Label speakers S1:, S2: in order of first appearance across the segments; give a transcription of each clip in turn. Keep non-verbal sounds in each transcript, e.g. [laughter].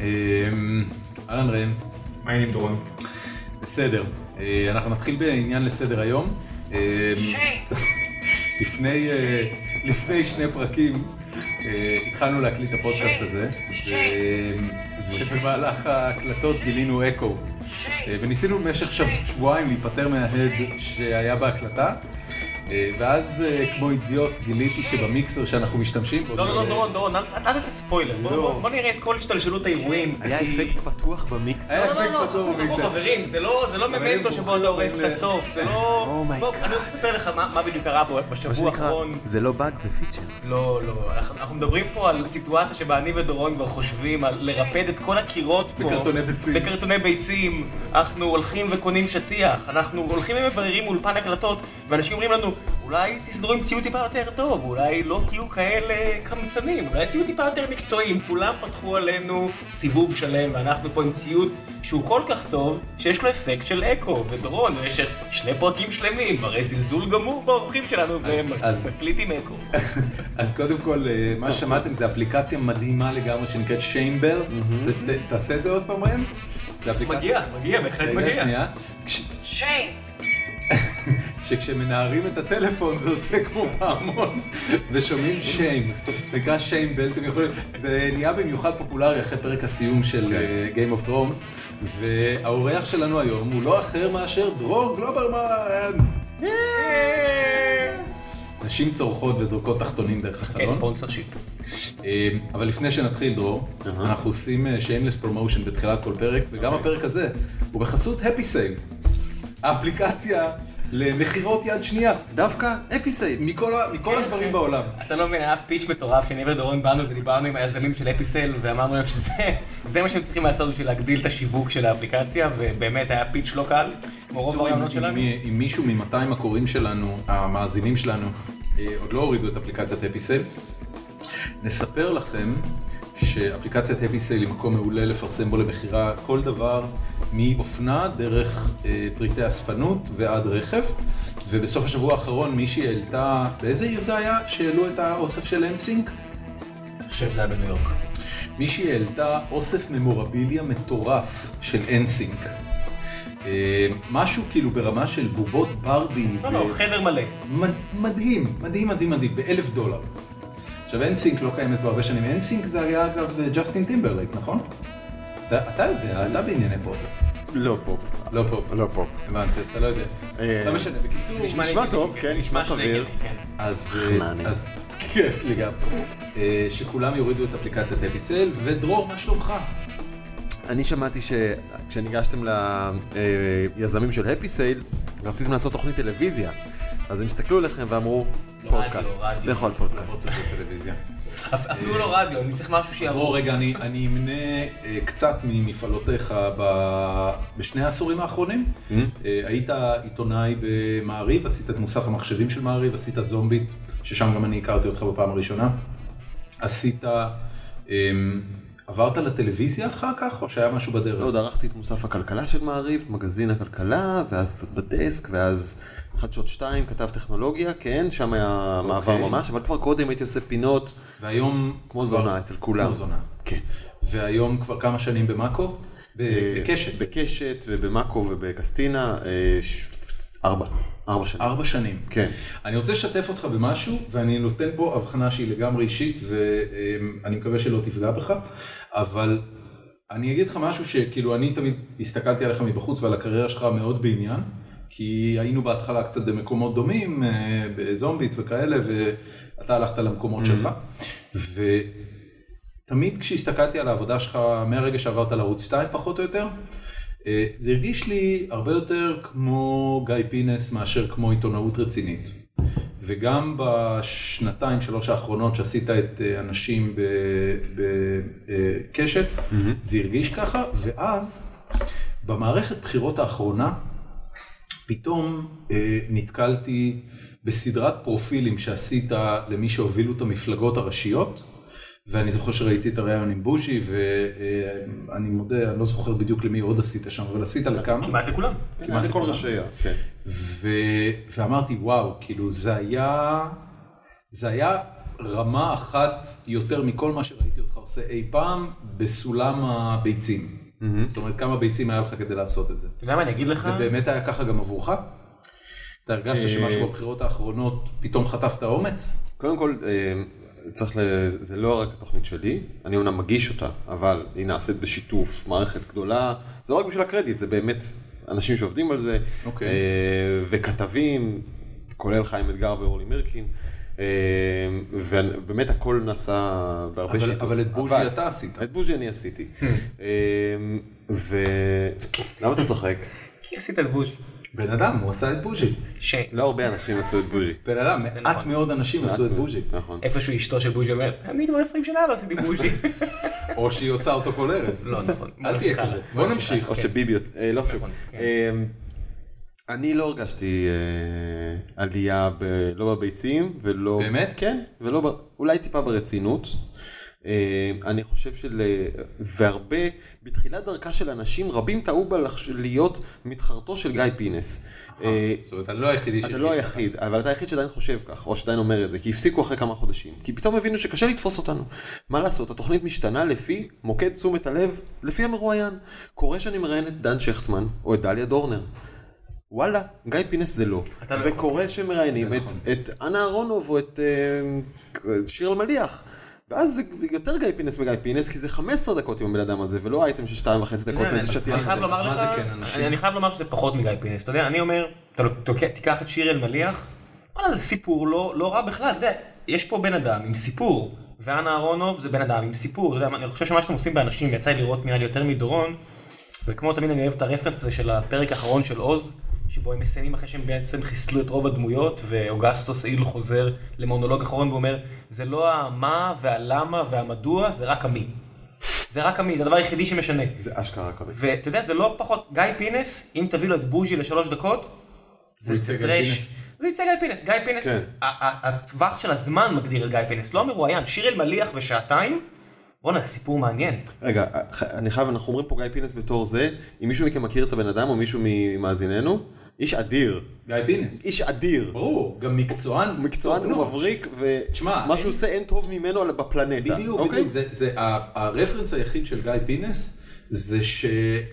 S1: אמ, אהלן ראם,
S2: מה העניינים דורון?
S1: בסדר. אה, אנחנו נתחיל בעניין לסדר היום. אמ, לפני, אה, לפני שני פרקים אה, התחלנו להקליט את הפודקאסט הזה, ו- ובמהלך ההקלטות גילינו אקו, אה, וניסינו במשך שב- שבועיים להיפטר מההד שהיה בהקלטה. אה, ואז אה, כמו אידיוט גיליתי שבמיקסר שאנחנו משתמשים בו,
S3: לא, לא,
S1: אה,
S3: לא,
S4: אוקיי.
S3: דורון, דורון, אל אל תעשה ספוילר. בוא-
S1: לא.
S3: בוא- בוא נראה את כל השתלשלות האירועים.
S4: היה
S3: כי-
S4: אפקט פתוח במיקס?
S1: היה
S3: לא, לא,
S1: אפקט
S3: לא,
S1: פתוח
S3: לא, בוא,
S1: במיקסר.
S3: חברים, זה לא זה לא
S1: חברים,
S3: ממנטו שבו אתה הורס את
S1: ברוכים ל-
S3: הסוף, זה לא...
S4: Oh my
S3: בוא,
S4: God.
S3: אני רוצה לספר לך מה מה בדיוק קרה פה
S4: מה
S3: בשבוע
S4: שנקרא,
S3: האחרון.
S4: זה לא באג, זה פיצ'ר.
S3: לא, לא, אנחנו אנחנו מדברים פה על סיטואציה שבה אני ודורון כבר חושבים על לרפד את כל הקירות פה.
S1: בקרטוני ביצים.
S3: בקרטוני ביצים. אנחנו הולכים וקונים שטיח, אנחנו הולכים ומבררים אולפן הקלטות, ואנשים אומרים לנו, אולי תסדרו עם ציוד טיפה יותר טוב, אולי לא תהיו כאלה קמצנים, אולי תהיו טיפה יותר מקצועיים. כולם פתחו עלינו סיבוב שלם, ואנחנו פה עם ציוד שהוא כל כך טוב, שיש לו אפקט של אקו. ודורון, במשך שני פרקים שלמים, הרי זלזול גמור באורחים שלנו, והם
S1: אז-
S3: מקליטים אקו.
S1: אז קודם כל, אה, מה ששמעתם זה אפליקציה מדהימה לגמרי שנקראת שיימבר. ת- ת- תעשה את זה עוד פעם ראם? זה אפליקציה-
S3: מגיע, מגיע, בהחלט
S1: רגע,
S3: מגיע.
S1: שנייה. כש- [laughs] שכשמנערים את הטלפון זה עושה כמו פעמון ושומעים שיים, זה נקרא שיים בלטים יכולים, זה נהיה במיוחד פופולרי אחרי פרק הסיום של אה, Game of Thrones והאורח שלנו היום הוא לא אחר מאשר דרור גלוברמן. נשים צורחות וזורקות תחתונים דרך
S3: כן,
S1: החלון.
S3: ספונסר שיפ.
S1: אמ, אבל לפני שנתחיל, דרור, אנחנו עושים שיימלס פרומושן בתחילת כל פרק, וגם הפרק הזה הוא בחסות הפי סייל, האפליקציה למכירות יד שנייה,
S4: דווקא אפיסייד.
S1: מכל ה- מכל הדברים בעולם.
S3: אתה לא מבין, היה פיץ' מטורף שאני ודורון באנו ודיברנו עם היזמים של אפיסל ואמרנו להם שזה זה מה שהם צריכים לעשות בשביל להגדיל את השיווק של האפליקציה ובאמת היה פיץ' לא קל, כמו רוב
S1: בקיצור, אם-
S3: הרעיונות שלנו.
S1: אם מי- אם מישהו מ-200 הקוראים שלנו, המאזינים שלנו, אה, עוד לא הורידו את אפליקציית הפי סייל, נספר לכם שאפליקציית הפי סייל היא מקום מעולה לפרסם בו למכירה כל דבר, מאופנה דרך אה, פריטי אספנות ועד רכב. ובסוף השבוע האחרון מישהי העלתה, באיזה עיר זה היה? שהעלו את האוסף של אנסינק?
S3: אני חושב שזה היה בניו יורק.
S1: מישהי העלתה אוסף ממורביליה מטורף של אנסינק. אה, משהו כאילו ברמה של בובות ברבי.
S3: לא,
S1: ו-
S3: לא, חדר מלא.
S1: מד- מדהים, מדהים, מדהים, מדהים, באלף דולר. עכשיו אנסינק לא קיימת כבר הרבה שנים, אנסינק זה היה אגב ג'סטין טימברלייק, נכון? אתה אתה יודע, אתה בענייני פופ.
S4: לא פופ.
S1: לא פופ.
S4: לא פופ.
S1: הבנתי, אז אתה לא יודע.
S4: אה,
S1: לא משנה, בקיצור,
S4: נשמע
S3: נגד,
S4: טוב,
S3: כן,
S4: כן, נשמע סביר.
S3: שנגד, כן.
S1: אז... אה,
S4: חנני.
S1: אז כן, לגמרי. אה, שכולם יורידו את אפליקציית אפיסל, ודרור, מה שלומך?
S4: אני שמעתי שכשניגשתם ליזמים אה, של הפי סייל, רציתם לעשות תוכנית טלוויזיה. אז הם הסתכלו עליכם ואמרו,
S3: לא,
S4: פודקאסט,
S3: רדיו, רדיו.
S4: לכו על
S1: לא
S4: פודקאסט.
S1: בטלוויזיה.
S3: אפ- אפילו לא רדיו, אני צריך משהו
S1: אז בוא
S3: שיעבור.
S1: רגע, אני, אני אמנה אה, קצת ממפעלותיך ב... בשני העשורים האחרונים.
S4: Mm-hmm.
S1: אה, היית עיתונאי במעריב, עשית את מוסף המחשבים של מעריב, עשית זומבית, ששם גם אני הכרתי אותך בפעם הראשונה. עשית... אמ, עברת לטלוויזיה אחר כך, או שהיה משהו בדרך?
S4: לא, דרכתי את מוסף הכלכלה של מעריב, את מגזין הכלכלה, ואז קצת בדסק, ואז חדשות 2, כתב טכנולוגיה, כן, שם היה מעבר
S1: אוקיי.
S4: ממש, אבל כבר קודם הייתי עושה פינות
S1: והיום...
S4: כמו זונה אצל כולם.
S1: כמו זונה.
S4: כן.
S1: והיום כבר כמה שנים במאקו?
S4: אה,
S1: ב- בקשת.
S4: בקשת ובמאקו ובקסטינה, אה, ש- ארבע, ארבע שנים.
S1: ארבע שנים.
S4: כן.
S1: אני רוצה לשתף אותך במשהו, ואני נותן פה הבחנה שהיא לגמרי אישית, ואני מקווה שלא תפגע בך, אבל אני אגיד לך משהו שכאילו אני תמיד הסתכלתי עליך מבחוץ ועל הקריירה שלך מאוד בעניין, כי היינו בהתחלה קצת במקומות דומים, אה, בזומבית וכאלה, ואתה הלכת למקומות שלך, ו... תמיד כשהסתכלתי על העבודה שלך מהרגע שעברת לערוץ 2 פחות או יותר, אה, זה הרגיש לי הרבה יותר כמו גיא פינס מאשר כמו עיתונאות רצינית. וגם בשנתיים שלוש האחרונות שעשית את אה, אנשים בקשת, זה הרגיש ככה, ואז במערכת בחירות האחרונה, פתאום אה, נתקלתי בסדרת פרופילים שעשית למי שהובילו את המפלגות הראשיות, ואני זוכר שראיתי את הריאיון עם בוז'י, ואני מודה, אני לא זוכר בדיוק למי עוד עשית שם, אבל עשית לכמה.
S3: כמעט לכולם.
S1: כמעט
S4: לכל
S1: לכולם.
S4: ראשיה, כן.
S1: ו... ואמרתי, וואו, כאילו זה היה, זה היה רמה אחת יותר מכל מה שראיתי אותך עושה עושה אי פעם בסולם הביצים. זאת אומרת, כמה ביצים היה לך כדי לעשות את זה.
S3: אתה יודע מה אני אגיד לך?
S1: זה באמת היה ככה גם עבורך? אתה הרגשת שמשהו בבחירות האחרונות פתאום חטפת אומץ?
S4: קודם כל, אה, צריך ל... זה לא רק התוכנית שלי, אני אומנם מגיש אותה, אבל היא נעשית בשיתוף מערכת גדולה, זה לא רק בשביל הקרדיט, זה באמת אנשים שעובדים על זה,
S1: אוקיי.
S4: אה, וכתבים, כולל חיים אתגר ואורלי מירקין, אה, ובאמת הכל נעשה בהרבה
S1: אבל-
S4: שיתוף.
S1: אבל את בוז'י
S4: אבל-
S1: אתה עשית. Hmm.
S4: את בוז'י אני עשיתי. אה, ו... למה אתה צוחק?
S3: כי עשית את בוז'י.
S1: בן אדם, הוא עשה את בוז'י.
S3: ש...
S4: לא הרבה אנשים עשו את בוז'י.
S1: בן אדם,
S3: זה
S1: מעט
S3: נכון.
S1: מאוד אנשים עשו את בוז'י.
S4: נכון.
S3: איפשהו אשתו של בוז'י אומרת, אני כבר 20 שנה לא עשיתי בוז'י.
S1: או שהיא עושה אותו כל ערב.
S3: לא, נכון. בוא
S1: אל
S3: נמשיך
S1: תהיה כזה.
S3: הלאה.
S1: בוא נמשיך.
S4: או שביבי עושה, אה, לא חשוב.
S3: נכון, כן.
S4: אה, אני לא הרגשתי אה, עלייה ב, לא בביצים ולא...
S1: באמת?
S4: כן, ולא, ב- אולי טיפה ברצינות. אה, אני חושב של... אה, והרבה, בתחילת דרכה של אנשים רבים טעו בה לחש- להיות מתחרטו של גיא פינס. אה,
S1: זאת אומרת, אני לא היחידי
S4: אתה
S1: שהרגיש
S4: לא
S1: ככה.
S4: היחיד, אבל אתה היחיד שעדיין חושב כך, או שעדיין אומר את זה, כי הפסיקו אחרי כמה חודשים. כי פתאום הבינו שקשה לתפוס אותנו. מה לעשות, התוכנית משתנה לפי מוקד תשומת הלב, לפי המרואיין. קורה שאני מראיין את דן שכטמן, או את דליה דורנר. וואלה, גיא פינס זה לא.
S3: אתה לא יכול.
S4: וקורה שמראיינים
S1: זה
S4: את,
S1: נכון.
S4: את אנה אהרונוב או את אה, את שיר אלמליח. ואז זה יותר גיא פינס מגיא פינס, כי זה 15 דקות עם הבן אדם הזה, ולא אייטם של שתיים וחצי דקות
S3: אני
S4: מאיזה שטיח.
S3: חייב לומר
S1: אז מה
S3: לך,
S1: זה כן, אנשים?
S3: אני- אני חייב לומר שזה פחות מגיא פינס, אתה יודע, אני אומר, אתה לוקח- תיקח את שיר אלמליח, וואלה זה סיפור לא לא רע בכלל, אתה יודע, יש פה בן אדם עם סיפור, ואנה אהרונוב זה בן אדם עם סיפור, אתה יודע, אני חושב שמה שאתם עושים באנשים, יצא לי לראות נראה לי יותר מדורון, זה כמו תמיד אני אוהב את הרפרנס הזה של הפרק האחרון של עוז, שבו הם מסיימים אחרי שהם בעצם חיסלו את רוב הדמויות, ואוגסטוס איל חוזר למונולוג אחרון ואומר, זה לא המה והלמה והמדוע, זה רק המי. זה רק המי, זה הדבר היחידי שמשנה.
S4: זה אשכרה כזה.
S3: ואתה יודע, זה לא פחות, גיא פינס, אם תביא לו את בוז'י לשלוש דקות, זה
S1: ייצג גיא
S3: טרש.
S1: פינס.
S3: זה יצא גיא פינס, גיא פינס,
S4: כן.
S3: ה- ה- הטווח של הזמן מגדיר את גיא פינס, לא המרואיין, שיר אלמליח בשעתיים, בואנה, זה סיפור מעניין.
S4: רגע, אני חייב, אנחנו אומרים פה גיא פינס בתור זה, אם מישהו מכם מכיר את הבן אדם או מישהו ממאזיננו, איש אדיר,
S1: גיא פינס.
S4: איש אדיר,
S1: ברור, גם מקצוען.
S4: הוא מקצוען, הוא
S1: תובנות.
S4: מבריק,
S1: תשמע,
S4: ומה
S1: אין-
S4: שהוא עושה אין טוב ממנו על- בפלנטה.
S1: בדיוק,
S4: אוקיי?
S1: בדיוק. זה- זה ה- הרפרנס היחיד של גיא פינס. זה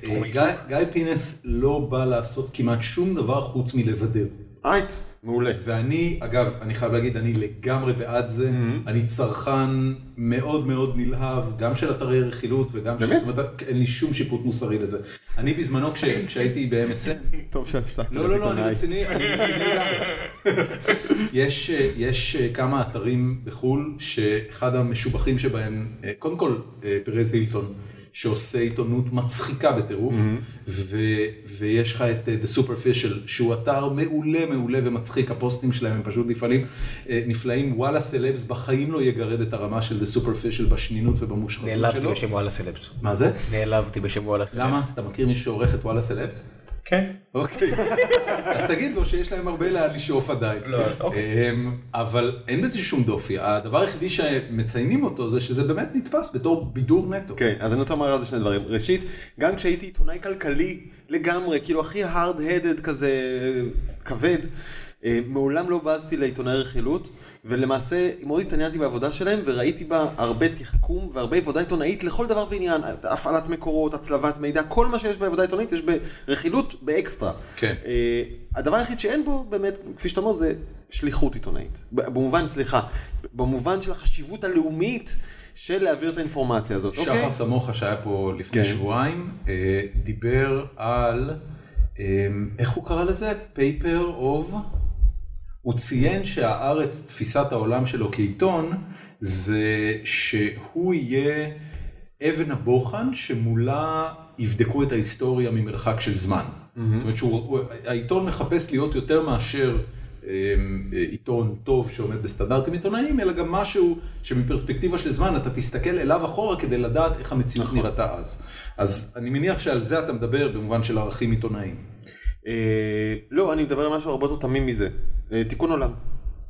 S3: תחום העיסוק.
S1: שגיא פינס לא בא לעשות כמעט שום דבר חוץ מלבדר.
S4: אייט, מעולה.
S1: ואני, אגב, אני חייב להגיד, אני לגמרי בעד זה.
S4: Mm-hmm.
S1: אני צרכן מאוד מאוד נלהב, גם של אתרי רכילות וגם של...
S4: באמת?
S1: זאת אומרת, אין לי שום שיפוט מוסרי לזה. אני בזמנו, כש- כשהייתי ב-MSN,
S4: טוב שהפסקת
S1: לא, לא, לא, אני רציני, אני רציני לגמרי. יש, אה, יש אה, כמה אתרים בחו"ל שאחד המשובחים שבהם, אה, קודם כל אה, פרז הילטון, שעושה עיתונות מצחיקה בטירוף, ו- ויש לך את אה, The Superficial, שהוא אתר מעולה מעולה ומצחיק, הפוסטים שלהם הם פשוט נפעלים, אה, נפלאים, וואלה סלבס בחיים לא יגרד את הרמה של The Superficial בשנינות ובמושכנות שלו.
S3: וואלה סלבס.
S1: מה זה?
S3: נעלבתי בשם וואלה סלבס.
S1: למה? אתה מכיר מישהו שעורך את וואלה סלבס?
S3: כן.
S1: אוקיי, [laughs] אז תגיד לו שיש להם הרבה לאן לשאוף עדיין.
S3: לא, אוקיי.
S1: אמ, אבל אין בזה שום דופי, הדבר היחידי שמציינים אותו זה שזה באמת נתפס בתור בידור נטו.
S4: כן, אז אני רוצה לומר על זה שני דברים. ראשית, גם כשהייתי עיתונאי כלכלי לגמרי, כאילו הכי hard-headed כזה אה, כבד, אה, מעולם לא באזתי לעיתונאי רכילות, ולמעשה מאוד התעניינתי בעבודה שלהם, וראיתי בה הרבה תחכום והרבה עבודה עיתונאית לכל דבר ועניין, הפעלת מקורות, הצלבת מידע, כל מה שיש בעבודה עיתונאית יש ברכילות באקסטרה.
S1: כן.
S4: אה, הדבר היחיד שאין בו באמת, כפי שאתה אומר, זה שליחות עיתונאית. ב- במובן, סליחה, במובן של החשיבות הלאומית של להעביר את האינפורמציה הזאת.
S1: שחר
S4: אוקיי?
S1: סמוכה שהיה פה לפני
S4: כן.
S1: שבועיים, אה, דיבר על, אמ, איך הוא קרא לזה? פייפר אוב? הוא ציין שהארץ, תפיסת העולם שלו כעיתון, זה שהוא יהיה אבן הבוחן שמולה יבדקו את ההיסטוריה ממרחק של זמן. זאת אומרת שהעיתון מחפש להיות יותר מאשר אמ, אה, עיתון טוב שעומד בסטנדרטים עיתונאיים, אלא גם משהו שמפרספקטיבה של זמן אתה תסתכל אליו אחורה כדי לדעת איך המציאות
S4: נכון.
S1: נראתה אז. אז אני מניח שעל זה אתה מדבר במובן של ערכים עיתונאיים.
S4: אה, לא, אני מדבר על משהו הרבה יותר תמים מזה. אה, תיקון עולם.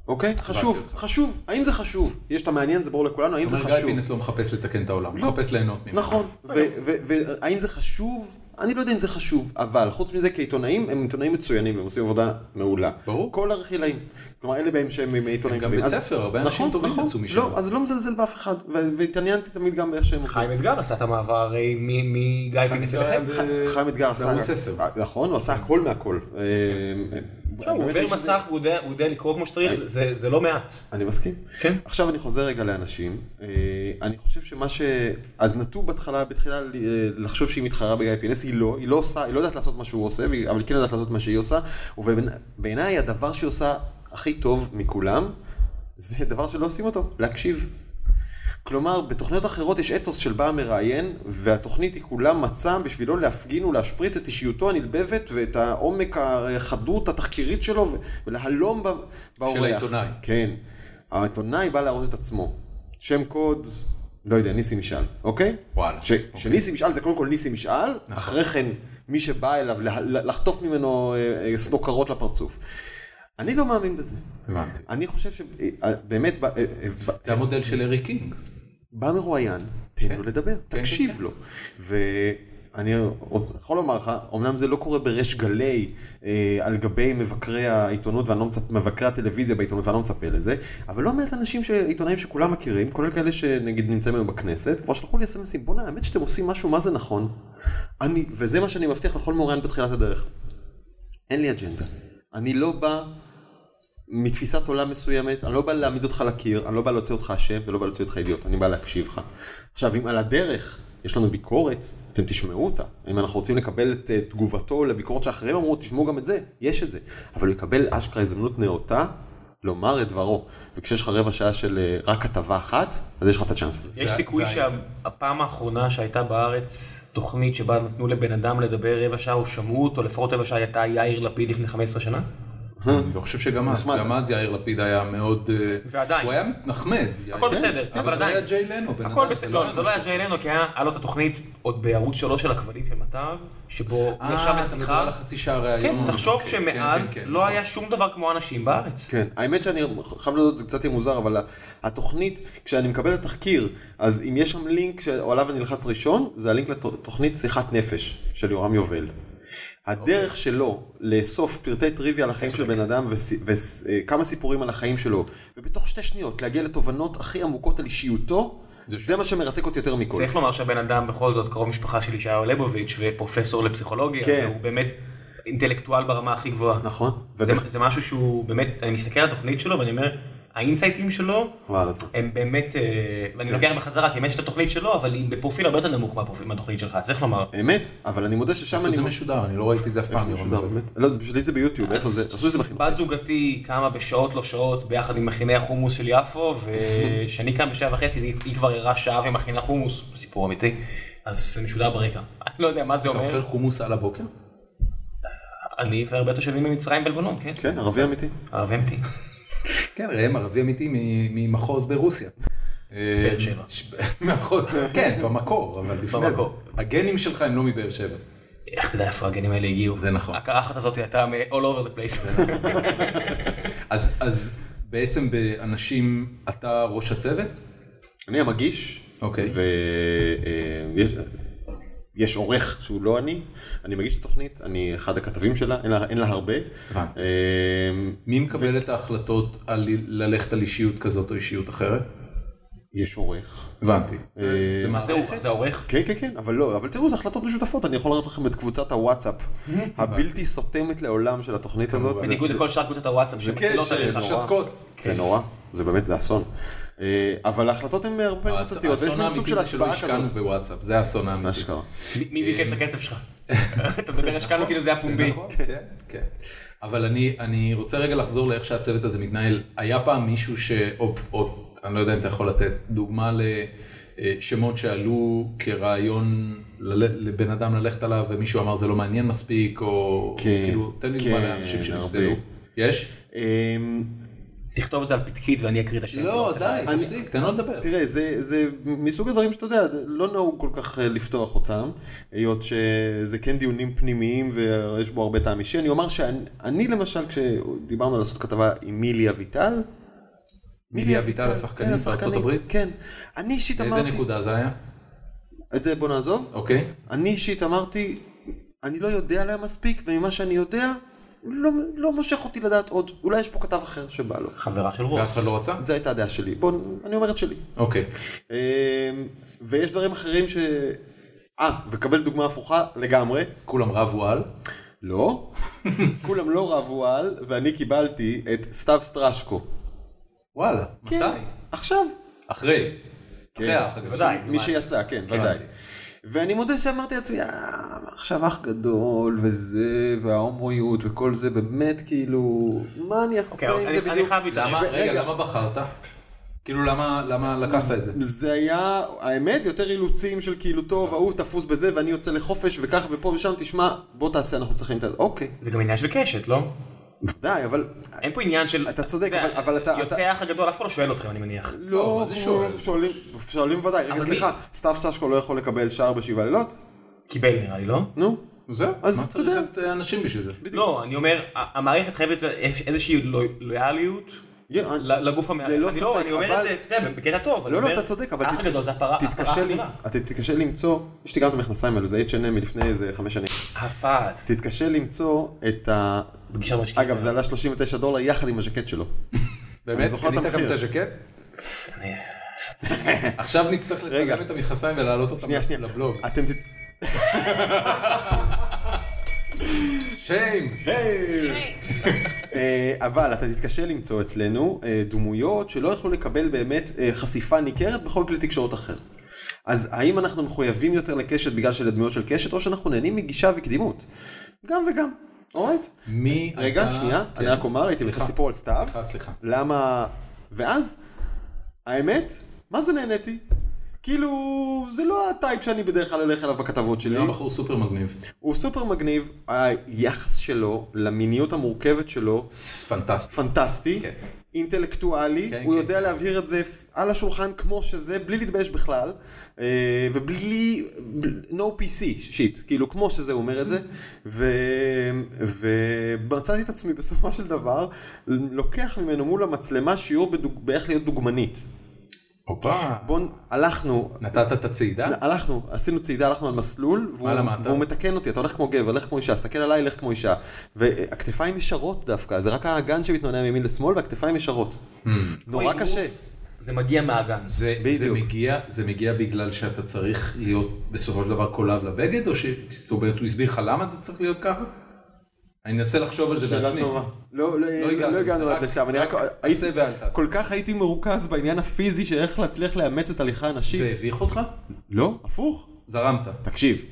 S4: אוקיי? חשוב,
S1: אותך.
S4: חשוב. האם זה חשוב? יש את המעניין, זה ברור לכולנו, האם
S1: זאת
S4: זה
S1: אומרת, גיא
S4: חשוב? לא.
S1: פינס לא מחפש לתקן את העולם, הוא מחפש ליהנות ממנו.
S4: נכון, והאם זה חשוב? אני לא יודע אם זה חשוב, אבל חוץ מזה כעיתונאים, הם עיתונאים מצוינים, הם עושים עבודה מעולה.
S1: ברור.
S4: כל הרכילאים. כלומר, אלה בהם שהם עיתונאים
S1: גם
S4: טובים.
S1: בית
S4: נכון, אז-
S1: ספר, הרבה אנשים
S4: נכון,
S1: טובים
S4: נכון.
S1: יצאו משם.
S4: לא, אז לא מזלזל באף אחד, ו- והתעניינתי תמיד גם באיך שהם...
S3: חיים אתגר עשה את המעבר הרי, מ- מגיא פינס אליכם.
S1: ב-
S4: ח- חיים אתגר עשה...
S1: בערוץ כן. 10.
S4: אה, נכון, הוא עשה הכל מהכל. אה, אה,
S3: עכשיו, הוא
S4: באמת
S3: עובר
S4: האיש הזה-
S3: מסך והוא יודע- הוא יודע לקרוא כמו שצריך, זה- זה זה לא מעט.
S4: אני מסכים.
S3: כן.
S4: עכשיו אני חוזר רגע לאנשים. אה, אני חושב שמה ש... אז נטו בהתחלה, בתחילה ל- אה, לחשוב שהיא מתחרה בגיא פינס, היא לא, היא לא עושה, היא לא יודעת לעשות מה שהוא עושה, והיא- אבל היא כן יודעת לעשות מה שהיא עושה, ובעיניי הדבר שהיא עושה הכי טוב מכולם, זה דבר שלא עושים אותו, להקשיב. כלומר, בתוכניות אחרות יש אתוס של בא המראיין, והתוכנית היא כולה מצע בשבילו להפגין ולהשפריץ את אישיותו הנלבבת ואת העומק, החדות התחקירית שלו, ו- ולהלום ב- באורח.
S1: העיתונאי.
S4: כן. העיתונאי בא להראות את עצמו. שם קוד, לא יודע, ניסים משעל, אוקיי?
S1: וואלה,
S4: ש-
S1: אוקיי. נכון.
S4: שניסים משעל זה קודם כל ניסים משעל, אחרי כן מי שבא אליו לה- לחטוף ממנו אה, אה, סנוקרות לפרצוף. אני לא מאמין בזה.
S1: הבנתי.
S4: אני חושב אה, שבאמת,
S1: זה המודל של ארי קינג.
S4: בא מרואיין, תן לו לדבר,
S1: כן,
S4: תקשיב
S1: כן.
S4: לו. ואני עוד יכול לומר לך, אמנם זה לא קורה בריש גלי אה, על גבי מבקרי העיתונות, ואני לא מצפ... מבקרי הטלוויזיה בעיתונות, ואני לא מצפה לזה, אבל לא מעט אנשים, ש... עיתונאים שכולם מכירים, כולל כאלה שנגיד נמצאים היום בכנסת, כבר שלחו לי אסמסים, בואנה, האמת שאתם עושים משהו, מה זה נכון? אני, וזה מה שאני מבטיח לכל מוראיין בתחילת הדרך. אין לי אג'נדה. אני לא בא מתפיסת עולם מסוימת, אני לא בא להעמיד אותך לקיר, אני לא בא להוציא אותך אשם ולא בא להוציא אותך אידיוט, אני בא להקשיב לך. עכשיו, אם על הדרך יש לנו ביקורת, אתם תשמעו אותה. אם אנחנו רוצים לקבל את אה, תגובתו לביקורת שאחרים אמרו, תשמעו גם את זה, יש את זה. אבל הוא יקבל אשכרה הזדמנות נאותה לומר את דברו. וכשיש לך רבע שעה של אה, רק כתבה אחת, אז יש לך את הצ'אנס הזה.
S3: יש
S1: זה-
S3: סיכוי
S1: זה
S3: שהפעם האחרונה שהייתה בארץ תוכנית שבה נתנו לבן אדם לדבר רבע שעה או שמעו אותו לפחות רבע שעה הייתה יאיר לפיד לפני 15 שנה?
S1: אני לא חושב שגם אז,
S4: אה. נחמד.
S1: גם אז יאיר לפיד היה מאוד... אה,
S3: ועדיין.
S1: הוא היה מתנחמד.
S3: הכל
S1: כן,
S3: בסדר,
S1: כן,
S3: אבל
S1: זה
S3: עדיין.
S1: היה ג'יי לנו. בן
S3: הכל
S1: אדם,
S3: בסדר, לא, זה לא היה ג'יי לנו, כי היה היה לו את התוכנית עוד בערוץ 3 של הכבלים של מטב, שבו הוא ישב
S1: אה, אתה מדבר
S3: בשיחה.
S1: על החצי שעה ראיון.
S3: כן, תחשוב
S1: אוקיי, כן,
S3: שמאז
S1: כן, כן,
S3: לא
S1: נכון.
S3: היה שום דבר כמו אנשים בארץ.
S4: כן, האמת שאני חייב להודות, זה קצת יהיה מוזר, אבל התוכנית, כשאני מקבל את התחקיר, אז אם יש שם לינק שעליו אני אלחץ ראשון, זה הלינק לתוכנית שיחת נפש של יורם יובל. הדרך
S1: אוקיי.
S4: שלו לאסוף פרטי טריוויה על החיים של בן אדם וכמה סיפורים על החיים שלו, ובתוך שתי שניות להגיע לתובנות הכי עמוקות על אישיותו,
S1: זה
S4: זה מה שמרתק אותי יותר מכל.
S1: נכון.
S3: צריך לומר שהבן אדם בכל זאת קרוב משפחה של ישעיהו ליבוביץ' ופרופסור לפסיכולוגיה,
S4: כן.
S3: והוא באמת אינטלקטואל ברמה הכי גבוהה.
S4: נכון?
S3: זה,
S4: ובכ-
S3: זה משהו שהוא באמת, אני מסתכל על התוכנית שלו ואני אומר, האינסייטים שלו
S4: וואלה, זה-
S3: הם באמת, אה, ואני לוקח בחזרה, כי באמת יש את התוכנית שלו, אבל היא בפרופיל הרבה יותר נמוך מהפרופיל- מהתוכנית שלך, צריך לומר.
S4: אמת, אבל אני מודה ששם
S1: איפה
S4: אני...
S1: זה משודר, אני לא ראיתי את זה אף
S4: איפה
S1: פעם.
S4: זה
S1: ירון.
S4: משודר, באמת? לא, בשבילי זה ביוטיוב, איפה זה? עשו את זה בחינוך.
S3: בת זוגתי קמה בשעות לא שעות ביחד עם מכיני החומוס של יפו, וכשאני קם בשעה וחצי היא- היא כבר ערה שעה ומכינה חומוס, סיפור אמיתי, אז זה משודר ברקע. [laughs] אני לא יודע מה זה
S1: אתה
S3: אומר,
S1: אוכל חומוס על הבוקר?
S3: אני והרבה תושבים במצרים ולבנון, כן?
S4: כן, ערבי אמיתי.
S3: ערב אמתי.
S1: כן, ראם ערבי אמיתי מ- ממחוז ברוסיה. אה,
S3: באר שבע.
S1: ש- [laughs] מאחוז- כן, במקור, אבל לפני זה.
S3: במקור.
S1: הגנים שלך הם לא מבאר שבע.
S3: איך אתה יודע איפה הגנים האלה הגיעו?
S1: זה נכון.
S3: הקרחת הזאת הייתה מ- all over the place.
S1: אז אז בעצם באנשים, אתה ראש הצוות?
S4: אני המגיש,
S1: אוקיי.
S4: ויש יש עורך שהוא לא אני, אני מגיש את התוכנית, אני אחד הכתבים שלה, אין לה, אין לה הרבה.
S1: הבנתי.
S4: אה,
S1: מי מקבל את ההחלטות על ללכת על אישיות כזאת או אישיות אחרת?
S4: יש עורך.
S1: הבנתי.
S4: אה,
S1: זה
S3: אז [laughs] זהו,
S1: מערכת?
S3: זה העורך.
S4: כן, כן, כן, אבל לא, אבל תראו, זה החלטות משותפות, אני יכול לראות לכם את
S1: [laughs]
S4: קבוצת הוואטסאפ הבלתי סותמת לעולם של התוכנית הזאת. זה-
S3: בניגוד
S4: זה-
S3: לכל שאר קבוצות הוואטסאפ שמתחילות
S1: כן,
S3: עליך.
S1: זה נורא. שתקות.
S4: זה נורא, זה באמת, זה אסון. אה, אבל ההחלטות הן
S1: אה,
S4: הרבה קבוצתיות, ויש מין סוג של
S1: שלא
S4: הצבעה
S1: השקענו
S4: כזאת.
S1: בוואטסאפ, זה האסון האמיתי.
S4: אשכרה.
S3: מי- מי ביקש את הכסף
S4: [laughs]
S3: שלך? אתה מדבר השקענו כאילו זה היה פומבי.
S1: נכון, כן,
S4: אוקיי.
S1: כן. אבל אני, אני רוצה רגע לחזור לאיך שהצוות הזה מתנהל. היה פעם מישהו ש... או, או אני לא יודע אם אתה יכול לתת דוגמה לשמות שעלו כרעיון ל- לבן אדם ללכת עליו, ומישהו אמר זה לא מעניין מספיק, או
S4: כן,
S1: כאילו, תן לי דוגמה
S4: כן,
S1: לאנשים
S4: הרבה.
S1: שנפסלו. יש?
S4: אה,
S3: תכתוב את זה על פתקית ואני אקריא את השם. אתה
S1: לא,
S3: רוצה
S1: די,
S3: לדעת?
S4: אני-
S1: תפסיק, תן לו לדבר.
S4: תראה, זה, זה מסוג הדברים שאתה יודע, לא נהוג כל כך אה, לפתוח אותם, היות שזה כן דיונים פנימיים ויש בו הרבה טעם אישי. אני אומר שאני אני, למשל, כשדיברנו על לעשות כתבה עם מילי אביטל,
S1: מילי אביטל, השחקנית
S4: כן,
S1: בארצות הברית?
S4: כן. אני אישית
S1: באיזה
S4: אמרתי,
S1: נקודה זה היה?
S4: את זה בוא נעזוב,
S1: אוקיי.
S4: אני אישית אמרתי, אני לא יודע עליה מספיק, וממה שאני יודע, לא, לא מושך אותי לדעת עוד. אולי יש פה כתב אחר שבא לו.
S3: חברה של
S1: ואף
S3: רוס.
S1: אחד לא רצה?
S4: זו הייתה הדעה שלי. בוא, אני אומר את שלי.
S1: אוקיי.
S4: אמ, ויש דברים אחרים ש... אה, וקבל דוגמה הפוכה לגמרי.
S1: כולם רבו על?
S4: לא. [laughs] כולם לא רבו על, ואני קיבלתי את סתיו סטרשקו.
S1: וואלה, מתי?
S4: כן, עכשיו.
S1: אחרי. אחרי האח הגדול.
S3: ודאי.
S4: מי שיצא, כן, ודאי.
S1: הבנתי.
S4: ואני מודה שאמרתי לעצמי, "אה, עכשיו אח גדול, וזה, וההומואיות, וכל זה, באמת, כאילו, מה אני
S3: אוקיי,
S4: אעשה עם
S3: אני-
S4: זה
S3: אני
S4: בדיוק?
S3: חייב לא, להתערב.
S1: למה, רגע,
S4: רגע.
S1: למה בחרת? כאילו, למה, למה לקחת את זה?
S4: זה היה, האמת, יותר אילוצים של כאילו,
S3: לא.
S4: טוב, ההוא תפוס בזה, ואני יוצא לחופש, וככה ופה ושם, תשמע, בוא תעשה, אנחנו צריכים את זה. אוקיי,
S3: זה גם עניין של קשת, לא?
S4: ודאי, אבל...
S3: אין פה עניין של...
S4: אתה צודק,
S3: יודע,
S4: אבל- אבל אתה-
S3: יוצא האח הגדול, אף אחד לא שואל אתכם, אני מניח.
S1: לא, מה
S4: לא,
S1: זה שואל?
S4: שואלים, שואלים ודאי, רגע,
S3: אבל
S4: סליחה, סתיו ששקו לא יכול לקבל שער בשבעה לילות?
S3: קיבל נראה לי, לא?
S1: אה,
S4: נו,
S1: זהו,
S4: אז
S1: מה
S4: אתה
S1: צריך
S4: יודע.
S1: את אה, אנשים בשביל זה?
S3: לא, אני אומר, ה- המערכת חייבת איזושהי לו- לויאליות
S4: יא, אני-
S3: ל- לגוף המערכת.
S4: ללא
S3: אני לא,
S4: ספק,
S3: אני אומר את
S4: אבל-
S3: זה, אתה יודע, בקטע טוב.
S4: לא, לא, אתה צודק, אבל
S3: אח
S4: תת-
S3: גדול זה הפרה
S1: אה,
S3: הפרה
S4: תתקשה
S3: הגדולה.
S4: למצ- אתה תתקשה למצוא, יש לי גם את המכנסיים האלו, זה H&M מלפני איזה חמש שנים.
S3: הפעל.
S4: תתקשה למצוא את ה...
S3: פגישה במשקיעים.
S4: אגב, זה עלה 39 דולר יחד עם הז'קט שלו.
S1: באמת?
S4: זוכר את
S1: קנית גם
S4: המחיר.
S1: את הז'קט?
S3: אני-
S1: [laughs] עכשיו נצטרך לצלם
S4: רגע.
S1: את המכנסיים ולהעלות אותם
S4: שנייה, שנייה.
S1: לבלוג.
S4: אתם ת-
S1: שיים!
S4: אה, אבל אתה תתקשה למצוא אצלנו אה, דמויות שלא יכלו לקבל באמת אה, חשיפה ניכרת בכל כלי תקשורת אחר. אז האם אנחנו מחויבים יותר לקשת בגלל שאלה דמויות של קשת, או שאנחנו נהנים מגישה וקדימות? גם וגם, אורייט?
S1: מי
S4: רגע,
S1: אתה-
S4: שנייה,
S1: כן.
S4: אני רק אומר, הייתי באמצע
S1: סליחה.
S4: סיפור על סתיו.
S1: סליחה, סליחה.
S4: למה... ואז, האמת, מה זה נהניתי? כאילו, זה לא הטייפ שאני בדרך כלל הולך אליו בכתבות שלי.
S1: הוא היה בחור סופר מגניב.
S4: הוא סופר מגניב, היחס שלו למיניות המורכבת שלו,
S1: פנטסטי.
S4: פנטסטי,
S1: כן.
S4: אינטלקטואלי,
S1: כן,
S4: הוא
S1: כן,
S4: יודע
S1: כן.
S4: להבהיר את זה על השולחן כמו שזה, בלי להתבייש בכלל, אה, ובלי, ב- no PC שיט, כאילו כמו שזה הוא אומר את זה, ו- ומצאתי את עצמי בסופו של דבר, לוקח ממנו מול המצלמה שיעור בדוג- באיך להיות דוגמנית.
S1: הופה.
S4: בואו, הלכנו,
S1: נתת את הצעידה?
S4: הלכנו, עשינו צעידה, הלכנו על מסלול, והוא,
S1: מה למדת?
S4: והוא מתקן אותי, אתה הולך כמו גבר, לך כמו אישה, תסתכל עליי, לך כמו אישה. והכתפיים ישרות דווקא, זה רק האגן שמתנונע מימין לשמאל, והכתפיים ישרות.
S1: Hmm.
S4: נורא
S3: אוי,
S4: קשה.
S3: גוף, זה מגיע מהגן.
S1: זה, זה,
S4: בדיוק.
S1: מגיע, זה מגיע בגלל שאתה צריך להיות בסופו של דבר קולב לבגד, או ש... זאת אומרת, הוא הסביר לך למה זה צריך להיות ככה? אני אנסה לחשוב על זה
S4: שאלה
S1: בעצמי.
S4: טובה. לא, לא,
S1: הגענו
S4: לא הגענו
S1: לזה,
S4: עד
S1: רק-
S4: לשם, אני רק...
S1: רק
S4: הייתי-
S1: עשה ואל תעשה.
S4: כל כך הייתי מרוכז בעניין הפיזי של איך להצליח לאמץ את ההליכה הנשית.
S1: זה הביך אותך?
S4: לא, הפוך.
S1: זרמת.
S4: תקשיב,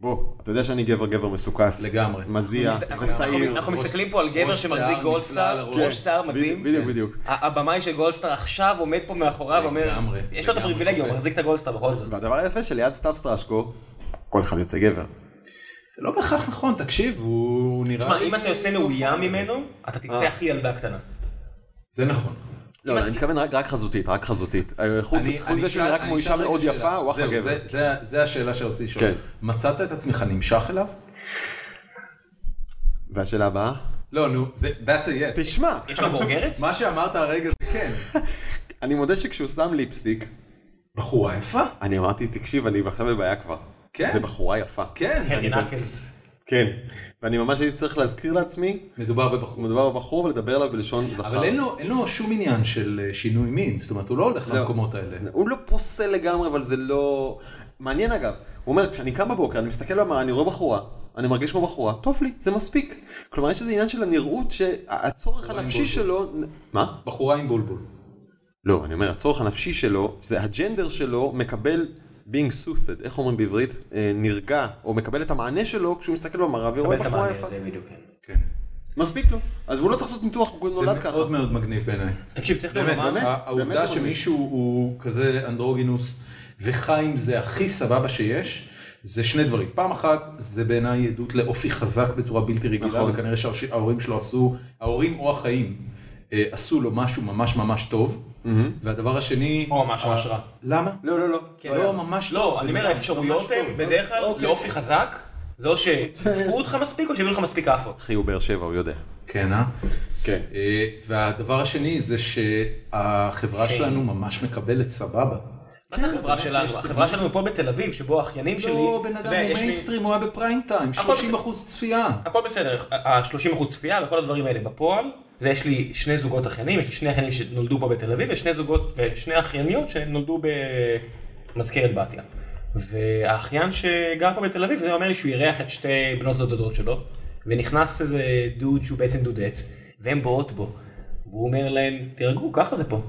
S4: בוא, אתה יודע שאני גבר גבר מסוכס.
S1: לגמרי.
S4: מזיע
S3: אנחנו-
S4: ושעיר.
S3: אנחנו
S1: ראש-
S3: מסתכלים פה על גבר
S1: ראש
S3: שמחזיק
S1: שיער נפלא על
S3: גולדסטאר,
S1: הראש.
S3: ראש שיער
S4: כן,
S3: מדהים.
S4: בדיוק, בדיוק.
S3: ה- הבמאי של גולדסטאר עכשיו עומד פה מאחוריו, אומר,
S1: לגמרי,
S3: יש לו את
S1: לגמרי
S3: הפריבילגיה, הוא
S1: קופץ.
S3: מחזיק את הגולדסטאר בכל זאת.
S4: והדבר היפה שליד סתיו סטרשקו, כל אחד יוצא גבר.
S1: זה לא בהכרח נכון, תקשיב, הוא נראה...
S3: תשמע,
S1: לי-
S3: אם אתה יוצא מאוים ממנו, אתה תצא
S4: אה.
S3: הכי ילדה קטנה.
S1: זה נכון.
S4: לא, אני מתכוון רק רק חזותית, רק חזותית. אה, חוץ
S1: אני-
S4: חוץ
S1: אני
S4: זה שהוא
S1: אשאל-
S4: נראה כמו
S1: אני
S4: אישה
S1: אשאל רגע
S4: מאוד
S1: שאלה.
S4: יפה, הוא אחלה
S1: זהו,
S4: גבר.
S1: זה- זה- זה השאלה שרציתי לשאול.
S4: כן.
S1: מצאת את עצמך נמשך אליו?
S4: והשאלה הבאה?
S1: לא, נו, זה... That's a yes.
S4: תשמע,
S3: יש לו גורגרת?
S1: מה שאמרת הרגע זה כן.
S4: אני מודה שכשהוא שם ליפסטיק,
S1: בחורה יפה?
S4: אני אמרתי, תקשיב, אני עכשיו בבעיה כבר.
S1: כן.
S4: זה בחורה יפה.
S1: כן.
S3: הרי נקלס.
S4: כן. ואני ממש הייתי צריך להזכיר לעצמי,
S1: מדובר בבחור.
S4: מדובר בבחור ולדבר אליו בלשון זכר.
S1: אבל אין לו, אין לו שום עניין של אה, שינוי מין, זאת אומרת, הוא לא הולך
S4: לא.
S1: למקומות האלה.
S4: הוא לא פוסל לגמרי, אבל זה לא... מעניין אגב, הוא אומר, כשאני קם בבוקר, אני מסתכל במראה, אני רואה בחורה, אני מרגיש כמו בחורה, טוב לי, זה מספיק. כלומר, יש איזה עניין של הנראות, שהצורך
S1: בחורה עם
S4: הנפשי
S1: בולבול.
S4: שלו... מה?
S1: בחורה עם בולבול.
S4: לא, אני אומר, הצורך הנפשי שלו, זה הג'נדר שלו, מקבל being soothed, איך אומרים בעברית? אה, נרגע, או מקבל את המענה שלו כשהוא מסתכל במראה
S3: קבל
S4: ורואה
S3: את
S4: בחורה
S3: המענה,
S4: יפה.
S3: זה בדיוק, כן.
S1: כן.
S4: מספיק לו. אז הוא לא צריך לעשות ניתוח, הוא
S1: זה
S4: נולד ככה. לא,
S1: מאוד מאוד מגניב בעיניי.
S3: תקשיב, צריך
S1: באמת,
S3: לומר,
S1: באמת. העובדה
S4: באמת זה
S1: שמישהו הוא כזה אנדרוגינוס וחי עם זה הכי סבבה שיש, זה שני דברים. פעם אחת, זה בעיניי עדות לאופי חזק בצורה בלתי רגילה,
S4: נכון.
S1: וכנראה שההורים שלו עשו, ההורים או החיים אה, עשו לו משהו ממש ממש טוב. והדבר השני...
S3: או ממש ממש רע.
S1: למה?
S4: לא, לא, לא.
S3: כן,
S4: לא,
S1: לא,
S4: לא.
S1: ממש לא טוב.
S3: לא, אני אומר, האפשרויות הן בדרך כלל
S4: אוקיי.
S3: לאופי חזק, זה או שדפו אותך מספיק או שהביאו לך מספיק כאפות.
S4: אחי, הוא באר שבע, הוא יודע. [laughs]
S1: כן, אה?
S4: כן.
S1: אה, והדבר השני זה שהחברה
S3: כן.
S1: שלנו ממש מקבלת סבבה.
S3: מה זה החברה שלנו? החברה שלנו פה בתל אביב, שבו האחיינים שלי...
S1: לא, בן
S3: אתה
S1: אדם,
S3: יודע,
S1: הוא
S3: יש לי-
S1: מיינסטרים, הוא היה בפריים טיים,
S3: הכל
S1: 30 אחוז צפייה.
S3: הכל בסדר, ה-30% צפייה וכל הדברים האלה בפועל, ויש לי שני זוגות אחיינים, יש לי שני אחיינים שנולדו פה בתל אביב, ושני זוגות, ושני אחייניות שנולדו במזכרת בתיה. והאחיין שגר פה בתל אביב, הוא אומר לי שהוא אירח את שתי בנות הדודות שלו, ונכנס איזה דוד שהוא בעצם דודט, והן בואות בו. והוא אומר להן, תירגעו, ככה זה פה.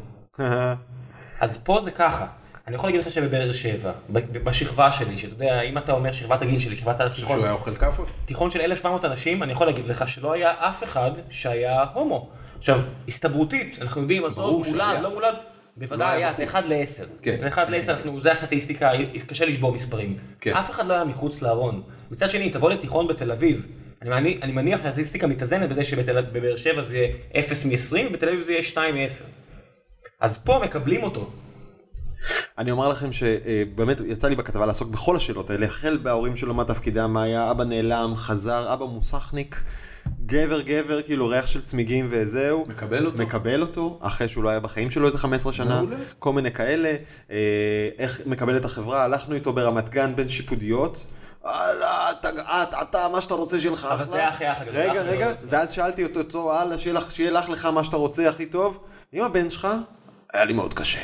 S3: אז פה זה ככה. אני יכול להגיד לך שבבאר שבע, ב- בשכבה שלי, שאתה יודע, אם אתה אומר שכבת הגיל שלי, שכבת התיכון,
S1: שהוא היה אוכל כאפות?
S3: תיכון של 1,700 אנשים, אני יכול להגיד לך שלא היה אף אחד שהיה הומו. עכשיו, הסתברותית, אנחנו יודעים,
S1: ברור
S3: עזוב,
S1: שהיה.
S3: מולד, לא מולד, בוודאי
S1: לא היה
S3: היה, זה 1 ל-10.
S1: כן.
S3: זה 1 ל-10, אנחנו, זה הסטטיסטיקה, קשה לשבור מספרים.
S1: כן.
S3: אף אחד לא היה מחוץ לארון. מצד שני, תבוא לתיכון בתל אביב, אני מני- אני מניח שהסטטיסטיקה מתאזנת בזה שבבאר שבע זה יהיה 0 מ-20, ובתל אביב זה יהיה 2 מ-10. אז פה מקבלים אותו.
S4: אני אומר לכם שבאמת יצא לי בכתבה לעסוק בכל השאלות האלה, החל בהורים שלו מה תפקידם, מה היה, אבא נעלם, חזר, אבא מוסכניק, גבר גבר, כאילו ריח של צמיגים וזהו.
S1: מקבל אותו.
S4: מקבל אותו, אחרי שהוא לא היה בחיים שלו איזה 15 שנה,
S1: מעולה.
S4: כל מיני כאלה, אה, איך מקבל את החברה, הלכנו איתו ברמת גן בין שיפודיות. הלאה, אתה, אתה, אתה, מה שאתה רוצה שיהיה לך אחלה.
S3: אבל זה האח, האח הגדול,
S4: רגע,
S3: האח
S4: רגע,
S3: הגדול.
S4: ואז שאלתי אותו, אותו, הלאה, שיהיה לך, שיהיה לך לך מה שאתה רוצה הכי טוב. עם הבן שלך, היה לי מאוד קשה.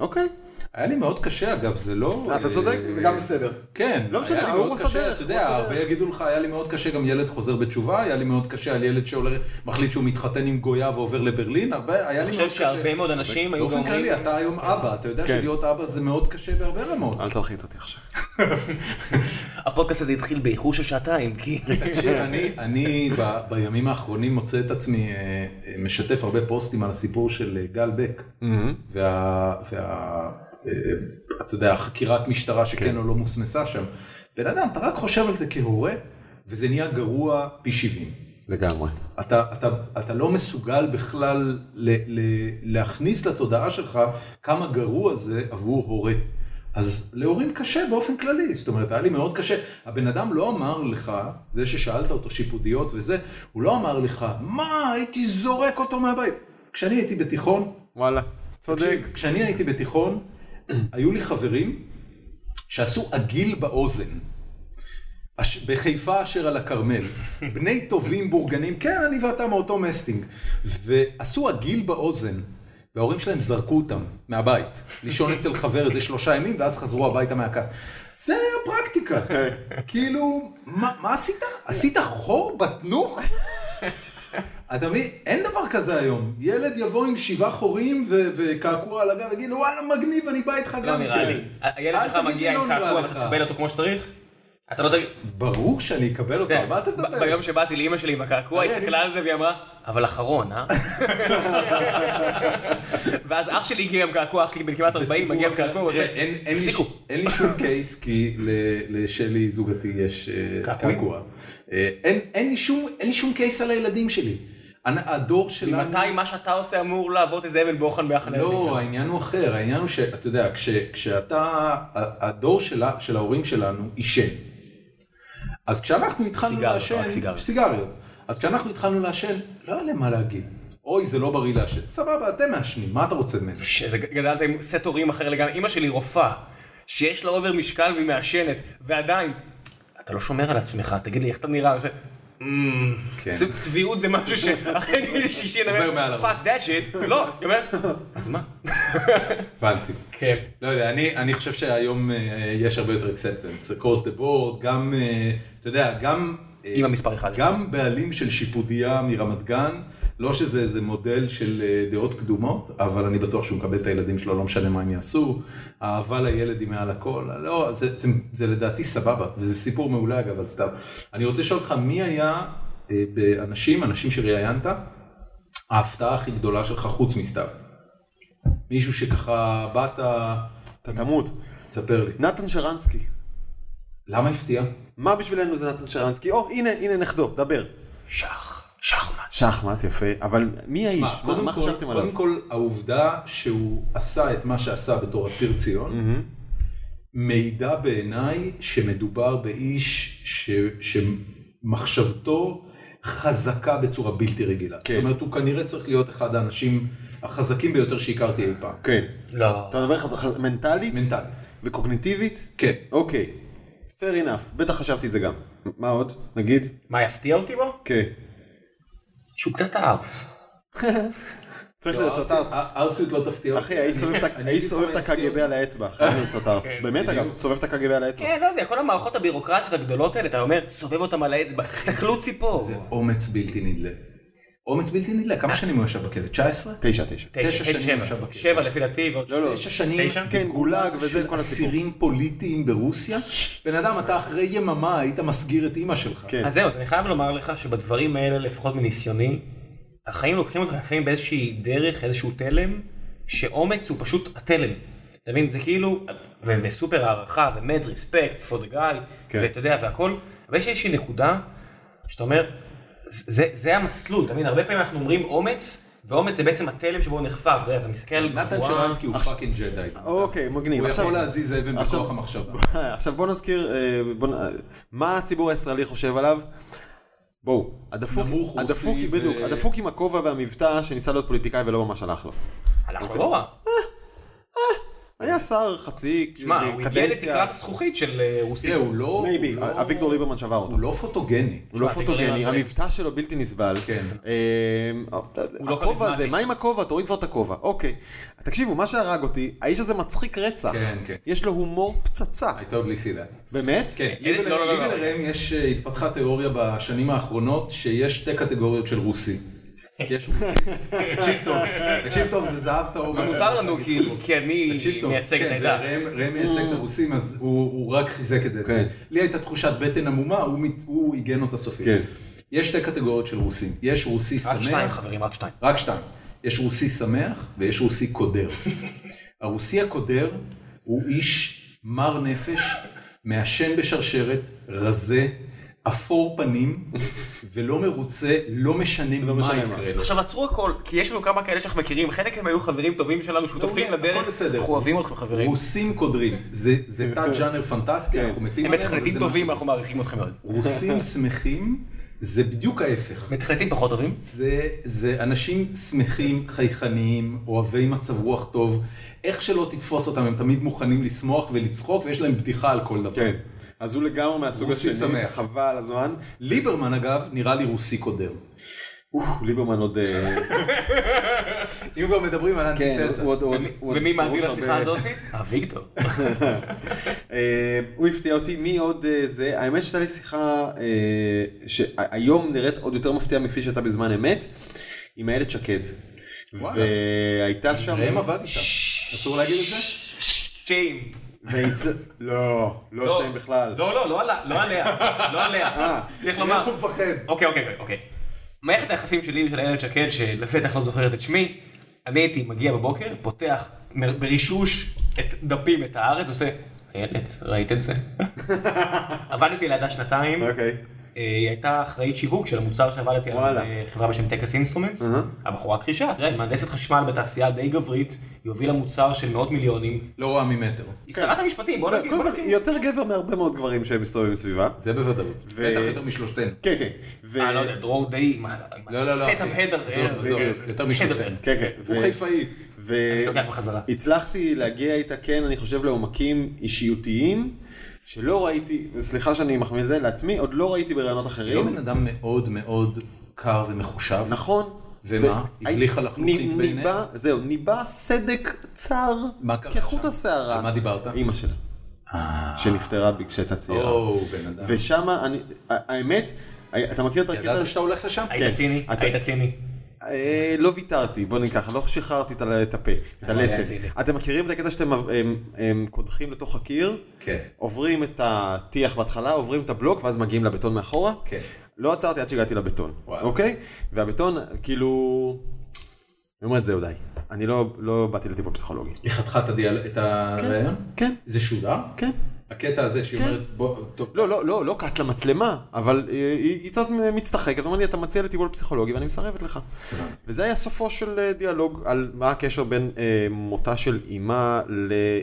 S4: אוקיי,
S1: היה לי מאוד קשה אגב, זה לא...
S4: אתה צודק,
S1: אה,
S4: זה גם בסדר.
S1: כן,
S4: לא משנה,
S1: היה לי
S4: ההוא
S1: מאוד
S4: עשה
S1: קשה,
S4: דרך,
S1: אתה
S4: הוא
S1: יודע,
S4: עשה
S1: הרבה
S4: דרך.
S1: יגידו לך, היה לי מאוד קשה גם ילד חוזר בתשובה, היה לי מאוד קשה על ילד שמחליט שהוא מתחתן עם גויה ועובר לברלין, הרבה, היה לי
S3: אני
S1: מאוד
S3: חושב
S1: קשה.
S3: שהרבה מאוד אנשים היו
S1: באופן
S3: ואומרים-
S1: כללי, אתה היום אבא, אתה
S4: כן.
S1: יודע שלהיות אבא זה מאוד קשה בהרבה רמות.
S4: אל תלחיץ אותי עכשיו.
S3: הפודקאסט הזה התחיל באיחור של שעתיים, כי...
S1: תקשיב, אני, אני ב, בימים האחרונים מוצא את עצמי אה, אה, משתף הרבה פוסטים על הסיפור של אה, גל בק, וה... וה אה, אתה יודע, החקירת משטרה שכן או לא מוסמסה שם. בן אדם, אתה רק חושב על זה כהורה, וזה נהיה גרוע פי 70.
S4: לגמרי.
S1: אתה, אתה, אתה לא מסוגל בכלל ל, ל, להכניס לתודעה שלך כמה גרוע זה עבור הורה. אז להורים קשה באופן כללי, זאת אומרת, היה לי מאוד קשה. הבן אדם לא אמר לך, זה ששאלת אותו שיפודיות וזה, הוא לא אמר לך, מה, הייתי זורק אותו מהבית. כשאני הייתי בתיכון,
S4: וואלה, צודק.
S1: תקשיב, כשאני הייתי בתיכון, [clears throat] היו לי חברים שעשו עגיל באוזן. אש- בחיפה אשר על הכרמל. בני טובים בורגנים, כן, אני ואתה מאותו מסטינג. ועשו עגיל באוזן, וההורים שלהם זרקו אותם מהבית. לישון אצל חבר איזה שלושה ימים, ואז חזרו הביתה מהכס. זה הפרקטיקה. כאילו, מה, מה עשית? עשית חור בתנוך? אתה מבין? אין דבר כזה היום. ילד יבוא עם שבעה חורים ו- וקעקוע על הגב ויגיד לו, וואלה, מגניב, אני בא איתך גם כן."
S3: לא נראה לי. הילד
S1: אל
S3: שלך
S1: תגיד לי
S3: מגיע
S1: לא
S3: עם
S1: נראה
S3: קעקוע ואתה
S1: לך.
S3: תקבל אותו כמו שצריך? אתה לא תגיד...
S1: ברור שאני אקבל אותו,
S3: אתה
S1: על מה אתה
S3: יודע, ב-
S1: מדבר?
S3: כן. ביום שבאתי לאימא שלי עם הקעקוע, היא
S1: אני-
S3: הסתכלה על זה והיא אמרה, אבל
S1: [laughs]
S3: אחרון, אה? ואז אח שלי הגיע עם קעקוע, אח שלי בן כמעט 40 מגיע עם קעקוע, הוא
S1: תראה,
S3: עושה,
S1: אין- אין לי
S3: תפסיקו.
S1: ש- אין לי שום קייס, כי ל- לשלי זוגתי יש אה,
S3: קעקועים?
S1: קעקוע. אה, אין- אין לי שום- אין לי שום קייס על הילדים שלי. הנ- הדור שלנו...
S3: ממתי מה שאתה עושה אמור להוות איזה אבן בוחן ביחד לילדים
S1: לא,
S3: שלנו?
S1: העניין הוא אחר, העניין הוא שאתה יודע, כש, כשאתה, ה- הדור שלה, של ההורים שלנו עישן. אז כשאנחנו התחלנו
S3: סיגריות,
S1: לעשן,
S3: רק סיגריות.
S1: סיגריות. אז כשאנחנו התחלנו לעשן, לא היה להם מה להגיד. אוי, זה לא בריא לעשן. סבבה, אתם מעשנים, מה אתה רוצה ממנו?
S3: ש- זה- גדלת עם סט הורים אחר לגמרי, אימא שלי רופאה, שיש לה אובר משקל והיא מעשנת, ועדיין, אתה לא שומר על עצמך, תגיד לי איך אתה נראה, אני עושה, "אמ,
S1: כן.
S3: צ- צביעות זה משהו [laughs] שאחרי גיל 60, אני
S1: עובר מעל
S3: אומר,
S1: הראש.
S3: fuck that shit, לא, היא אומרת, אז מה?
S1: הבנתי.
S3: כן.
S1: לא יודע, אני, אני חושב שהיום אה, יש הרבה יותר acceptance, across the board, גם, אה, אתה יודע, גם... אה,
S3: עם המספר אחד.
S1: גם בעלים של שיפודיה מרמת גן, לא שזה איזה מודל של אה, דעות קדומות, אבל אני בטוח שהוא מקבל את הילדים שלו, לא משנה מה הם יעשו. האהבה לילד היא מעל הכל, לא, זה, זה, זה לדעתי סבבה, וזה סיפור מעולה אגב על סתיו. אני רוצה לשאול אותך, מי היה אה, באנשים, אנשים שראיינת, ההפתעה הכי גדולה שלך חוץ מסתיו? מישהו שככה באת,
S4: אתה תמות.
S1: תספר לי.
S4: נתן שרנסקי.
S1: למה הפתיע?
S4: מה בשבילנו זה נתן שרנסקי? או, הנה, הנה נכדו, דבר.
S3: שח, שחמט.
S4: שחמט, יפה. אבל מי
S1: מה,
S4: האיש? מה
S1: קודם
S4: מה
S1: כל-
S4: חשבתם עליו?
S1: קודם כל, העובדה שהוא עשה את מה שעשה בתור אסיר ציון, מעידה בעיניי שמדובר באיש ש-
S4: כן.
S1: שמחשבתו חזקה בצורה בלתי רגילה. זאת אומרת, הוא כנראה צריך להיות אחד האנשים החזקים ביותר שהכרתי אי פעם.
S4: כן.
S3: לא.
S4: אתה מדבר ח- ח- מנטלית?
S1: מנטלית.
S4: וקוגניטיבית?
S1: כן.
S4: אוקיי. fair enough, בטח חשבתי את זה גם. מה עוד? נגיד?
S3: מה יפתיע אותי בו?
S4: כן.
S3: שהוא קצת האוס.
S4: צריך
S1: לא,
S4: לרצות
S1: ארסיות-
S4: ארס.
S1: ארסיות לא תפתיע אותי.
S4: אחי, האיש סובב את ה-
S1: אני
S4: האיש סובב את
S1: הייתי פעם
S4: הקג"ב על האצבע, חייב לרצות ארס.
S3: כן,
S4: באמת אגב,
S1: בדיוק.
S4: סובב את הקג"ב על האצבע.
S3: כן, לא יודע, כל המערכות הבירוקרטיות הגדולות האלה, אתה אומר, סובב אותם על האצבע, תסתכלו ציפור.
S1: זה אומץ בלתי נדלה. אומץ בלתי נדלה,
S4: אה.
S1: כמה שנים הוא ישב בכלא? 19?
S4: תשע, תשע.
S1: תשע
S3: תשע,
S1: שנים ישב
S3: שבע,
S1: בכלא.
S3: שבע לפי דעתי, ועוד
S4: לא, לא.
S1: תשע שנים,
S3: תשע?
S4: כן, גולאג וזה,
S1: של
S4: כל הסיפור.
S1: אסירים פוליטיים ברוסיה? בן אדם, אתה אחרי יממה היית מסגיר את אימא שלך.
S4: כן.
S3: אז זהו, אז אני חייב לומר לך שבדברים האלה, לפחות מניסיוני, החיים לוקחים אותך לפעמים באיזושהי דרך, איזשהו תלם, שאומץ הוא פשוט התלם. אתה מבין? זה כאילו, ו- וסופר הערכה, ומד רספקט, for the guy,
S4: כן.
S3: ואתה יודע, והכל, אבל יש איזושהי נקודה, שאתה אומר, זה, זה המסלול, אתה מבין? הרבה פעמים אנחנו אומרים אומץ, ואומץ זה בעצם התלם שבו הוא נחפר, אתה יודע, אתה מסתכל על
S1: נתן
S3: גבורה,
S1: שרנסקי הוא פאקינג ג'די.
S4: אוקיי, מגניב.
S1: הוא
S4: עכשיו-
S1: יכול להזיז אבן
S4: עכשיו-
S1: בכוח המחשבה.
S4: [laughs] עכשיו בוא נזכיר, אה, בוא נ- אה, מה הציבור הישראלי חושב עליו? בואו, הדפוק,
S1: נמוך,
S4: הדפוק,
S1: רוסי ו-
S4: בדיוק, הדפוק עם הכובע והמבטא שניסה להיות פוליטיקאי ולא ממש הלך לו.
S3: הלך לו לא רע.
S4: היה שר חצי
S3: שמע, הוא הגיע
S4: קדנציה,
S3: לתקרת הזכוכית של אה, רוסים.
S1: תראה, הוא לא...
S4: maybe, Uh,
S1: הוא לא-
S4: אביגדור ליברמן שבר אותו.
S1: הוא לא פוטוגני.
S4: הוא לא
S3: שמע, אביגדור
S4: פוטוגני,
S3: ליברמן-
S4: המבטא שלו בלתי נסבל.
S1: כן.
S4: אה,
S3: לא
S4: הכובע הזה,
S3: כריזמטי.
S4: מה עם הכובע? תוריד כבר את הכובע. אוקיי. תקשיבו, מה שהרג אותי, האיש הזה מצחיק רצח.
S1: כן, כן.
S4: יש לו הומור פצצה.
S1: I totally see that.
S4: באמת?
S1: כן,
S3: אין-
S1: לי ול-
S3: לא, לא,
S1: לי
S3: לא, לא.
S1: ולראם יש, אה, התפתחה תיאוריה בשנים האחרונות שיש שתי קטגוריות של רוסי. יש רוסי, תקשיב טוב, תקשיב טוב, זה זהב טהור. מה
S3: מותר
S1: שאני
S3: לנו
S1: אגיד
S3: כאילו,
S1: פה.
S3: כי אני
S1: תקשיב טוב,
S3: מייצג את
S1: כן,
S3: העדה.
S1: וראם- ראם מייצג את הרוסים, אז הוא הוא רק חיזק את זה.
S4: Mm. כן.
S1: לי הייתה תחושת בטן עמומה, הוא מת- הוא עיגן אותה סופית.
S4: כן.
S1: יש שתי קטגוריות של רוסים, יש רוסי שמח.
S3: רק שתיים חברים, רק שתיים.
S1: רק שתיים. יש רוסי שמח ויש רוסי
S3: [laughs]
S1: קודר. הרוסי הקודר הוא איש מר נפש, מעשן בשרשרת, רזה, אפור
S3: [laughs]
S1: פנים, ולא מרוצה, לא משנה
S4: לא
S1: מה
S4: משנה מה.
S1: יקרה לו.
S3: עכשיו עצרו הכל, כי יש לנו כמה כאלה שאנחנו מכירים, חלק מהם היו חברים טובים שלנו, שותפים
S1: מעולה,
S3: לדרך,
S1: הכל בסדר.
S3: אנחנו אוהבים אתכם חברים.
S1: רוסים קודרים, זה, זה תת ג'אנר פנטסטי,
S4: כן.
S1: אנחנו מתים
S3: הם
S1: עליהם. אבל
S3: מתכנתים
S1: זה
S3: טובים,
S1: מה
S3: אנחנו מעריכים אתכם מאוד.
S1: ש- רוסים שמחים זה בדיוק ההפך.
S3: מתכנתים פחות טובים?
S1: זה, זה אנשים שמחים, חייכניים, אוהבי מצב רוח טוב. איך שלא תתפוס אותם, הם תמיד מוכנים לשמוח ולצחוק, ויש להם בדיחה על כל דבר.
S4: כן. אז הוא לגמרי מהסוג
S1: רוסי
S4: השני,
S1: שמח.
S4: חבל הזמן.
S1: ליברמן, אגב, נראה לי רוסי קודר.
S4: אוף, ליברמן עוד... אה,
S1: אם כבר מדברים על
S4: כן,
S1: אנטיתזה.
S4: הוא עוד... הוא עוד- הוא עוד-
S3: ומי מאזין
S4: דרוש
S3: לשיחה
S4: הרבה-
S3: הזאת? אביגדור.
S4: אה, הוא הפתיע אותי, מי עוד אה, זה? האמת שהייתה לי שיחה אה, שהיום נראית עוד יותר מפתיעה מכפי שהייתה בזמן אמת, עם איילת שקד.
S1: וואלה.
S4: והייתה שם...
S1: ראם עבד איתם. אסור להגיד את זה?
S3: שיים.
S4: והצ- [laughs] לא, לא שם בכלל.
S3: לא, לא, לא עלה- לא עליה, לא עליה.
S4: אה,
S3: צריך
S1: איך
S3: לומר,
S1: הוא מפחד?
S3: אוקיי, אוקיי, אוקיי. מערכת היחסים שלי ושל איילת שקד, שלפתח לא זוכרת את שמי, אני הייתי מגיע בבוקר, פותח מ- ברישוש את דפים את הארץ, ועושה, איילת, ראית
S4: [laughs]
S3: את זה? עבדתי לידה שנתיים, אה,
S4: אוקיי.
S3: היא הייתה אחראית שיווק של המוצר שעבדתי עליו,
S4: וואלה.
S3: אה, חברה בשם טקס אינסטרומנטס,
S4: אהה.
S3: הבחורה קרישה, את יודעת, מהנדסת חשמל בתעשייה די גברית, היא הובילה מוצר של מאות מיליונים,
S1: לא רואה ממטר.
S3: היא שרת המשפטים, בוא
S4: כן. זה,
S3: נגיד,
S4: קודם
S3: בוא
S4: כל,
S3: נשים-
S4: היא יותר גבר מהרבה מאוד גברים שמסתובבים סביבה.
S1: זה בוודאות.
S4: ו-
S1: בטח יותר משלושתנו.
S4: כן, כן. ו-
S3: אה, לא יודע, דרור די, מה,
S1: לא, לא, לא. אחי.
S3: סט אב-הדר,
S1: עזוב, עזוב, יותר משלושתנו.
S4: כן, כן.
S1: הוא
S4: ו-
S1: חיפאי.
S4: ו-
S3: אני לוקח בחזרה.
S4: הצלחתי להגיע איתה, כן, אני חושב, לעומקים אישיותיים, שלא ראיתי, סליחה שאני מחמיא את זה לעצמי, עוד לא ראיתי בראיונות
S1: לא
S4: אחרים.
S1: בן אדם מאוד מאוד קר ומחושב.
S4: נכון.
S1: ומה?
S4: ו-
S1: הבליחה לך לוחית
S4: נ-
S1: בעיניה?
S4: ניבא- זהו, ניבא סדק צר
S1: מה קרה
S4: כחוט
S1: שם?
S4: השערה.
S1: על מה דיברת?
S4: אימא שלה,
S1: אה,
S4: שנפטרה ב- כשהייתה צעירה.
S1: או, בן אדם.
S4: ושמה, אני- ה- האמת, ה- אתה מכיר את הקטע?
S1: ידעת שאתה הולך לשם?
S3: היית
S4: כן.
S3: ציני,
S4: אתה-
S3: היית ציני.
S4: אה, לא ויתרתי, בוא נגיד ככה, לא שחררתי את ה- את הפה, את הלסת.
S3: רציני.
S4: אתם מכירים את הקטע שאתם אה, אה, אה, קודחים לתוך הקיר?
S1: כן.
S4: עוברים את הטיח בהתחלה, עוברים את הבלוק, ואז מגיעים לבטון מאחורה.
S1: כן.
S4: לא עצרתי עד שהגעתי לבטון,
S1: וואלה.
S4: אוקיי? והבטון, כאילו... אני אומר את זהו די. אני לא, לא באתי לטיפול פסיכולוגי.
S1: היא חתכה את הדיאל... את הרעיון?
S4: כן,
S1: זה שודר?
S4: כן.
S1: הקטע הזה שהיא
S4: כן.
S1: אומרת, בוא, טוב,
S4: לא, לא, לא, לא קאט למצלמה, אבל אה, היא היא קצת מצטחקת, אומר לי, אתה מציע לי טיפול פסיכולוגי ואני מסרבת לך. וזה היה סופו של אה, דיאלוג על מה הקשר בין אה, מותה של אימה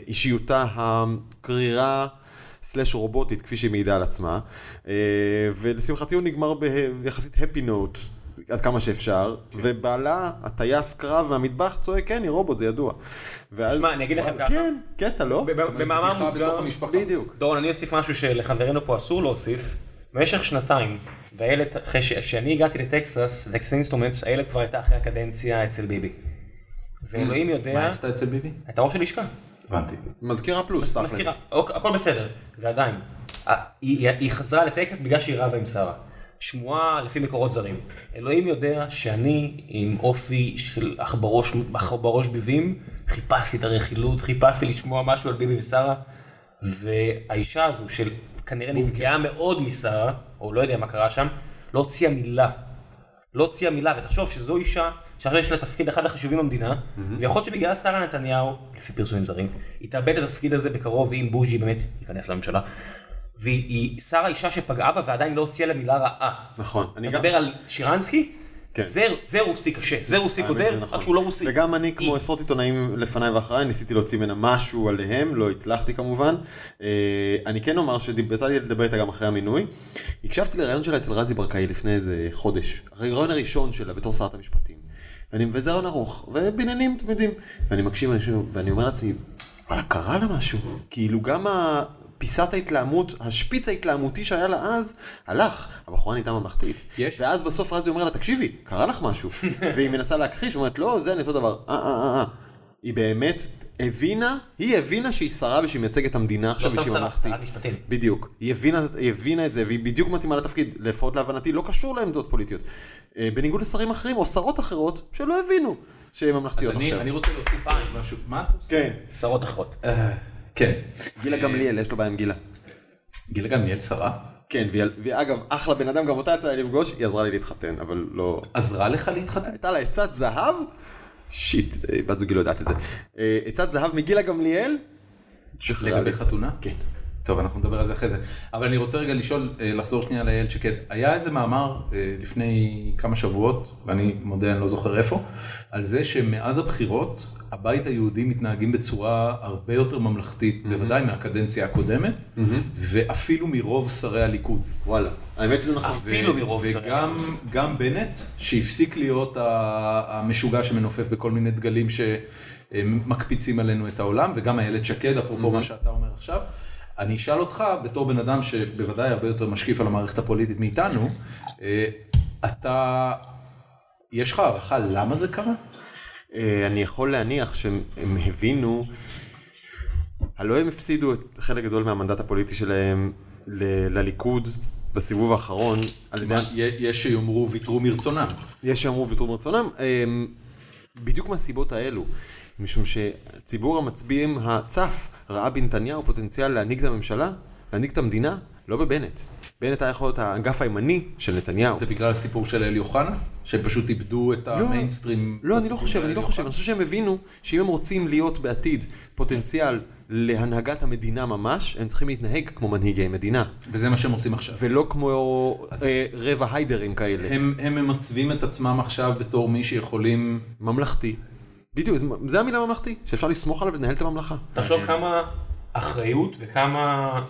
S4: לאישיותה הקרירה. סלאש רובוטית כפי שהיא מעידה על עצמה אה, ולשמחתי הוא נגמר ביחסית happy note עד כמה שאפשר,
S3: כן.
S4: ובעלה, הטייס קרב מהמטבח, צועק, כן, היא רובוט, זה ידוע. ואז...
S3: שמע, אני אגיד לכם ככה.
S4: כן, קטע, לא?
S3: ב- ב- במאמר
S1: בדיחה
S3: מוסגר,
S1: בתוך המשפחה.
S4: בדיוק.
S3: דורון, אני אוסיף משהו שלחברינו פה אסור להוסיף. במשך שנתיים, ואיילת, אחרי ש- כשאני הגעתי לטקסס, טקסס אינסטרומנטס, איילת כבר הייתה אחרי הקדנציה אצל ביבי. ואלוהים
S1: Mm. מה
S3: יודע,
S1: עשתה אצל ביבי?
S3: הייתה ראש הלשכה.
S1: הבנתי.
S4: מזכירה פלוס,
S3: מזכירה,
S4: תכלס.
S3: אוק- הכל בסדר, ועדיין, ה- היא היא חזרה לטקס בגלל שהיא רבה עם שרה. שמועה לפי מקורות זרים. אלוהים יודע שאני עם אופי של עכברוש עכברוש ביבים, חיפשתי את הרכילות, חיפשתי לשמוע משהו על ביבי ושרה, והאישה הזו של כנראה נפגעה מאוד משרה, או לא יודע מה קרה שם, לא הוציאה מילה. לא הוציאה מילה, ותחשוב שזו אישה שאחרי יש לה תפקיד אחד החשובים במדינה, ויכול להיות שבגלל שרה נתניהו, לפי פרסומים זרים, היא תאבד את התפקיד הזה בקרוב, ואם בוז'י באמת ייכנס לממשלה. והיא היא- שרה אישה שפגעה בה ועדיין לא הוציאה לה מילה רעה.
S4: נכון.
S3: אני
S4: אני
S3: מדבר על שירנסקי,
S4: כן.
S3: זה, זה רוסי קשה, זה רוסי
S4: האמת שזה
S3: קודר,
S4: נכון.
S3: רק שהוא לא רוסי.
S4: וגם אני,
S3: היא-
S4: כמו עשרות עיתונאים לפניי ואחריי, ניסיתי להוציא ממנה משהו עליהם, לא הצלחתי כמובן. אה, אני כן אומר שיצא לי לדבר איתה גם אחרי המינוי. הקשבתי לראיון שלה אצל רזי ברקאי לפני איזה חודש, אחרי הראיון הראשון שלה בתור שרת המשפטים. ואני, וזה ראיון ארוך, ובניינים, אתם יודעים. ואני מקשיב ואני חושב- ואני אומר לעצמי, וואלה, קרה לה משהו. כאילו גם ה... פיסת ההתלהמות, השפיץ ההתלהמותי שהיה לה אז, הלך, הבחורה נהייתה ממלכתית.
S1: יש.
S4: ואז בסוף רזי אומר לה, תקשיבי, קרה לך משהו. והיא מנסה להכחיש, אומרת, לא, זה אני אותו דבר. אה, אה, אה, אה. היא באמת הבינה, היא הבינה שהיא שרה ושהיא מייצגת את המדינה עכשיו
S3: סתם
S4: ושהיא
S3: לא שרה,
S4: ממלכתית.
S3: שרת משפטים.
S4: בדיוק. היא הבינה, היא הבינה את זה, והיא בדיוק מתאימה לתפקיד, לפחות להבנתי, לא קשור לעמדות פוליטיות. אה, בניגוד לשרים אחרים או שרות אחרות שלא הבינו שהן ממלכתיות
S1: אני
S4: עכשיו.
S1: אני רוצה להוסיף
S3: פעם.
S1: משהו. מה אתה עושה?
S4: כן.
S3: שרות אחרות.
S1: אה, כן.
S4: גילה גמליאל, יש לו בעיה עם גילה.
S1: גילה גמליאל שרה?
S4: כן, והיא- ואגב, אחלה בן אדם, גם אותה יצא לי לפגוש, היא עזרה לי להתחתן, אבל לא...
S1: עזרה לך להתחתן?
S4: הייתה לה עצת זהב, שיט, אה, בת זוגי לא יודעת את זה. אה, עצת זהב מגילה גמליאל, שחררה לי.
S1: לגבי חתונה?
S4: כן.
S1: טוב, אנחנו נדבר על זה אחרי זה. אבל אני רוצה רגע לשאול, אה, לחזור שנייה לאיילת שקד. היה איזה מאמר אה, לפני כמה שבועות, ואני מודה, אני לא זוכר איפה, על זה שמאז הבחירות, הבית היהודי מתנהגים בצורה הרבה יותר ממלכתית, בוודאי מהקדנציה הקודמת, ואפילו מרוב שרי הליכוד.
S4: וואלה, האמת שזה נכון.
S3: אפילו מרוב שרי
S1: וגם גם בנט, שהפסיק להיות ה- המשוגע שמנופף בכל מיני דגלים שמקפיצים עלינו את העולם, וגם איילת שקד, אפרופו מה שאתה אומר עכשיו. אני אשאל אותך, בתור בן אדם שבוודאי הרבה יותר משקיף על המערכת הפוליטית מאיתנו, אה, אתה, יש לך הערכה למה זה קרה?
S4: אה, אני יכול להניח שהם הבינו, הלא הם הפסידו את חלק גדול מהמנדט הפוליטי שלהם ל- לליכוד בסיבוב האחרון. על ידי-
S1: י- יש שיאמרו ויתרו מרצונם.
S4: יש שאמרו ויתרו מרצונם, אמ, בדיוק מהסיבות האלו. משום שציבור המצביעים הצף ראה בנתניהו פוטנציאל להנהיג את הממשלה, להנהיג את המדינה, לא בבנט. בנט היה יכול להיות האגף הימני של נתניהו.
S1: זה בגלל הסיפור של אלי אוחנה? שהם פשוט איבדו את המיינסטרים?
S4: לא, אני לא חושב, אני לא חושב. אני חושב שהם הבינו שאם הם רוצים להיות בעתיד פוטנציאל להנהגת המדינה ממש, הם צריכים להתנהג כמו מנהיגי מדינה,
S1: וזה מה שהם עושים עכשיו.
S4: ולא כמו אה, רבע היידרים כאלה.
S1: הם, הם ממצבים את עצמם עכשיו בתור מי שיכולים...
S4: ממלכתי. בדיוק, זה- זה המילה ממלכתי, שאפשר לסמוך עליו ולנהל את הממלכה.
S3: תחשוב כמה אחריות וכמה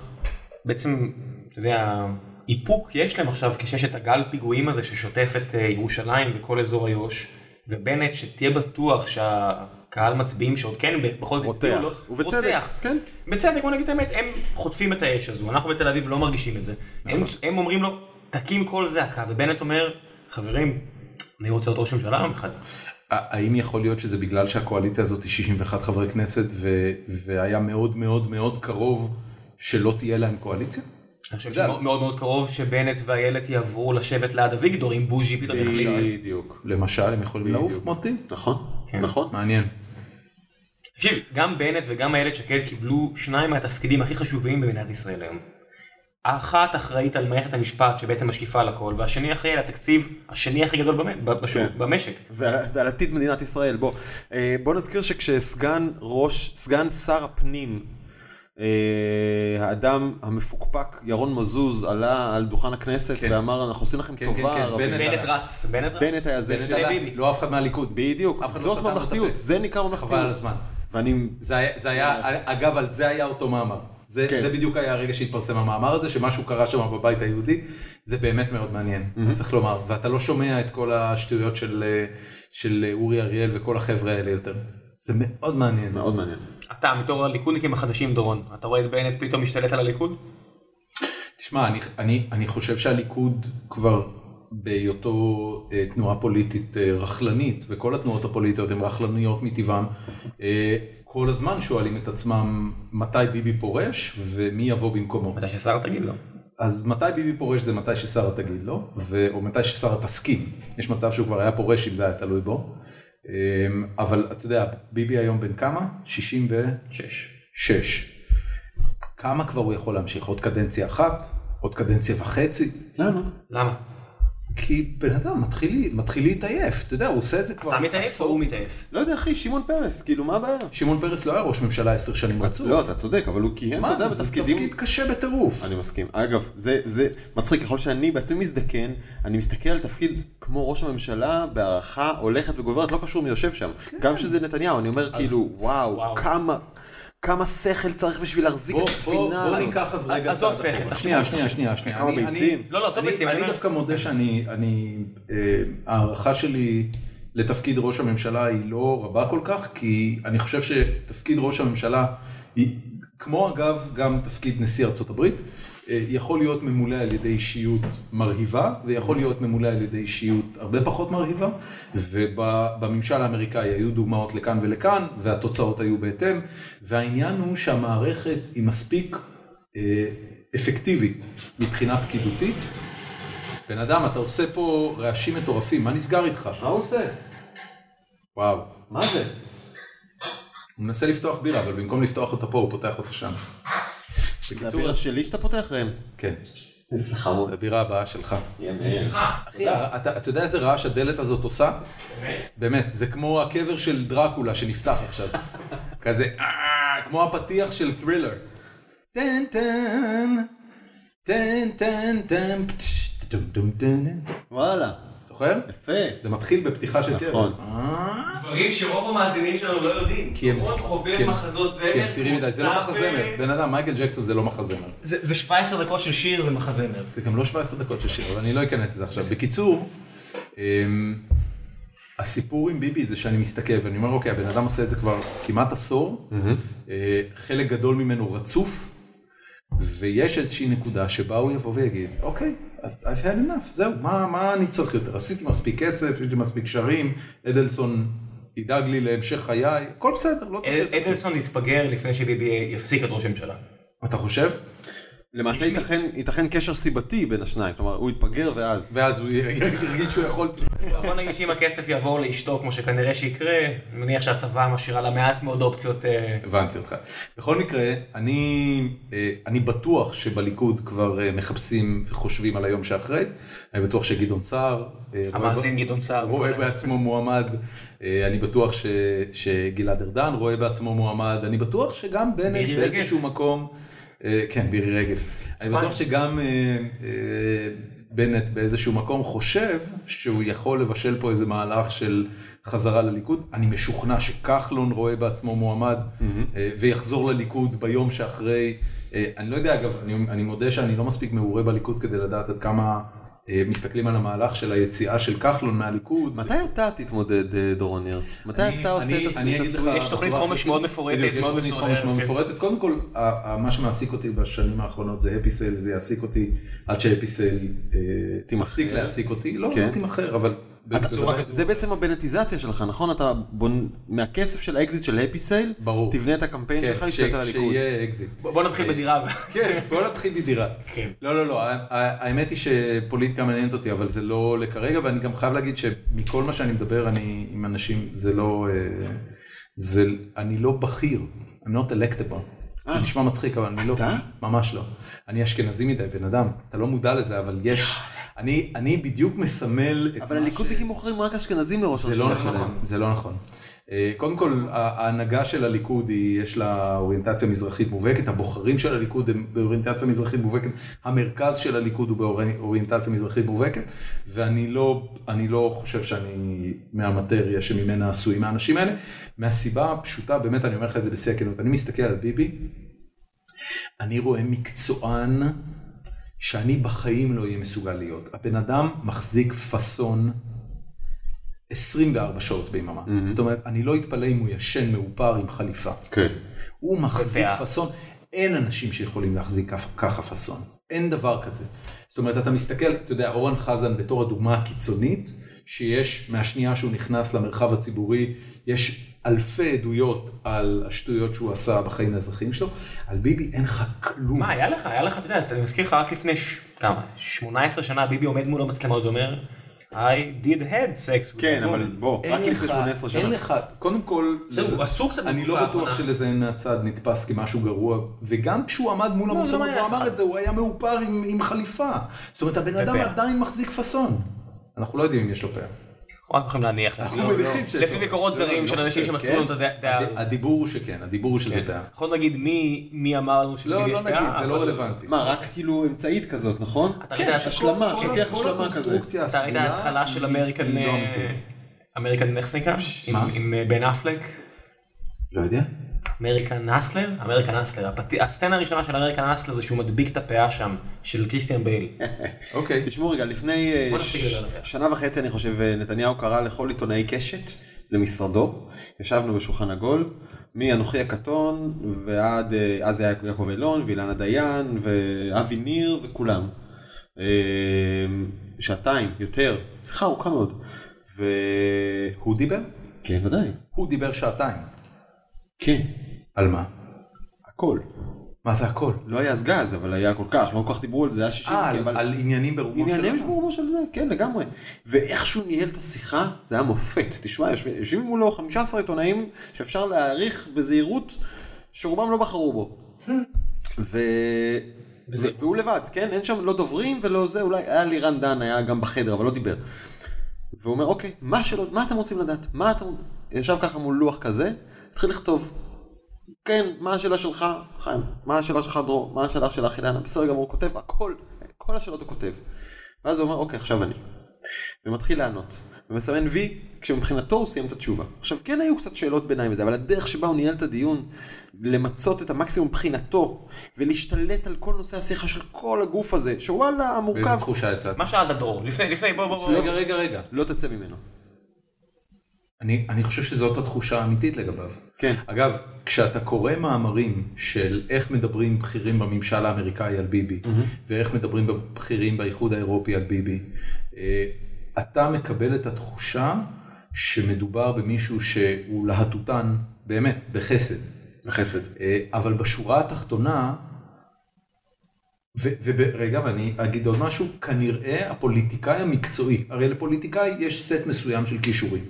S3: בעצם, אתה יודע, איפוק יש להם עכשיו כשיש את הגל פיגועים הזה ששוטף את אה, ירושלים וכל אזור איו"ש, ובנט שתהיה בטוח שהקהל מצביעים שעוד כן ב- בכל זאת הצביעו לו,
S4: רותח, ובצדק, כן.
S3: בצדק, בוא נגיד את האמת, הם חוטפים את האש הזו, אנחנו בתל אביב לא מרגישים את זה.
S4: נכון.
S3: הם, הם אומרים לו, תקים קול זעקה, ובנט אומר, חברים, אני רוצה להיות ראש ממשלה יום אחד.
S1: ה- האם יכול להיות שזה בגלל שהקואליציה הזאת היא 61 חברי כנסת ו, והיה מאוד מאוד מאוד קרוב שלא תהיה להם קואליציה?
S3: אני חושב
S1: זה-
S3: שמאוד מאוד מאוד קרוב שבנט ואיילת יעברו לשבת ליד אביגדור אם בוז'י פתאום יחליט.
S4: אה, בדיוק.
S1: למשל, הם יכולים לעוף
S4: בדיוק.
S1: מוטי?
S4: נכון,
S3: כן.
S4: נכון.
S1: מעניין.
S3: תקשיב, גם בנט וגם איילת שקד קיבלו שניים מהתפקידים הכי חשובים במדינת ישראל היום. האחת אחראית על מערכת המשפט שבעצם משקיפה על הכל, והשני אחראי על התקציב השני הכי גדול במ- ב- בשוק-
S4: כן.
S3: במשק.
S4: ועל ועל עתיד מדינת ישראל, בוא. אה, בוא נזכיר שכשסגן ראש, סגן שר הפנים, אה, האדם המפוקפק ירון מזוז עלה על דוכן הכנסת
S1: כן.
S4: ואמר אנחנו עושים לכם
S1: כן,
S4: טובה,
S1: כן, כן,
S4: ערבים."
S1: בנט
S3: בנט
S1: עלה.
S3: רץ, בנט רץ.
S4: בנט היה זה,
S1: בנט
S3: לפני
S1: עלה,
S3: ביבי.
S1: לא אף אחד מהליכוד.
S4: בדיוק,
S1: אף אחד לא
S4: זאת
S1: סתם לו את
S4: ממלכתיות,
S1: הפה.
S4: זה נקרא ממלכתיות.
S1: חבל על הזמן.
S4: ואני,
S1: זה היה, זה היה, אגב, על זה היה אותו מאמר. זה,
S4: כן.
S1: כן. זה בדיוק היה הרגע שהתפרסם המאמר הזה, שמשהו קרה שם בבית היהודי, זה באמת מאוד מעניין,
S4: Mhm.
S1: mm-hmm. צריך לומר, ואתה לא שומע את כל השטויות של, אה, של אה, אורי אריאל וכל החבר'ה האלה יותר. זה מאוד מעניין.
S4: מאוד מעניין.
S3: אתה, בתור הליכודניקים החדשים, דורון, אתה רואה את בנט פתאום משתלט על הליכוד?
S1: תשמע, אני, אני, אני חושב שהליכוד כבר בהיותו אה, תנועה פוליטית אה, רכלנית, וכל התנועות הפוליטיות הן רכלניות מטבען, אה, כל הזמן שואלים את עצמם מתי ביבי פורש ומי יבוא במקומו.
S3: מתי ששר תגיד לו.
S1: אז מתי ביבי פורש זה מתי ששרה תגיד לו, ו... או מתי ששרה תסכים. יש מצב שהוא כבר היה פורש אם זה היה תלוי בו. אמ, אבל אתה יודע, ביבי היום בן כמה? 66.
S3: שש.
S1: כמה כבר הוא יכול להמשיך? עוד קדנציה אחת? עוד קדנציה וחצי?
S4: למה?
S3: למה?
S1: כי בן אדם מתחיל, לי- מתחיל להתעייף, אתה יודע, הוא עושה את זה כבר
S3: אתה מתעייף או הוא מתעייף?
S4: לא יודע אחי, שמעון פרס, כאילו מה הבעיה?
S1: שמעון פרס לא היה ראש ממשלה עשר שנים רצוף.
S4: לא, אתה צודק, אבל הוא כיהן, אתה
S1: מה
S4: יודע,
S1: זה, זה
S4: בתפקידים...
S1: תפקיד קשה בטירוף.
S4: אני מסכים. אגב, זה, זה מצחיק, ככל שאני בעצמי מזדקן, אני מסתכל על תפקיד כמו ראש הממשלה בהערכה הולכת וגוברת, לא קשור מי יושב שם. כן. גם שזה נתניהו, אני אומר כאילו, וואו,
S3: וואו.
S4: כמה, כמה שכל צריך בשביל להחזיק את
S1: בוא, בוא,
S4: הספינה
S1: בוא
S4: הזאת.
S1: ניקח אז רגע...
S3: עזוב
S1: צעד
S3: שכל,
S1: אחורה.
S3: תחשבו,
S1: שנייה, שנייה, שנייה, שנייה.
S4: כמה
S1: אני- אני-
S4: ביצים.
S3: לא, לא, עזוב
S1: אני-
S3: ביצים, אני
S1: אני
S3: אומר-
S1: דווקא מודה שאני, אני, אה, ההערכה שלי לתפקיד ראש הממשלה היא לא רבה כל כך, כי אני חושב שתפקיד ראש הממשלה, היא- כמו אגב גם תפקיד נשיא ארצות הברית, אה, יכול להיות ממולא על ידי אישיות מרהיבה, ויכול להיות ממולא על ידי אישיות הרבה פחות מרהיבה, ובממשל האמריקאי היו דוגמאות לכאן ולכאן, והתוצאות היו בהתאם, והעניין הוא שהמערכת היא מספיק אה, אפקטיבית מבחינה פקידותית. בן אדם, אתה עושה פה רעשים מטורפים, מה נסגר איתך?
S4: מה הוא עושה?
S1: וואו.
S4: מה זה?
S1: הוא מנסה לפתוח בירה, אבל במקום לפתוח אותה פה, הוא פותח אותה שם.
S4: זה
S1: בקיצור,
S4: הבירה שלי שאתה פותח ראם?
S1: כן,
S4: איזה
S1: זה
S4: חמוד.
S1: הבירה הבאה שלך.
S4: ימי.
S1: אחי, אתה אתה יודע איזה רעש הדלת הזאת עושה? באמת, זה כמו הקבר של דרקולה שנפתח עכשיו. כזה, "אה", כמו הפתיח של ת'רילר. טן טן, טן טן טן, פטש, טום, טום, טן, טן.
S4: וואלה,
S1: זוכר?
S4: יפה.
S1: זה מתחיל בפתיחה של קבר.
S4: נכון.
S1: אה.
S3: דברים שרוב המאזינים שלנו לא יודעים.
S1: כי הם
S3: רוב חובב
S1: כן.
S3: מחזות זמר,
S1: כי הם צעירים מדי, זה לא
S3: מוסטפי.
S1: מחזמר. בן אדם, מייקל ג'קסון זה לא מחזמר.
S3: זה זה 17 דקות של שיר, זה מחזמר.
S1: זה גם לא 17 דקות של שיר, אבל אני לא אכנס לזה עכשיו. בקיצור, אמ, הסיפור עם ביבי זה שאני מסתכל ואני אומר, אוקיי, הבן אדם עושה את זה כבר כמעט עשור, אה, חלק גדול ממנו רצוף, ויש איזושהי נקודה שבה הוא יבוא ויגיד, אוקיי, I've had enough, זהו, מה, מה אני צריך יותר? עשיתי מספיק כסף, יש לי מספיק קשרים, אדלסון ידאג לי להמשך חיי, הכל בסדר, לא צריך יותר.
S3: אדלסון יתפגר לפני שביבי יפסיק את ראש הממשלה.
S1: אתה חושב?
S4: למעשה
S3: רשמית.
S4: ייתכן- ייתכן קשר סיבתי בין השניים, כלומר הוא יתפגר ואז.
S1: ואז הוא ירגיש שהוא יכול...
S3: בוא נגיד שאם הכסף יעבור לאשתו, כמו שכנראה שיקרה, אני מניח שהצבא משאירה לה מעט מאוד אופציות. אה,
S1: הבנתי אותך. בכל מקרה, אני, אה, אני בטוח שבליכוד כבר אה, מחפשים וחושבים על היום שאחרי. אני בטוח שגדעון סער... אה, רואה
S3: המאזין
S1: ב-
S3: גדעון סער.
S1: רואה בעצמו מועמד, אה, אני בטוח ש, שגלעד ארדן רואה בעצמו מועמד, אני בטוח שגם בנט
S3: מירי רגב.
S1: באיזשהו מקום, אה, כן, מירי רגב, אני
S3: מה?
S1: בטוח שגם אה, אה, בנט באיזשהו מקום חושב שהוא יכול לבשל פה איזה מהלך של חזרה לליכוד, אני משוכנע שכחלון רואה בעצמו מועמד אה, ויחזור לליכוד ביום שאחרי, אה, אני לא יודע, אגב, אני, אני מודה שאני לא מספיק מעורה בליכוד כדי לדעת עד כמה... אה, מסתכלים על המהלך של היציאה של כחלון מהליכוד,
S4: מתי אתה תתמודד, אה, דורון ניר? מתי
S1: אני-
S4: אתה עושה
S1: אני-
S4: את הס-
S1: אני
S4: את
S1: אגיד לך
S4: הסוויץ'?
S3: יש תוכנית
S1: בצורה
S3: חומש
S1: הכי-
S3: מאוד מפורטת,
S1: בדיוק, יש
S3: מאוד
S1: תוכנית
S3: מסודרת,
S1: חומש מאוד
S3: כן.
S1: מפורטת. קודם כל, ה- ה- מה שמעסיק אותי בשנים האחרונות זה אפיסל, זה יעסיק אותי עד שאפיסל אה,
S4: תימכר.
S1: תפסיק להעסיק אותי. לא,
S4: כן.
S1: לא תימכר, אבל... בצורה כזו.
S4: אוקיי, זה בעצם הבנטיזציה שלך, נכון? אתה בונ... מהכסף של האקזיט של הפי סייל,
S1: ברור.
S4: תבנה את הקמפיין
S1: כן,
S4: שלך
S1: ש-
S4: להשתלט על הליכוד.
S1: שיהיה אקזיט.
S3: בוא בוא נתחיל בדירה.
S1: כן, בוא נתחיל מדירה.
S3: כן.
S1: לא, לא, לא, ה- ה- האמת היא שפוליטיקה מעניינת אותי, אבל זה לא לכרגע, ואני גם חייב להגיד שמכל מה שאני מדבר, אני עם אנשים, זה לא... אה, זה, אני לא בכיר, I'm not electable. זה נשמע מצחיק, אבל אני לא...
S4: אה. אתה?
S1: ממש לא. אני אשכנזי מדי, בן אדם. אתה לא מודע לזה, אבל יש... אני, אני בדיוק מסמל את מה ש...
S4: אבל הליכודניקים מוכרים רק אשכנזים לראש
S1: זה לא נכון, זה לא נכון. אה, קודם כל, ה- ההנהגה של הליכוד, היא, יש לה אוריינטציה מזרחית מובהקת, הבוחרים של הליכוד הם באוריינטציה מזרחית מובהקת, המרכז של הליכוד הוא באוריינטציה מזרחית מובהקת, ואני לא, אני לא חושב שאני מהמטריה שממנה עשויים האנשים האלה, מהסיבה הפשוטה, באמת אני אומר לך את זה בשיא הכנות, אני מסתכל על ביבי, אני רואה מקצוען שאני בחיים לא אהיה מסוגל להיות. הבן אדם מחזיק פאסון 24 שעות ביממה. Mm-hmm. זאת אומרת, אני לא אתפלא אם הוא ישן מאופר עם חליפה.
S4: כן.
S1: הוא מחזיק
S3: יודע.
S1: פאסון, אין אנשים שיכולים להחזיק כף- ככה פאסון, אין דבר כזה. זאת אומרת, אתה מסתכל, אתה יודע, אורן חזן בתור הדוגמה הקיצונית, שיש, מהשנייה שהוא נכנס למרחב הציבורי, יש אלפי עדויות על השטויות שהוא עשה בחיים האזרחיים שלו, על ביבי אין לך כלום.
S3: מה, היה לך, היה לך, אתה יודע, אני מזכיר לך רק לפני, ש- כמה, 18 שנה ביבי עומד מול המצלמות ואומר, I did had sex. with
S4: כן,
S3: a woman."
S4: אבל בוא,
S1: אין
S4: רק לפני
S1: לך-
S4: 18
S1: אין
S4: שנה.
S1: לך, קודם כל,
S3: בסדר,
S1: לזה-
S3: הוא עסוק קצת
S1: אני
S3: בתקופה
S1: לא בטוח
S3: האחרונה.
S1: שלזיין מהצד נתפס כמשהו גרוע, וגם כשהוא עמד מול
S3: לא
S1: המצלמות
S3: מעניין
S1: והוא
S3: אף
S1: אמר
S3: אחד.
S1: את זה, הוא היה מאופר עם עם חליפה. זאת אומרת, הבן אדם
S3: ופאה.
S1: עדיין מחזיק פסון. אנחנו לא יודעים אם יש לו פאה.
S3: אנחנו רק יכולים להניח.
S1: אנחנו
S3: לפי-
S1: מניחים שיש
S3: לפי
S1: לו.
S3: ביקורות
S1: נכון, לא, לא,
S3: זרים
S1: לא
S3: של אנשים
S1: חושב,
S3: שמסרו
S1: כן.
S3: לנו את הדעה- הדעה.
S1: הד- הדיבור הוא שכן, הדיבור הוא שזה פאה.
S3: אנחנו לא נגיד מי מי אמר לנו
S1: לא,
S3: שלביבי יש
S1: לא
S3: פאה.
S1: נגיד, זה לא
S3: אבל-
S1: רלוונטי.
S4: מה, רק כאילו אמצעית כזאת, נכון?
S3: אתה ראית את
S4: יש
S3: הכל-
S4: השלמה,
S1: כל-
S4: שלוקח
S1: כל
S4: השלמה כזה.
S1: הקונסטרוקציה
S3: אתה ראית
S1: הסגולה
S3: ההתחלה של
S1: היא-
S3: אמריקן... אה,
S1: היא לא אמיתית.
S3: אמריקן, איך זה נקרא? עם-
S1: מה?
S3: עם אה, בן אפלק?
S1: לא יודע.
S3: אמריקן אסלר? אמריקן אסלר. הפת- הסצנה הראשונה של אמריקן אסלר זה שהוא מדביק את הפאה שם, של קריסטיאן בייל.
S1: אוקיי.
S4: תשמעו רגע, לפני אה,
S3: בוא נפסיק
S4: ש-
S3: לדבר עליה.
S4: שנה וחצי אני חושב אה, נתניהו קרא לכל עיתונאי קשת למשרדו, ישבנו בשולחן עגול, מאנוכי הקטון ועד, אה, אז היה יעקב אילון ואילנה דיין ואבי ניר וכולם. אה, שעתיים, יותר, שיחה ארוכה מאוד. ו...
S1: הוא דיבר?
S4: כן, ודאי.
S1: הוא דיבר שעתיים.
S4: כן,
S1: על מה?
S4: הכל.
S1: מה זה הכל?
S4: לא היה אז גז, אבל היה כל כך, לא כל כך דיברו על זה, היה
S1: אה,
S4: שישינסקי,
S1: על-
S4: אבל...
S1: על עניינים ברומו של
S4: עניינים
S1: אדם.
S4: שברומו של זה, כן לגמרי. ואיכשהו ניהל את השיחה, זה היה מופת. תשמע, יושב- יושבים מולו 15 עיתונאים שאפשר להעריך בזהירות שרובם לא בחרו בו. ו... וזה, והוא לבד, כן? אין שם לא דוברים ולא זה, אולי היה לירן דן, היה גם בחדר, אבל לא דיבר. והוא אומר, אוקיי, מה, שלא, מה אתם רוצים לדעת? מה אתם... ישב ככה מול לוח כזה, התחיל לכתוב. כן, מה השאלה שלך, חיים? מה השאלה שלך, דרור? מה השאלה שלך, אילנה? בסדר גמור, הוא כותב הכל, כל השאלות הוא כותב. ואז הוא אומר, אוקיי, עכשיו אני. ומתחיל לענות. ומסמן וי, כשמבחינתו הוא סיים את התשובה. עכשיו, כן היו קצת שאלות ביניים וזה, אבל הדרך שבה הוא ניהל את הדיון, למצות את המקסימום מבחינתו, ולהשתלט על כל נושא השיחה של כל הגוף הזה, שוואלה,
S1: באיזה
S4: המורכב,
S1: תחושה יצאת?
S3: מה שאלת דרור? לפני, לפני, בוא, בוא, בוא.
S1: רגע, רגע, רגע.
S4: לא תצא ממנו.
S1: אני, אני חושב שזאת התחושה האמיתית לגביו.
S4: כן.
S1: אגב, כשאתה קורא מאמרים של איך מדברים בכירים בממשל האמריקאי על ביבי, mm-hmm. ואיך מדברים בכירים באיחוד האירופי על ביבי, אה, אתה מקבל את התחושה שמדובר במישהו שהוא להטוטן, באמת, בחסד.
S4: בחסד.
S1: אה, אבל בשורה התחתונה, ורגע, ואני אגיד עוד משהו, כנראה הפוליטיקאי המקצועי, הרי לפוליטיקאי יש סט מסוים של כישורים.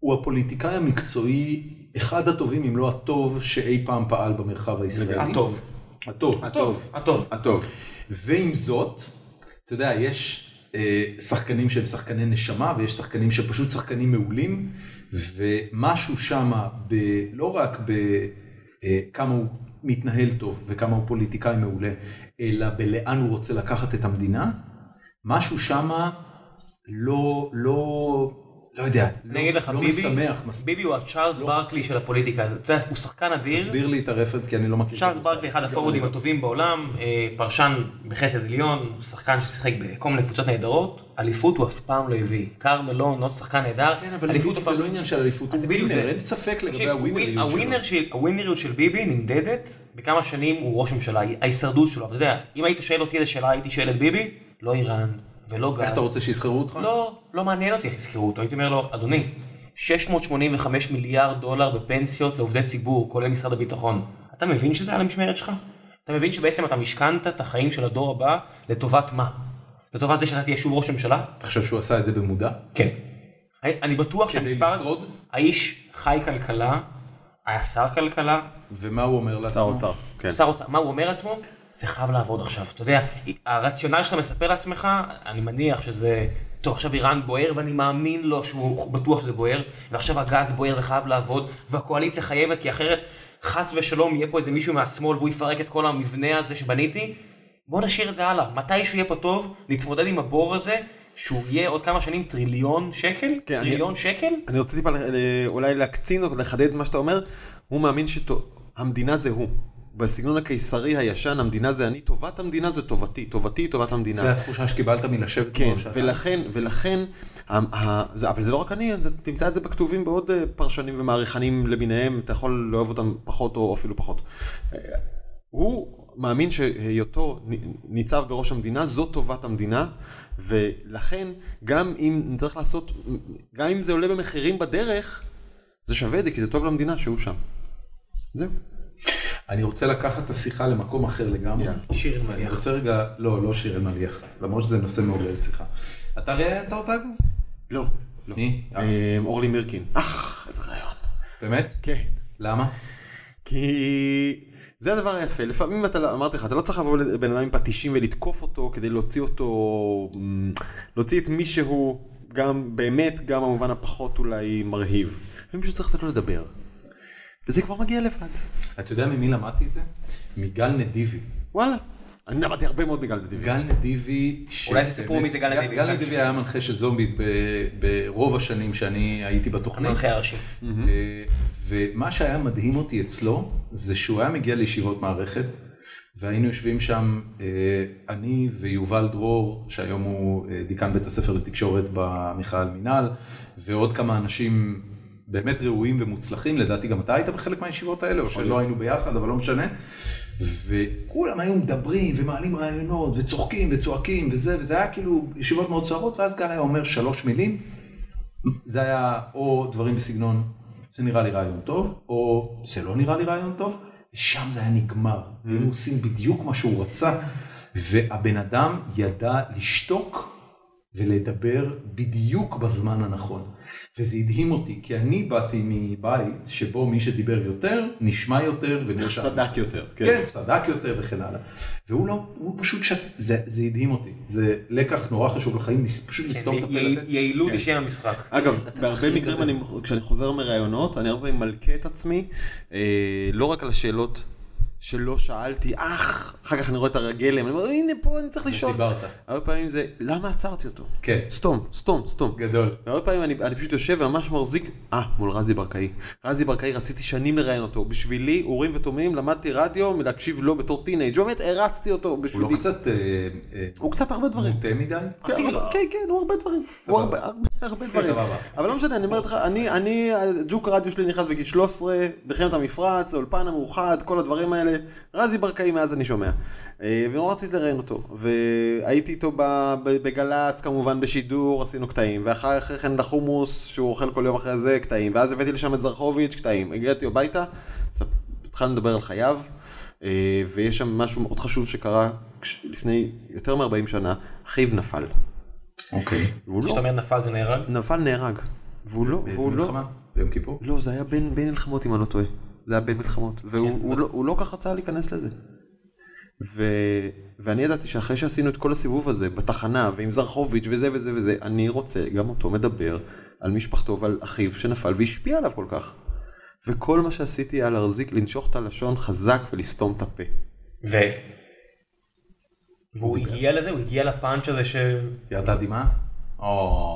S1: הוא הפוליטיקאי המקצועי, אחד הטובים, אם לא הטוב, שאי פעם פעל במרחב הישראלי.
S3: הטוב.
S1: הטוב.
S4: הטוב.
S3: הטוב.
S4: הטוב.
S1: ועם זאת, אתה יודע, יש אה, שחקנים שהם שחקני נשמה, ויש שחקנים שהם פשוט שחקנים מעולים, ומשהו שמה, ב, לא רק בכמה הוא מתנהל טוב וכמה הוא פוליטיקאי מעולה, אלא בלאן הוא רוצה לקחת את המדינה, משהו שמה לא, לא, לא יודע,
S3: אני
S1: לא,
S3: אגיד לך,
S1: לא
S3: ביבי,
S1: משמח מספיק. לא.
S3: ביבי הוא הצ'ארלס ברקלי של הפוליטיקה, הזאת. אתה יודע, הוא שחקן אדיר,
S1: תסביר לי את הרפרנס, כי אני לא מכיר. את
S3: צ'ארלס
S1: המושג.
S3: ברקלי אחד הפורוודים הטובים בעולם, אה, פרשן בחסד עליון, שחקן ששיחק בכל מיני קבוצות נהדרות, אליפות הוא אף פעם לא הביא, קרמלון, עוד שחקן נהדר,
S1: כן, אבל ביבי
S3: אליפות הוא
S1: זה
S3: פעם...
S1: לא עניין של אליפות,
S3: אז
S1: הוא
S3: זה בדיוק
S1: ווינר,
S3: זה.
S1: אין ספק לגבי
S3: תקשיב, הווינ-
S1: הווינריות שלו.
S3: הווינריות של- הווינריות של ביבי נמדדת בכמה שנים הוא ראש ממשלה, ההישרדות שלו, אבל אתה יודע, אם היית שואל אותי איזה שאלה הייתי שואל את ביבי, לא איראן ולא גז.
S1: איך אתה רוצה שיסחרו אותך?
S3: לא, לא מעניין אותי איך יזכרו אותו. הייתי אומר לו, אדוני, 685 מיליארד דולר בפנסיות לעובדי ציבור, כולל משרד הביטחון. אתה מבין שזה על המשמרת שלך? אתה מבין שבעצם אתה משכנת את החיים של הדור הבא לטובת מה? לטובת זה שאתה תהיה שוב ראש ממשלה?
S1: אתה חושב שהוא עשה את זה במודע?
S3: כן. אני אני בטוח
S1: כדי
S3: שהמספר...
S1: לשרוד?
S3: האיש חי כלכלה, היה שר כלכלה,
S1: ומה הוא אומר לעצמו?
S4: שר אוצר. כן.
S3: שר אוצר, מה הוא אומר לעצמו? זה חייב לעבוד עכשיו, אתה יודע, הרציונל שאתה מספר לעצמך, אני מניח שזה, טוב עכשיו איראן בוער ואני מאמין לו שהוא בטוח שזה בוער, ועכשיו הגז בוער וחייב לעבוד, והקואליציה חייבת כי אחרת חס ושלום יהיה פה איזה מישהו מהשמאל והוא יפרק את כל המבנה הזה שבניתי, בוא נשאיר את זה הלאה, מתישהו יהיה פה טוב, נתמודד עם הבור הזה, שהוא יהיה עוד כמה שנים טריליון שקל,
S4: כן, אני-
S3: טריליון שקל,
S4: אני אה, רוצה טיפה ל- ל- אולי להקצין או לחדד מה שאתה אומר, הוא מאמין שהמדינה זה הוא. בסגנון הקיסרי הישן, המדינה זה אני, טובת המדינה זה טובתי, טובתי היא טובת המדינה.
S1: זה התחושה שקיבלת מלשבת
S4: כן,
S1: פה שעתיים.
S4: ולכן, ולכן, ה- ה- זה- אבל זה לא רק אני, אתה תמצא את זה בכתובים בעוד אה, פרשנים ומעריכנים למיניהם, אתה יכול לאהוב אותם פחות או אפילו פחות. אה, הוא מאמין שהיותו נ- ניצב בראש המדינה, זו טובת המדינה, ולכן גם אם צריך לעשות, גם אם זה עולה במחירים בדרך, זה שווה את זה, כי זה טוב למדינה שהוא שם. זהו.
S1: אני רוצה לקחת את השיחה למקום אחר לגמרי.
S4: יאללה.
S3: שיר
S1: אני
S3: מניח.
S1: רוצה רגע, לא, לא שיר אלמליח, למרות שזה נושא מעורר שיחה. אתה ראיינת אותה אגב?
S4: לא. לא.
S1: מי?
S4: אה, אורלי מירקין. אך, איזה רעיון.
S1: באמת?
S4: כן.
S1: למה?
S4: כי זה הדבר היפה, לפעמים אתה, לא- אמרתי לך, אתה לא צריך לבוא לבן אדם עם פטישים ולתקוף אותו כדי להוציא אותו, אמ, להוציא את מי שהוא, גם באמת, גם במובן הפחות אולי מרהיב. לפעמים פשוט צריך לתת לו לדבר. וזה כבר מגיע לבד.
S1: אתה יודע ממי למדתי את זה? מגל נדיבי.
S4: וואלה. אני למדתי הרבה מאוד בגלל דדיבי.
S1: גל נדיבי... ש-
S3: אולי תספרו מי זה גל נדיבי.
S1: גל נדיבי היה מנחה של זומבית ב- ברוב השנים שאני הייתי בתוכנה.
S3: המנחה הראשי.
S1: אה, ומה שהיה מדהים אותי אצלו, זה שהוא היה מגיע לישיבות מערכת, והיינו יושבים שם, אה, אני ויובל דרור, שהיום הוא אה, דיקן בית הספר לתקשורת במכלל מינהל, ועוד כמה אנשים באמת ראויים ומוצלחים, לדעתי גם אתה היית בחלק מהישיבות האלה, או שלא היינו ביחד, אבל לא משנה. וכולם היו מדברים ומעלים רעיונות וצוחקים וצועקים וזה, וזה היה כאילו ישיבות מאוד סוערות, ואז גל היה אומר שלוש מילים, זה היה או דברים בסגנון, זה נראה לי רעיון טוב, או זה לא נראה לי רעיון טוב, ושם זה היה נגמר. היינו עושים בדיוק מה שהוא רצה, והבן אדם ידע לשתוק ולדבר בדיוק בזמן הנכון. וזה הדהים אותי, כי אני באתי מבית שבו מי שדיבר יותר, נשמע יותר ונחשב.
S4: צדק יותר.
S1: כן. כן, צדק יותר וכן הלאה. והוא לא, הוא פשוט ש... זה, זה הדהים אותי. זה לקח נורא חשוב לחיים, פשוט לסתום את הפה.
S3: יעיל-
S1: לתת.
S3: יעילות
S1: כן.
S3: היא שם המשחק.
S4: אגב, בהרבה
S1: תתחיל
S4: מקרים, אני, כשאני חוזר מראיונות, אני הרבה פעמים מלכה את עצמי, אה, לא רק על השאלות שלא שאלתי, אך, אחר כך אני רואה את הגלם, אני אומר, הנה פה אני צריך לשאול.
S1: דיברת.
S4: הרבה פעמים זה, למה עצרתי אותו?
S1: כן.
S4: סתום, סתום, סתום.
S1: גדול.
S4: והרבה פעמים אני, אני פשוט יושב וממש מחזיק, אה, מול רזי ברקאי. רזי ברקאי, רציתי שנים לראיין אותו. בשבילי, אורים ותומים, למדתי רדיו מלהקשיב לו בתור טינג' באמת הרצתי אותו
S1: הוא
S4: בשבילי.
S1: לא קצת אה, אה,
S4: הוא קצת הרבה דברים.
S1: מוטה מדי?
S4: כן, הרבה- כן, כן, הוא הרבה דברים. הוא הרבה הרבה- הרבה דברים.
S1: סבבה.
S4: אבל לא משנה, אני אומר לך, אני, אני, ג'וק הרדיו שלי נכנס בגיל 13, מלחמת המפרץ, האולפן המאוחד, כל הדברים האלה. רזי ברקאי מאז אני שומע. אה, ונורא רציתי לראיין אותו. והייתי איתו ב- ב- בגל"צ, כמובן בשידור, עשינו קטעים. ואחר אחרי כן לחומוס, שהוא אוכל כל יום אחרי זה, קטעים. ואז הבאתי לשם את זרחוביץ', קטעים. הגעתי הביתה, ספ- התחלנו לדבר על חייו. אה, ויש שם משהו מאוד חשוב שקרה כש- לפני יותר מ-40 שנה, אחיו נפל.
S1: אוקיי.
S4: והוא לא,
S3: כשאתה אומר נפל זה נהרג?
S4: נפל נהרג. והוא לא,
S1: באיזה
S4: והוא לא,
S1: מלחמה? ביום כיפור?
S4: לא, זה היה בין בין מלחמות אם אני לא טועה. זה היה בין מלחמות.
S1: כן,
S4: והוא הוא לא- הוא לא כך רצה להיכנס לזה. ו... ואני ידעתי שאחרי שעשינו את כל הסיבוב הזה בתחנה ועם זרחוביץ' וזה וזה וזה, אני רוצה גם אותו מדבר על משפחתו ועל אחיו שנפל והשפיע עליו כל כך. וכל מה שעשיתי היה להחזיק, לנשוך את הלשון חזק ולסתום את הפה.
S3: ו... והוא הגיע לזה, הוא הגיע לפאנץ' הזה ש...
S1: ירדה דמעה? או...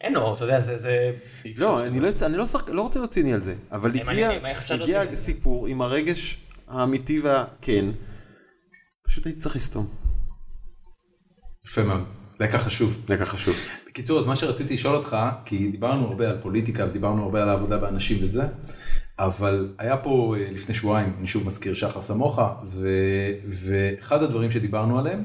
S3: אין לו, אתה יודע, זה... זה...
S4: לא, אני לא, יצא, אני לא, שחק, לא רוצה להיות ציני על זה, אבל
S3: הם
S4: הגיע,
S3: עננים, איך אפשר להיות ציני
S4: הגיע
S3: על זה?
S4: סיפור עם הרגש האמיתי והכן, פשוט הייתי צריך לסתום.
S1: יפה מאוד. לקח חשוב.
S4: זה ככה חשוב.
S1: בקיצור, אז מה שרציתי לשאול אותך, כי דיברנו הרבה על פוליטיקה ודיברנו הרבה על העבודה באנשים וזה, אבל היה פה אה, לפני שבועיים, אני שוב מזכיר, שחר סמוכה, ו... ואחד הדברים שדיברנו עליהם,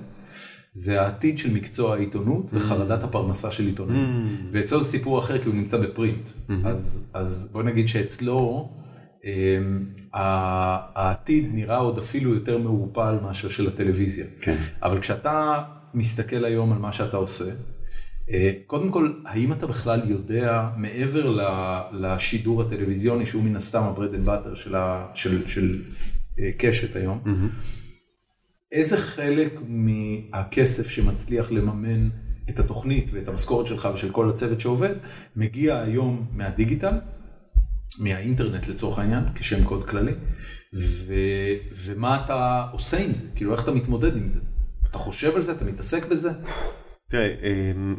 S1: זה העתיד של מקצוע העיתונות וחרדת הפרנסה של עיתונאים. ואצלו זה סיפור אחר, כי הוא נמצא בפרינט. אז, אז בוא נגיד שאצלו, אמ, ה- העתיד נראה עוד אפילו יותר מעורפל מאשר של הטלוויזיה.
S4: כן.
S1: אבל כשאתה מסתכל היום על מה שאתה עושה, אה, קודם כל, האם אתה בכלל יודע, מעבר ל- לשידור הטלוויזיוני, שהוא מן הסתם ה-bread and butter של, ה, של, של אה, קשת היום, איזה חלק מהכסף שמצליח לממן את התוכנית ואת המשכורת שלך ושל כל הצוות שעובד, מגיע היום מהדיגיטל, מהאינטרנט לצורך העניין, כשם קוד כללי, ו, ומה אתה עושה עם זה? כאילו, איך אתה מתמודד עם זה? אתה חושב על זה? אתה מתעסק בזה?
S4: תראה, אמ,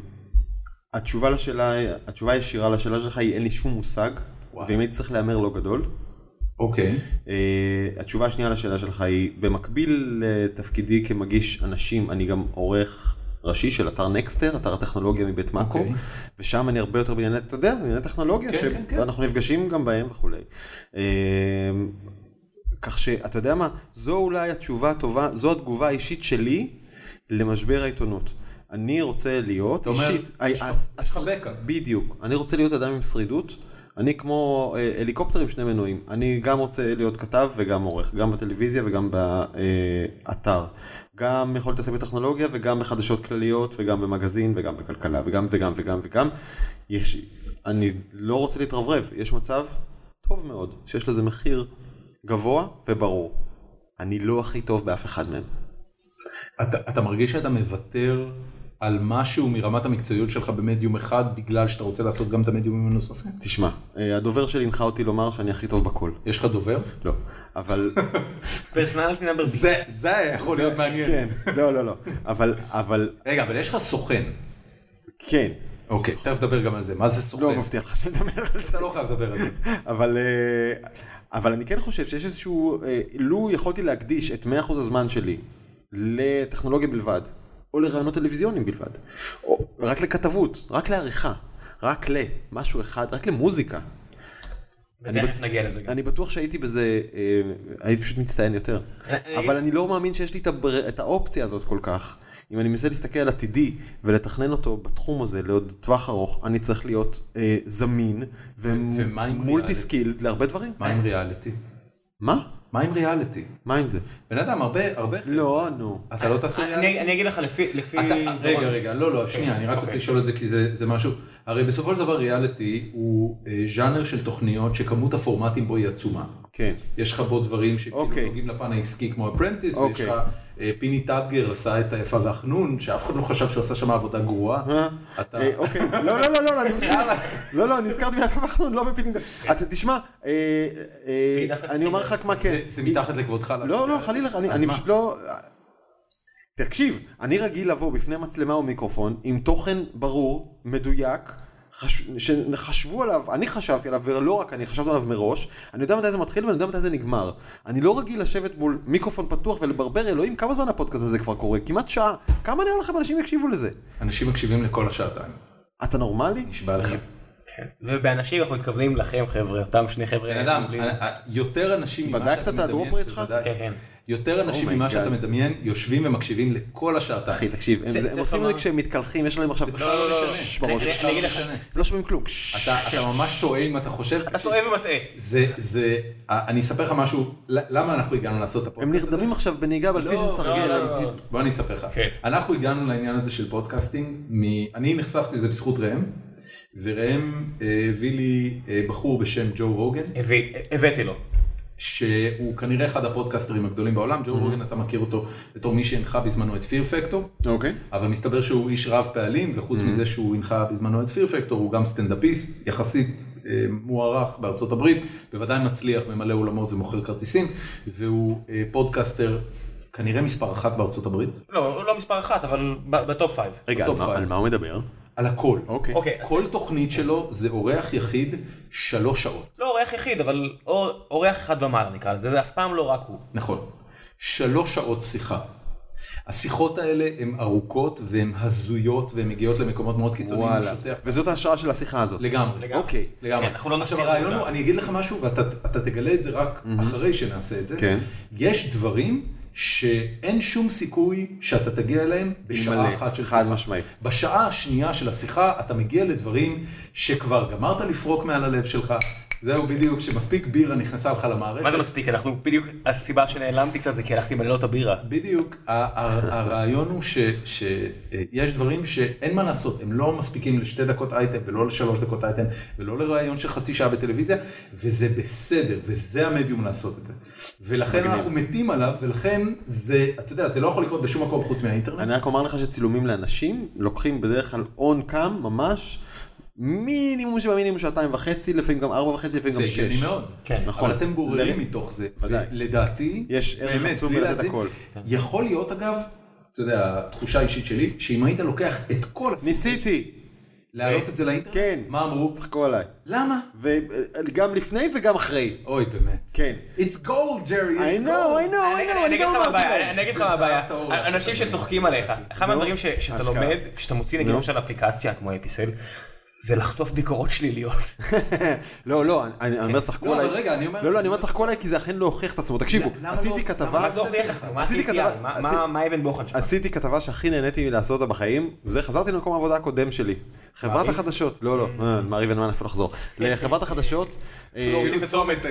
S4: התשובה לשאלה, התשובה הישירה לשאלה שלך היא אין לי שום מושג,
S1: וואי.
S4: ואם הייתי צריך להמר לא גדול,
S1: אוקיי.
S4: אה, התשובה השנייה לשאלה שלך היא, במקביל לתפקידי כמגיש אנשים, אני גם עורך ראשי של אתר נקסטר, אתר הטכנולוגיה מבית מאקו,
S1: אוקיי.
S4: ושם אני הרבה יותר בענייני, אתה יודע, בענייני טכנולוגיה,
S1: כן, כן, כן.
S4: שאנחנו נפגשים גם בהם וכולי. אה, כך שאתה יודע מה, זו אולי התשובה הטובה, זו התגובה האישית שלי למשבר העיתונות. אני רוצה להיות,
S1: אומר,
S4: אישית, אה,
S1: יש לך-
S4: ה- ה-
S1: יש לך
S4: הס-
S1: בקע.
S4: בדיוק. אני רוצה להיות אדם עם שרידות. אני כמו אה, הליקופטר עם שני מנועים. אני גם רוצה להיות כתב וגם עורך, גם בטלוויזיה וגם באתר. גם יכול להתעסק בטכנולוגיה וגם בחדשות כלליות וגם במגזין וגם בכלכלה וגם וגם וגם וגם. יש, אני לא רוצה להתרברב, יש מצב טוב מאוד, שיש לזה מחיר גבוה וברור. אני לא הכי טוב באף אחד מהם.
S1: אתה, אתה מרגיש שאתה מוותר על משהו מרמת המקצועיות שלך במדיום אחד בגלל שאתה רוצה לעשות גם את המדיומים הנוספים?
S4: תשמע, אה, הדובר שלי הנחה אותי לומר שאני הכי טוב בכל.
S1: יש לך דובר?
S4: לא, אבל...
S3: פרסונליטי נאמבר בי.
S1: זה, זה היה יכול להיות מעניין.
S4: כן, לא, לא, לא. אבל, אבל,
S1: רגע, אבל יש לך סוכן.
S4: כן.
S1: אוקיי, תכף נדבר גם על זה. מה זה סוכן?
S4: לא מבטיח לך שנדבר על זה.
S1: אתה לא חייב לדבר על זה.
S4: אבל, אה, אבל אני כן חושב שיש איזשהו, אה, לו יכולתי להקדיש את 100% הזמן שלי לטכנולוגיה בלבד, או לרעיונות טלוויזיוניים בלבד, או רק לכתבות, רק לעריכה, רק למשהו אחד, רק למוזיקה.
S3: ותכף נגיע לזה גם.
S4: אני בטוח שהייתי בזה, אה, הייתי פשוט מצטיין יותר.
S1: אה,
S3: אני-
S4: אבל אני לא מאמין שיש לי את הבר- את האופציה הזאת כל כך. אם אני מנסה להסתכל על עתידי ולתכנן אותו בתחום הזה לעוד טווח ארוך, אני צריך להיות אה, זמין
S1: ומה עם
S4: ומולטי
S1: ריאליטי?
S4: סקילד להרבה דברים.
S1: מה עם ריאליטי?
S4: מה?
S1: מה עם ריאליטי?
S4: מה עם זה?
S1: בן אדם, הרבה, הרבה...
S4: לא, נו.
S1: אתה לא תעשה ריאליטי?
S3: אני אני אגיד לך לפי... לפי
S1: אתה,
S3: דורון.
S1: רגע, רגע, לא, לא, שנייה, אני רק
S3: אוקיי.
S1: רוצה לשאול את זה כי זה, זה משהו, הרי בסופו של דבר ריאליטי הוא אה, ז'אנר של תוכניות שכמות הפורמטים בו היא עצומה.
S4: כן.
S1: יש לך בו דברים שכאילו
S4: אוקיי.
S1: נוגעים לפן העסקי כמו אפרנטיס, ויש
S4: אוקיי.
S1: לך אה, פיני טבגר עשה את היפה והחנון, שאף אחד לא חשב שהוא עשה שם עבודה גרועה.
S4: אה,
S1: אתה-
S4: אה, אוקיי. לא, לא, לא, לא, לא, אני מסכים. לא, לא, נזכרתי ביפה וחנון, לא בפינינג. אתה תשמע, אה, אה,
S3: היא דווקא
S4: אני אומר לך
S3: סטיגמה,
S4: רק מה כן.
S1: זה, זה מתחת לכבודך לעשות
S4: לא, לא,
S1: ריאליטי.
S4: חלילה, אני,
S1: אז
S4: אני
S1: מה?
S4: פשוט לא... תקשיב, אני רגיל לבוא בפני מצלמה או מיקרופון עם תוכן ברור, מדויק, חש... שחשבו עליו, אני חשבתי עליו, ולא רק אני, חשבתי עליו מראש, אני יודע מתי זה מתחיל ואני יודע מתי זה נגמר. אני לא רגיל לשבת מול מיקרופון פתוח ולברבר, אלוהים, כמה זמן הפודקאסט הזה כבר קורה? כמעט שעה. כמה נראה לכם אנשים יקשיבו לזה?
S1: אנשים מקשיבים לכל השעתיים,
S4: אתה נורמלי? [laughs]
S1: נשבע לך.
S3: כן. ובאנשים אנחנו מתכוונים לכם, חבר'ה, אותם שני חבר'ה.
S1: בן אדם,
S3: מעולים.
S1: אה, יותר אנשים ממה
S4: בדקת
S1: שאתה
S4: את
S1: מדמיין,
S4: הדרופ רייט שלך?
S1: בוודאי.
S3: כן, כן.
S1: יותר אנשים
S4: Oh my
S1: ממה
S4: God.
S1: שאתה מדמיין יושבים ומקשיבים לכל השעתיים.
S4: אחי, תקשיב, הם,
S3: זה-
S4: זה,
S3: זה
S4: הם עושים את
S3: כלומר-
S4: זה כשהם מתקלחים, יש להם עכשיו
S1: זה בכלל לא
S4: קש
S1: משנה.
S4: בראש,
S3: אני- אני אגיד לך-
S4: הם לא שומעים כלום.
S1: אתה, אתה ממש טועה אם אתה חושב.
S3: אתה טועה ומטעה.
S1: זה, זה, אני אספר לך משהו, למה אנחנו הגענו לעשות את
S4: הם
S1: הפודקאסט הזה?
S4: נרדמים עכשיו בנהיגה
S1: לא,
S4: ועל כביש של
S1: לא,
S4: סרגל.
S3: לא,
S4: הם-
S3: לא.
S1: בוא אני אספר לך.
S3: כן.
S1: אנחנו הגענו לעניין הזה של פודקאסטינג, מ- אני נחשפתי לזה בזכות ראם, וראם אה, הביא לי אה, בחור בשם ג'ו רוגן,
S3: הביא- הבאתי לו.
S1: שהוא כנראה אחד הפודקאסטרים הגדולים בעולם, ג'ו רוגן אתה מכיר אותו בתור מי שהנחה בזמנו את פיר פקטור,
S4: אוקיי.
S1: אבל מסתבר שהוא איש רב פעלים, וחוץ מזה שהוא הנחה בזמנו את פיר פקטור, הוא גם סטנדאפיסט, יחסית אה, מוערך בארצות הברית, בוודאי מצליח, ממלא אולמות ומוכר כרטיסים, והוא אה, פודקאסטר כנראה מספר אחת בארצות הברית,
S3: לא, הוא לא מספר אחת, אבל ב- בטופ פייב.
S4: רגע,
S1: בטופ
S4: על מה-
S1: פייב.
S4: על מה הוא מדבר?
S1: על הכל.
S4: אוקיי.
S3: אוקיי, אז-
S1: כל תוכנית שלו זה אורח יחיד שלוש שעות.
S3: לא אורח יחיד, אבל אור- אורח אחד ומעלה נקרא לזה, זה אף פעם לא רק הוא.
S1: נכון. שלוש שעות שיחה. השיחות האלה הן ארוכות והן הזויות והן מגיעות למקומות מאוד קיצוניים, הוא
S4: וואלה.
S1: שוטח
S4: וזאת ההשראה של השיחה הזאת.
S1: לגמרי.
S3: לגמרי.
S4: אוקיי.
S1: לגמרי.
S3: כן, אנחנו לא
S1: עכשיו
S3: נסתיר
S1: הרעיון
S3: אותה.
S1: הוא, אני אגיד לך משהו ואתה אתה תגלה את זה רק אחרי שנעשה את זה.
S4: כן.
S1: יש דברים שאין שום סיכוי שאתה תגיע אליהם בשעה
S4: אלמלא,
S1: אחת של שיחה.
S4: חד משמעית.
S1: בשעה השנייה של השיחה אתה מגיע לדברים שכבר גמרת לפרוק מעל הלב שלך. זהו בדיוק, שמספיק בירה נכנסה לך למערכת.
S3: מה זה מספיק? אנחנו בדיוק, הסיבה שנעלמתי קצת זה כי הלכתי למלא את הבירה.
S1: בדיוק, ה- ה- הרעיון הוא שיש דברים שאין מה לעשות, הם לא מספיקים לשתי דקות אייטם ולא לשלוש דקות אייטם ולא לראיון של חצי שעה בטלוויזיה, וזה בסדר, וזה המדיום לעשות את זה. ולכן
S4: מגניב.
S1: אנחנו מתים עליו, ולכן זה, אתה יודע, זה לא יכול לקרות בשום מקום חוץ
S4: אני
S1: מהאינטרנט.
S4: רק אומר לך שצילומים לאנשים לוקחים בדרך כלל און קאם ממש מינימום שבמינימום שעתיים וחצי, לפעמים גם ארבע וחצי, לפעמים
S1: זה
S4: גם שש.
S1: הגיוני מאוד.
S3: כן.
S4: נכון.
S1: אבל אתם גוררים
S4: ל-
S1: מתוך זה,
S4: ודאי.
S1: ולדעתי,
S4: יש ערך
S1: באמת,
S4: עצום
S1: בלי
S4: בלתת
S1: להגזים,
S4: הכל.
S1: יכול להיות אגב, אתה יודע, תחושה אישית שלי, שאם היית לוקח את כל...
S4: ניסיתי.
S1: להעלות את זה לאינטרנט?
S4: כן.
S1: מה אמרו?
S4: צחקו עליי.
S1: למה?
S4: וגם לפני וגם אחרי.
S1: אוי, באמת.
S4: כן.
S1: It's gold, Jerry,
S4: I
S1: it's
S4: know, I
S1: gold.
S4: know, I know, לא, אני
S3: אגיד
S4: גם
S3: לך מה
S4: אמרתי
S3: הבעיה,
S4: להם.
S3: אני אגיד לך
S1: זה
S3: מה הבעיה,
S1: זהב טהור, עשית
S3: אנשים
S1: את זה.
S3: שצוחקים עליך, אחד
S4: נו,
S3: מהדברים ש- שאתה
S4: אשכרה.
S3: לומד, כשאתה מוציא נגיד
S4: נו.
S3: למשל אפליקציה כמו אפיסל, זה לחטוף ביקורות
S4: [laughs]
S3: שליליות.
S4: [laughs] לא, לא, אני- אני אומר צחקו
S1: לא,
S4: עליי.
S1: אבל רגע, אני אומר-
S4: לא, לא, אני אומר צחקו עליי כי זה אכן לא הוכיח את עצמו. תקשיבו,
S1: למה לא-
S4: עשיתי
S1: למה
S4: כתבה...
S3: מה זה הוכיח לך? מה
S4: עשיתי
S3: ה-KPI?
S4: כתבה-
S3: מה-
S4: עשיתי-
S3: מה- מה אבן בוחן שלך?
S4: עשיתי כתבה שהכי נהניתי מלעשות אותה בחיים, וזה חזרתי למקום העבודה הקודם שלי. חברת
S3: מעריב?
S4: החדשות, לא, לא, אה, מעריב אין מה אפילו לחזור. לחברת החדשות, אה,
S3: לא עושים את הצומת.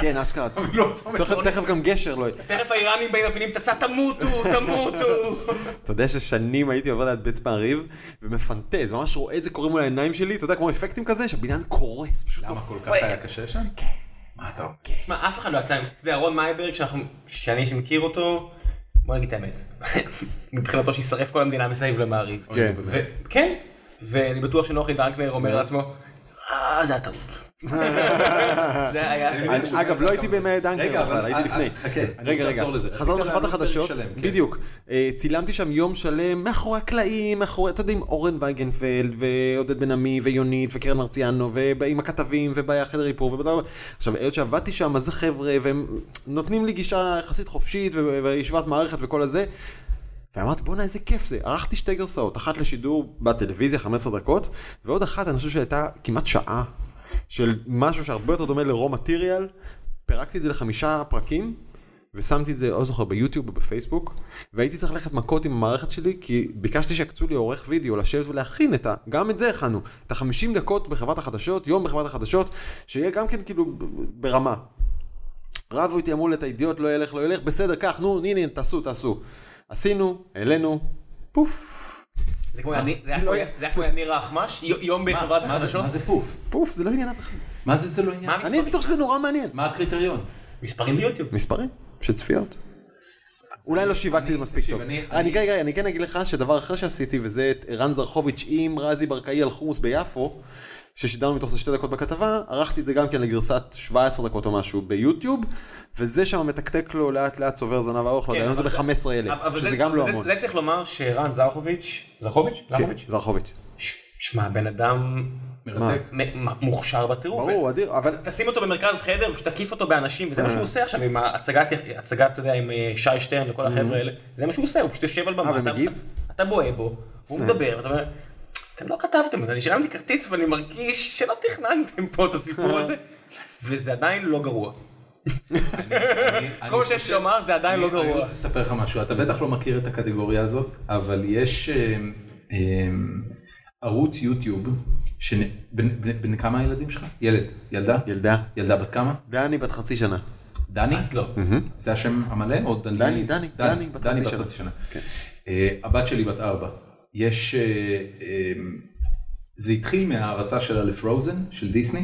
S4: כן, אשכרה.
S1: [laughs] לא, צומת
S4: [laughs] תכף-
S1: עונג.
S4: תכף גם גשר לא...
S3: תכף האיראנים באים מפילים פצצה,
S4: [laughs]
S3: תמותו, תמותו.
S4: אתה יודע ששנים הייתי עובר ליד בית מעריב ומפנטז, ממש רואה את זה קורה מול העיניים שלי, אתה יודע, כמו אפקטים כזה, שהבניין קורס, פשוט לא-
S1: למה כל כך
S4: נופל.
S1: היה קשה שם? כן. מה אתה אומר?
S3: תשמע, אף אחד לא יצא עם... אתה יודע, רון מייברג, שאנחנו- שאני מכיר אותו, בוא נגיד את האמת. [laughs] מבחינתו שישרף כל המדינה מסביב למעריב.
S1: אוי,
S4: כן.
S1: נו,
S3: ו-
S1: באמת.
S3: כן, ואני בטוח שנוחי דנקנר אומר לעצמו, אה, זה
S4: [laughs]
S3: הטעות. זה היה...
S1: אני מבין
S4: אני-
S1: שהוא
S4: אגב,
S1: אומר
S4: לא
S1: לך
S4: הייתי
S1: כמה זה.
S4: בימי דנקר
S1: רגע,
S4: בכלל,
S1: אבל-
S4: הייתי
S1: אה,
S4: לפני.
S1: אה, חכה, אני רוצה
S4: רגע, רגע,
S1: לחזור לזה.
S4: חזרנו
S1: רצית
S4: לחברת
S1: לענות
S4: החדשות,
S1: שלם, כן.
S4: בדיוק. אה, צילמתי שם יום שלם, מאחורי הקלעים, מאחורי, אתה יודע, עם אורן וייגנפלד, ועודד בן עמי, ויונית, וקרן מרציאנו, ועם הכתבים, ובחדר איפור, ובדבר. עכשיו, היות שעבדתי שם, אז זה חבר'ה, והם נותנים לי גישה יחסית חופשית, ו- וישיבת מערכת וכל הזה. ואמרתי, בואנה, איזה כיף זה. ערכתי שתי גרסאות, אחת לשידור בטלוויזיה, 15 דקות, ועוד אחת, אני חושב שהייתה כמעט שעה, של משהו שהרבה יותר דומה לרו מטריאל. פירקתי את זה לחמישה פרקים, ושמתי את זה, לא זוכר, ביוטיוב או בפייסבוק, והייתי צריך ללכת מכות עם המערכת שלי, כי ביקשתי שיקצו לי עורך וידאו לשבת ולהכין את ה... גם את זה הכנו, את ה-50 דקות בחברת החדשות, יום בחברת החדשות, שיהיה גם כן כאילו ב- ב- ברמה. רבו איתי, אמרו לי, אתה אידיוט, לא ילך, לא ילך, בסדר, קח, נו, הנה, הנה, תעשו, תעשו. עשינו, העלינו, פוף.
S3: זה כמו יניר- זה היה
S4: זה לא
S3: כמו-
S4: היה-
S3: זה היה כמו יניר האחמש, י- יום בחברת
S1: מה-
S3: החדשות.
S1: מה זה פוף?
S4: פוף, זה לא עניין אף אחד.
S1: מה זה זה לא עניין?
S3: מה המספרים?
S4: אני בטוח שזה נורא מעניין.
S1: מה הקריטריון?
S3: מספרים ביוטיוב.
S4: מספרים של צפיות. אולי לא שיווקתי את זה מספיק
S1: תקשיב,
S4: טוב.
S1: אני-
S4: אני
S1: אני-
S4: רגע, אני כן אגיד לך שדבר אחר שעשיתי, וזה את ערן זרחוביץ' עם רזי ברקאי על חומוס ביפו, ששידרנו מתוך זה שתי דקות בכתבה, ערכתי את זה גם כן לגרסת 17 דקות או משהו ביוטיוב, וזה שם מתקתק לו לאט לאט צובר זנב ארוך, לא יודע, היום זה
S3: כן, אבל- אבל
S4: ב-15,000,
S3: זה-
S4: שזה גם לא
S3: אבל זה-
S4: המון.
S3: זה צריך לומר שרן זרחוביץ', זרחוביץ'?
S4: כן,
S3: זרחוביץ'.
S4: זרחוביץ'.
S3: ש- שמע, בן אדם
S1: מרתק.
S3: מ- מ- מוכשר בטירוף.
S4: ברור, אדיר, אבל
S3: תשים אותו במרכז חדר, פשוט תקיף אותו באנשים, וזה מה שהוא עושה עכשיו עם ההצגת, הצגת, אתה יודע, עם אה, שי שטרן וכל החבר'ה האלה, זה מה שהוא עושה, הוא פשוט יושב על במה, אתה-
S4: ומגיב?
S3: אתה בוהה בו, הוא מדבר, אתה אומר, אתם לא כתבתם את זה, אני שילמתי כרטיס ואני מרגיש שלא תכננתם פה את הסיפור הזה, וזה עדיין לא גרוע. כל מה שיש לי לומר זה עדיין לא
S1: אני- אני
S3: גרוע.
S1: רוצה לספר לך משהו, אתה בטח לא מכיר את הקטגוריה הזאת, אבל יש אמ, אמ, ערוץ יוטיוב, שנ- בן- בן בן כמה הילדים שלך? ילד, ילדה?
S4: ילדה,
S1: ילדה בת כמה?
S4: דני בת חצי שנה.
S1: דני?
S3: אז לא.
S1: זה השם המלא או דני?
S4: דני, דני, דני, כן. בת חצי
S1: בת
S4: שנה.
S1: חצי שנה. אה, הבת שלי בת ארבע. יש... אה, אה, זה התחיל מההערצה שלה לפרוזן, של דיסני,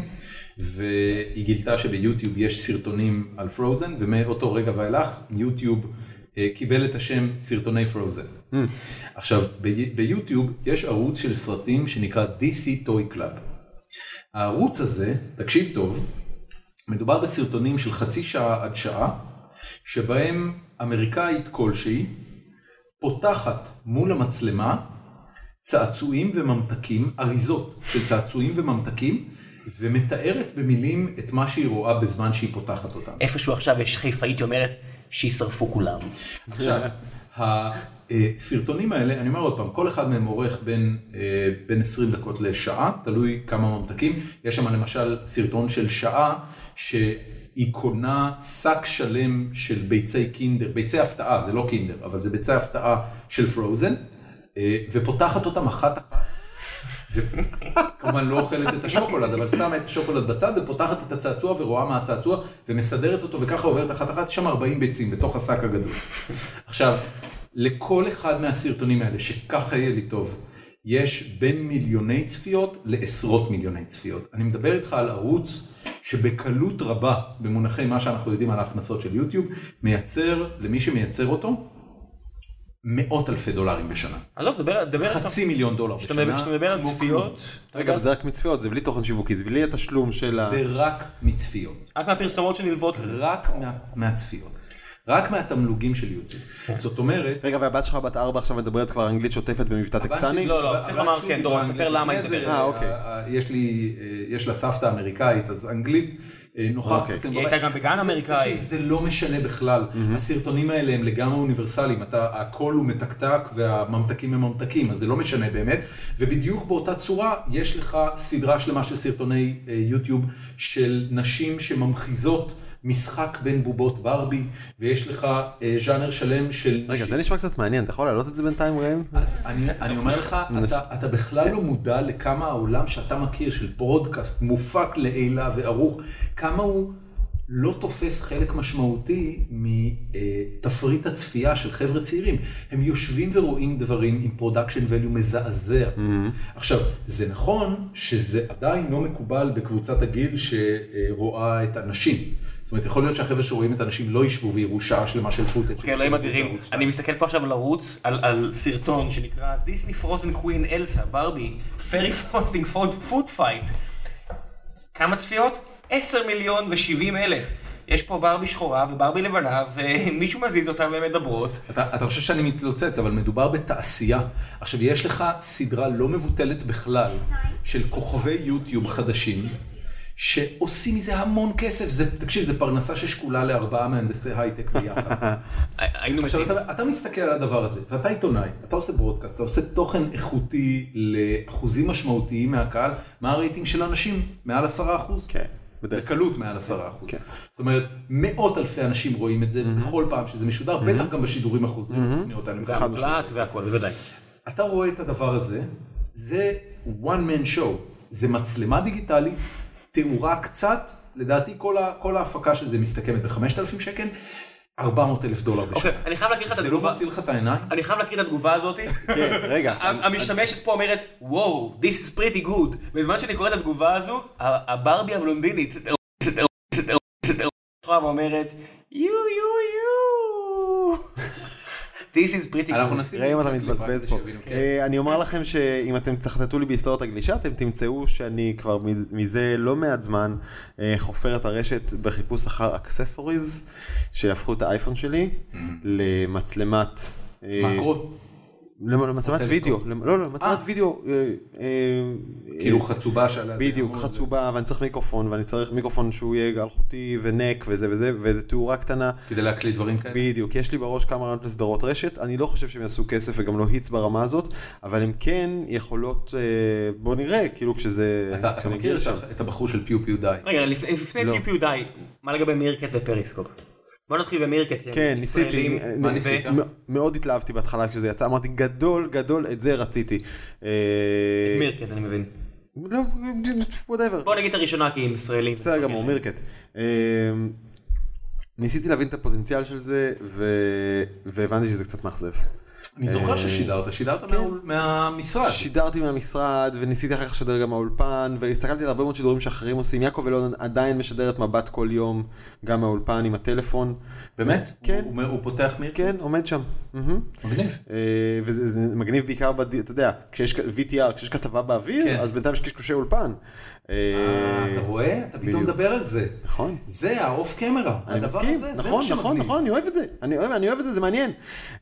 S1: והיא גילתה שביוטיוב יש סרטונים על פרוזן, ומאותו רגע ואילך יוטיוב אה, קיבל את השם סרטוני פרוזן.
S4: Mm.
S1: עכשיו, בי- ביוטיוב יש ערוץ של סרטים שנקרא DC Toy Club. הערוץ הזה, תקשיב טוב, מדובר בסרטונים של חצי שעה עד שעה, שבהם אמריקאית כלשהי פותחת מול המצלמה צעצועים וממתקים, אריזות של צעצועים וממתקים, ומתארת במילים את מה שהיא רואה בזמן שהיא פותחת אותם.
S3: איפשהו עכשיו יש חיפאית שאומרת, שישרפו כולם.
S1: עכשיו, הסרטונים האלה, אני אומר עוד פעם, כל אחד מהם עורך בין, אה, בין 20 דקות לשעה, תלוי כמה ממתקים. יש שם למשל סרטון של שעה, שהיא קונה שק שלם של ביצי קינדר, ביצי הפתעה, זה לא קינדר, אבל זה ביצי הפתעה של פרוזן, אה, ופותחת אותם אחת אחת. [laughs] וכמובן לא אוכלת את השוקולד, אבל שמה את השוקולד בצד ופותחת את הצעצוע ורואה מה הצעצוע ומסדרת אותו וככה עוברת אחת אחת, יש שם 40 ביצים בתוך השק הגדול. עכשיו, לכל אחד מהסרטונים האלה, שככה יהיה לי טוב, יש בין מיליוני צפיות לעשרות מיליוני צפיות. אני מדבר איתך על ערוץ שבקלות רבה, במונחי מה שאנחנו יודעים על ההכנסות של יוטיוב, מייצר, למי שמייצר אותו, מאות אלפי דולרים בשנה.
S3: עזוב, דבר, דבר,
S1: חצי מיליון דולר
S3: כשאתה מדבר-
S1: בשנה.
S3: כשאתה מדבר על
S1: כמו
S3: צפיות, אתה
S4: רגע,
S3: יודע,
S4: אבל זה רק מצפיות, זה בלי תוכן שיווקי, זה בלי התשלום של ה...
S1: כלום. זה רק מצפיות.
S3: רק מהפרסומות שנלוות לזה.
S1: רק מה, מהצפיות. רק מהתמלוגים של יוטיוב.
S3: כן.
S1: זאת אומרת,
S4: רגע, והבת שלך בת ארבע עכשיו מדברת כבר אנגלית שוטפת במבטא
S1: הבת
S4: טקסני?
S1: שלי-
S3: לא, לא,
S1: הבת
S3: צריך לומר,
S1: שלי
S3: כן,
S1: דיברה
S3: דורון,
S1: אנגלית
S3: ספר למה היא
S1: לפני זה,
S3: מדברת.
S4: אה, אוקיי.
S1: ה- ה- יש לי, אה, יש לה סבתא אמריקאית, אז אנגלית אה, נוכחת.
S4: אוקיי.
S1: אצלנו
S3: היא
S1: בבית.
S3: הייתה גם בגן
S1: זה-
S3: אמריקאי.
S1: תקשיב, זה לא משנה בכלל. הסרטונים האלה הם לגמרי אוניברסליים. אתה, הכל הוא מתקתק והממתקים הם ממתקים, אז זה לא משנה באמת. ובדיוק באותה צורה, יש לך סדרה שלמה של סרטוני אה, יוטיוב של נשים שממחיזות. משחק בין בובות ברבי, ויש לך אה, ז'אנר שלם של...
S4: רגע,
S1: נשים-
S4: זה נשמע קצת מעניין, אתה יכול להעלות את זה בינתיים ראם?
S1: אז אני, אני אומר לך, אתה, אתה בכלל לא מודע לכמה העולם שאתה מכיר של פרודקאסט מופק לעילה וערוך, כמה הוא לא תופס חלק משמעותי מתפריט הצפייה של חבר'ה צעירים. הם יושבים ורואים דברים עם פרודקשן ואליו מזעזע. עכשיו, זה נכון שזה עדיין לא מקובל בקבוצת הגיל שרואה את הנשים. זאת אומרת, יכול להיות שהחבר'ה שרואים את הנשים לא ישבו ויראו שעה שלמה של פוטאג'.
S3: כן, אלוהים אדירים. אני מסתכל פה עכשיו על ערוץ, על- על סרטון שנקרא דיסני פרוזן קווין אלסה, ברבי, פרי [laughs] פרוסטינג פוד פוד פייט. כמה צפיות? 10 מיליון ו-70 אלף. יש פה ברבי שחורה וברבי לבנה, ומישהו מזיז אותם והן מדברות.
S1: אתה, אתה חושב שאני מתלוצץ, אבל מדובר בתעשייה. עכשיו, יש לך סדרה לא מבוטלת בכלל של כוכבי יוטיוב חדשים, שעושים מזה המון כסף. זה, תקשיב, זה פרנסה ששקולה לארבעה מהנדסי הייטק ביחד.
S3: היינו
S1: עכשיו,
S3: מתים.
S1: אתה, אתה מסתכל על הדבר הזה, ואתה עיתונאי, אתה עושה ברודקאסט, אתה עושה תוכן איכותי לאחוזים משמעותיים מהקהל, מה הרייטינג של אנשים? מעל עשרה אחוז?
S4: כן, בדרך כלל. כן.
S1: בקלות מעל עשרה אחוז. זאת אומרת, מאות אלפי אנשים רואים את זה בכל פעם שזה משודר, בטח גם בשידורים החוזרים, בתוכניות האלה. חד משמעית.
S3: והמקלט והכל, בוודאי.
S1: אתה רואה את הדבר הזה, זה one man show, זה מצלמה דיגיטלית, תאורה קצת, לדעתי כל, ה, כל ההפקה של זה מסתכמת ב-5,000 שקל, 400 אלף דולר בשנה.
S3: אוקיי, אני חייב להקריא לך את
S1: זה לא
S3: התגובה.
S1: מציל לך את העיניים?
S3: אני חייב להקריא את התגובה הזאת.
S4: כן, רגע.
S3: המשתמשת פה אומרת, וואו, this is pretty good. בזמן שאני קורא את התגובה הזו, ה- הברבי הבלונדינית, ואומרת, יו יו יו. This is pretty
S1: אנחנו
S3: good.
S1: נשים...
S4: ראם אתה
S1: את הקליפ רק כן.
S4: מתבזבז
S1: כדי
S4: פה.
S1: שיבינו.
S4: אה, אני אומר לכם שאם אתם תחטטו לי בהיסטוריית הגלישה אתם תמצאו שאני כבר מ- מזה לא מעט זמן אה, חופר את הרשת בחיפוש אחר אקססוריז שהפכו את האייפון שלי למצלמת. אה,
S1: מקרו,
S4: למ- למצלמת
S1: טלסקופ.
S4: וידאו, למ- לא, לא, מצלמת
S1: אה.
S4: וידאו, אה, אה,
S1: כאילו
S4: אה,
S1: חצובה שעליה... זה
S4: בדיוק,
S1: יעמוד.
S4: חצובה, ואני צריך מיקרופון, ואני צריך מיקרופון שהוא יהיה אלחוטי ונק וזה וזה, ואיזה תאורה קטנה.
S1: כדי להקליט דברים כאלה.
S4: בדיוק, יש לי בראש כמה רעיונות לסדרות רשת, אני לא חושב שהם יעשו כסף וגם לא היטס ברמה הזאת, אבל הם כן יכולות, אה, בוא נראה, כאילו כשזה...
S1: אתה אתה
S4: כשאני
S1: מכיר
S4: אגיע
S1: את ה- את הבחור של פיו פיו די?
S3: רגע, לפני לפני
S4: לא.
S3: פיו די, מה לגבי מירקט ופריסקופ? בוא נתחיל במירקט. שהם
S4: כן, ניסיתי,
S3: ישראלים,
S4: אה,
S1: מה
S4: אה,
S1: ניסית?
S4: מ- מאוד התלהבתי בהתחלה כשזה יצא, אמרתי גדול, גדול, את זה רציתי. אה,
S3: ו- מירקט, אני מבין.
S4: לא, וואטאבר.
S3: בוא נגיד את הראשונה כי הם ישראלים.
S4: בסדר גמור,
S1: אוקיי.
S4: מירקט. אמ, ניסיתי להבין את הפוטנציאל של זה, ו- והבנתי שזה קצת מאכזב.
S1: אני
S4: אה,
S1: זוכר ששידרת, שידרת
S4: כן.
S1: מה- מהמשרד.
S4: שידרתי מהמשרד, וניסיתי אחר כך לשדר גם מהאולפן, והסתכלתי על הרבה מאוד שידורים שאחרים עושים. יעקב אלון עדיין משדרת מבט כל יום, גם מהאולפן עם הטלפון.
S1: באמת?
S4: כן.
S1: הוא- הוא פותח מירקט?
S4: כן, עומד שם. מהמם.
S1: מגניב.
S4: אה, וזה זה מגניב בעיקר, בד... אתה יודע, כשיש כ- VTR, כשיש כתבה באוויר,
S1: כן.
S4: אז בינתיים יש קשקושי אולפן. אה,
S1: אה, אתה רואה? אתה פתאום
S4: בדיוק.
S1: מדבר על זה.
S4: נכון.
S1: זה האוף קמרה.
S4: אני
S1: הדבר
S4: מסכים,
S1: הזה, זה
S4: נכון,
S1: מה
S4: נכון,
S1: שמגניב.
S4: נכון, אני אוהב את זה, אני אוהב, אני אוהב את זה, זה מעניין.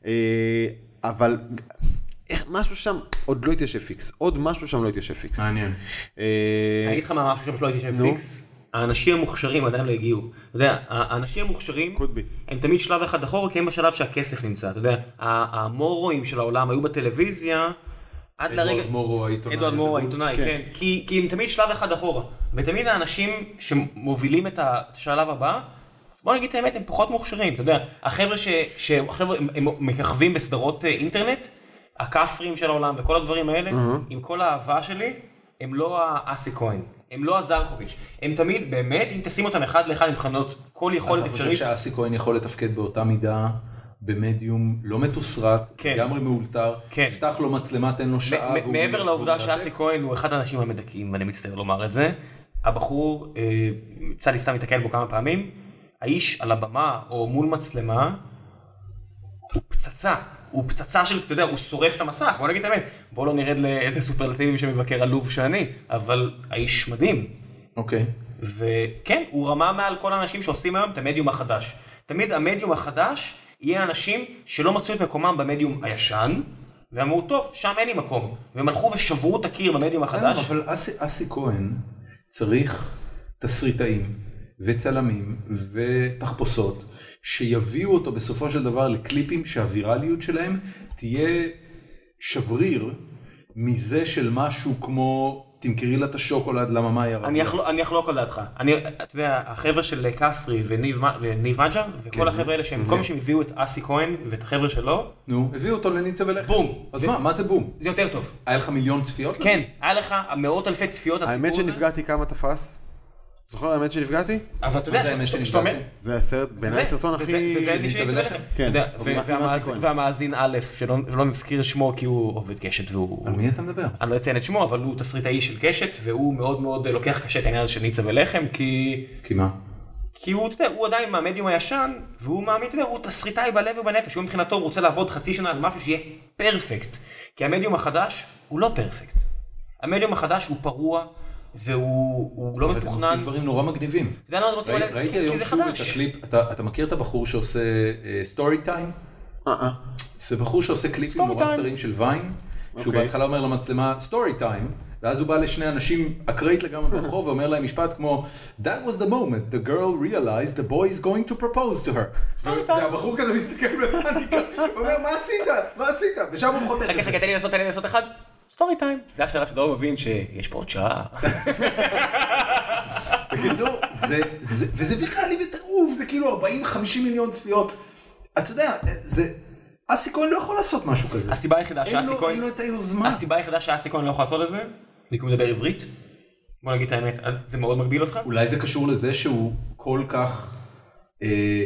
S4: אה, אבל איך, משהו שם עוד לא התיישב פיקס, עוד משהו שם לא התיישב פיקס.
S1: מעניין.
S4: אה,
S3: אני אגיד לך מה משהו שם שלא הייתי שם
S4: נו.
S3: פיקס. האנשים המוכשרים עדיין לא הגיעו. אתה יודע, האנשים המוכשרים
S4: could be.
S3: הם תמיד שלב אחד אחורה כי הם בשלב שהכסף נמצא. אתה יודע, ה- המורואים של העולם היו בטלוויזיה עד לרגע...
S1: אדוארד מורו העיתונאי.
S3: אדוארד מורו
S1: הדגול.
S3: העיתונאי,
S4: כן.
S3: כן. כי כי הם תמיד שלב אחד אחורה. ותמיד האנשים שמובילים את השלב הבא, אז בוא נגיד את האמת, הם פחות מוכשרים. אתה יודע, החבר'ה ש- שהחבר'ה הם- הם מככבים בסדרות אה, אינטרנט, הכאפרים של העולם וכל הדברים האלה, עם כל האהבה שלי, הם לא האסי כהן. הם לא הזרחוביץ', הם תמיד באמת, אם תשים אותם אחד לאחד מבחינות כל יכולת
S1: אתה חושב
S3: אפשרית,
S1: שאסי כהן יכול לתפקד באותה מידה במדיום לא מתוסרט,
S3: כן.
S1: לגמרי מאולתר,
S3: כן.
S1: פתח לו מצלמה, תן לו שעה.
S3: מ-
S1: והוא-
S3: מעבר
S1: והוא
S3: לעובדה
S1: מרתק.
S3: שאסי כהן הוא אחד האנשים המדכאים, ואני מצטער לומר את זה, הבחור, אה, יצא לי סתם להתקל בו כמה פעמים, האיש על הבמה או מול מצלמה, הוא פצצה, הוא פצצה של, אתה יודע, הוא שורף את המסך, בוא נגיד את האמת, בוא לא נרד ל- לסופרלטיבים שמבקר עלוב שאני, אבל האיש מדהים,
S1: אוקיי.
S3: וכן, הוא רמה מעל כל האנשים שעושים היום את המדיום החדש. תמיד המדיום החדש יהיה אנשים שלא מצאו את מקומם במדיום הישן, ואמרו, טוב, שם אין לי מקום. והם הלכו ושברו את הקיר במדיום החדש.
S1: אבל אסי, אסי כהן צריך תסריטאים וצלמים ותחפושות שיביאו אותו בסופו של דבר לקליפים שהווירליות שלהם תהיה שבריר מזה של משהו כמו תמכרי לה את השוקולד למה מה ירד.
S3: אני אחלוק- אני אחלוק על דעתך. אני, אתה יודע, החבר'ה של כפרי וניב מ- וניב מג'ר,
S1: כן.
S3: וכל החבר'ה האלה שהם, כל מי שהם הביאו את אסי כהן ואת החבר'ה שלו,
S1: נו, הביאו אותו לניצה ולחם.
S3: בום.
S1: אז
S3: זה-
S1: מה, מה זה בום?
S3: זה יותר טוב.
S1: היה לך מיליון צפיות? לזה?
S3: כן, היה לך מאות אלפי צפיות לסיפור
S4: האמת
S3: הזה.
S4: שנפגעתי כמה תפס? זוכר האמת שנפגעתי?
S3: אבל אתה
S1: מה
S3: יודע,
S1: זה האמת שנפגעתי?
S3: שאתה- שאתה אומר...
S4: זה הסרט, בעיניי הסרטון
S3: זה-
S4: הכי...
S3: זה- זה מי שהציל
S1: ולחם.
S3: לחם.
S4: כן,
S3: אתה יודע,
S4: אבל
S3: ו-
S4: מה- מה
S3: והמאזין-
S4: הסיכון?
S3: והמאזין א', שלא לא נזכיר את שמו כי הוא עובד קשת והוא...
S1: על מי אתה מדבר?
S3: אני לא אציין את שמו, אבל הוא תסריטאי של קשת, והוא מאוד מאוד לוקח קשה את העניין הזה של ניצה ולחם, כי...
S1: כי מה?
S3: כי הוא, אתה יודע, הוא עדיין מהמדיום הישן, והוא מאמין, אתה יודע, הוא תסריטאי בלב ובנפש, הוא מבחינתו רוצה לעבוד חצי שנה על משהו שיהיה פרפקט. כי המדיום החדש הוא לא פרפקט. המדיום החדש הוא פרוע, והוא הוא לא
S1: אבל אתם
S3: מתוכנן.
S1: מוצאים דברים נורא מגניבים.
S3: אתה יודע למה אתם רוצים
S1: ראי-
S3: מלא?
S1: ראיתי
S3: כי- כי
S1: היום
S3: זה
S1: שוב את
S3: חדש.
S1: הקליפ, אתה אתה מכיר את הבחור שעושה סטורי טיים?
S4: אה, אה.
S1: זה בחור שעושה קליפים
S3: Story
S1: נורא
S3: time.
S1: קצרים של ויין, שהוא
S4: אוקיי.
S1: בהתחלה אומר למצלמה סטורי טיים, ואז הוא בא לשני אנשים אקראית
S3: [laughs]
S1: לגמרי ברחוב ואומר להם משפט כמו That was the moment the girl realized the boy is going to propose to her.
S3: Story time.
S1: והבחור כזה מסתכל [laughs] בפאניקה, הוא אומר מה עשית? מה עשית? ושם הוא חותך
S3: חכה,
S1: את
S3: חכה,
S1: זה.
S3: תן לי לעשות, תן לי לעשות אחד. סטורי טיים. זה השלב שדור מבין שיש פה עוד שעה.
S1: בקיצור, זה, זה, וזה ויראלי בטירוף, זה כאילו 40-50 מיליון צפיות. אתה יודע, אה, זה, אסי כהן לא יכול לעשות משהו כזה.
S3: הסיבה היחידה
S1: אין
S3: שאסי
S1: לו,
S3: כהן...
S1: אין לו את היוזמה.
S3: הסיבה היחידה שאסי כהן לא יכול לעשות את זה, זה כי הוא מדבר עברית. בוא נגיד את האמת, אה, זה מאוד מגביל אותך.
S1: אולי זה קשור לזה שהוא כל כך אה,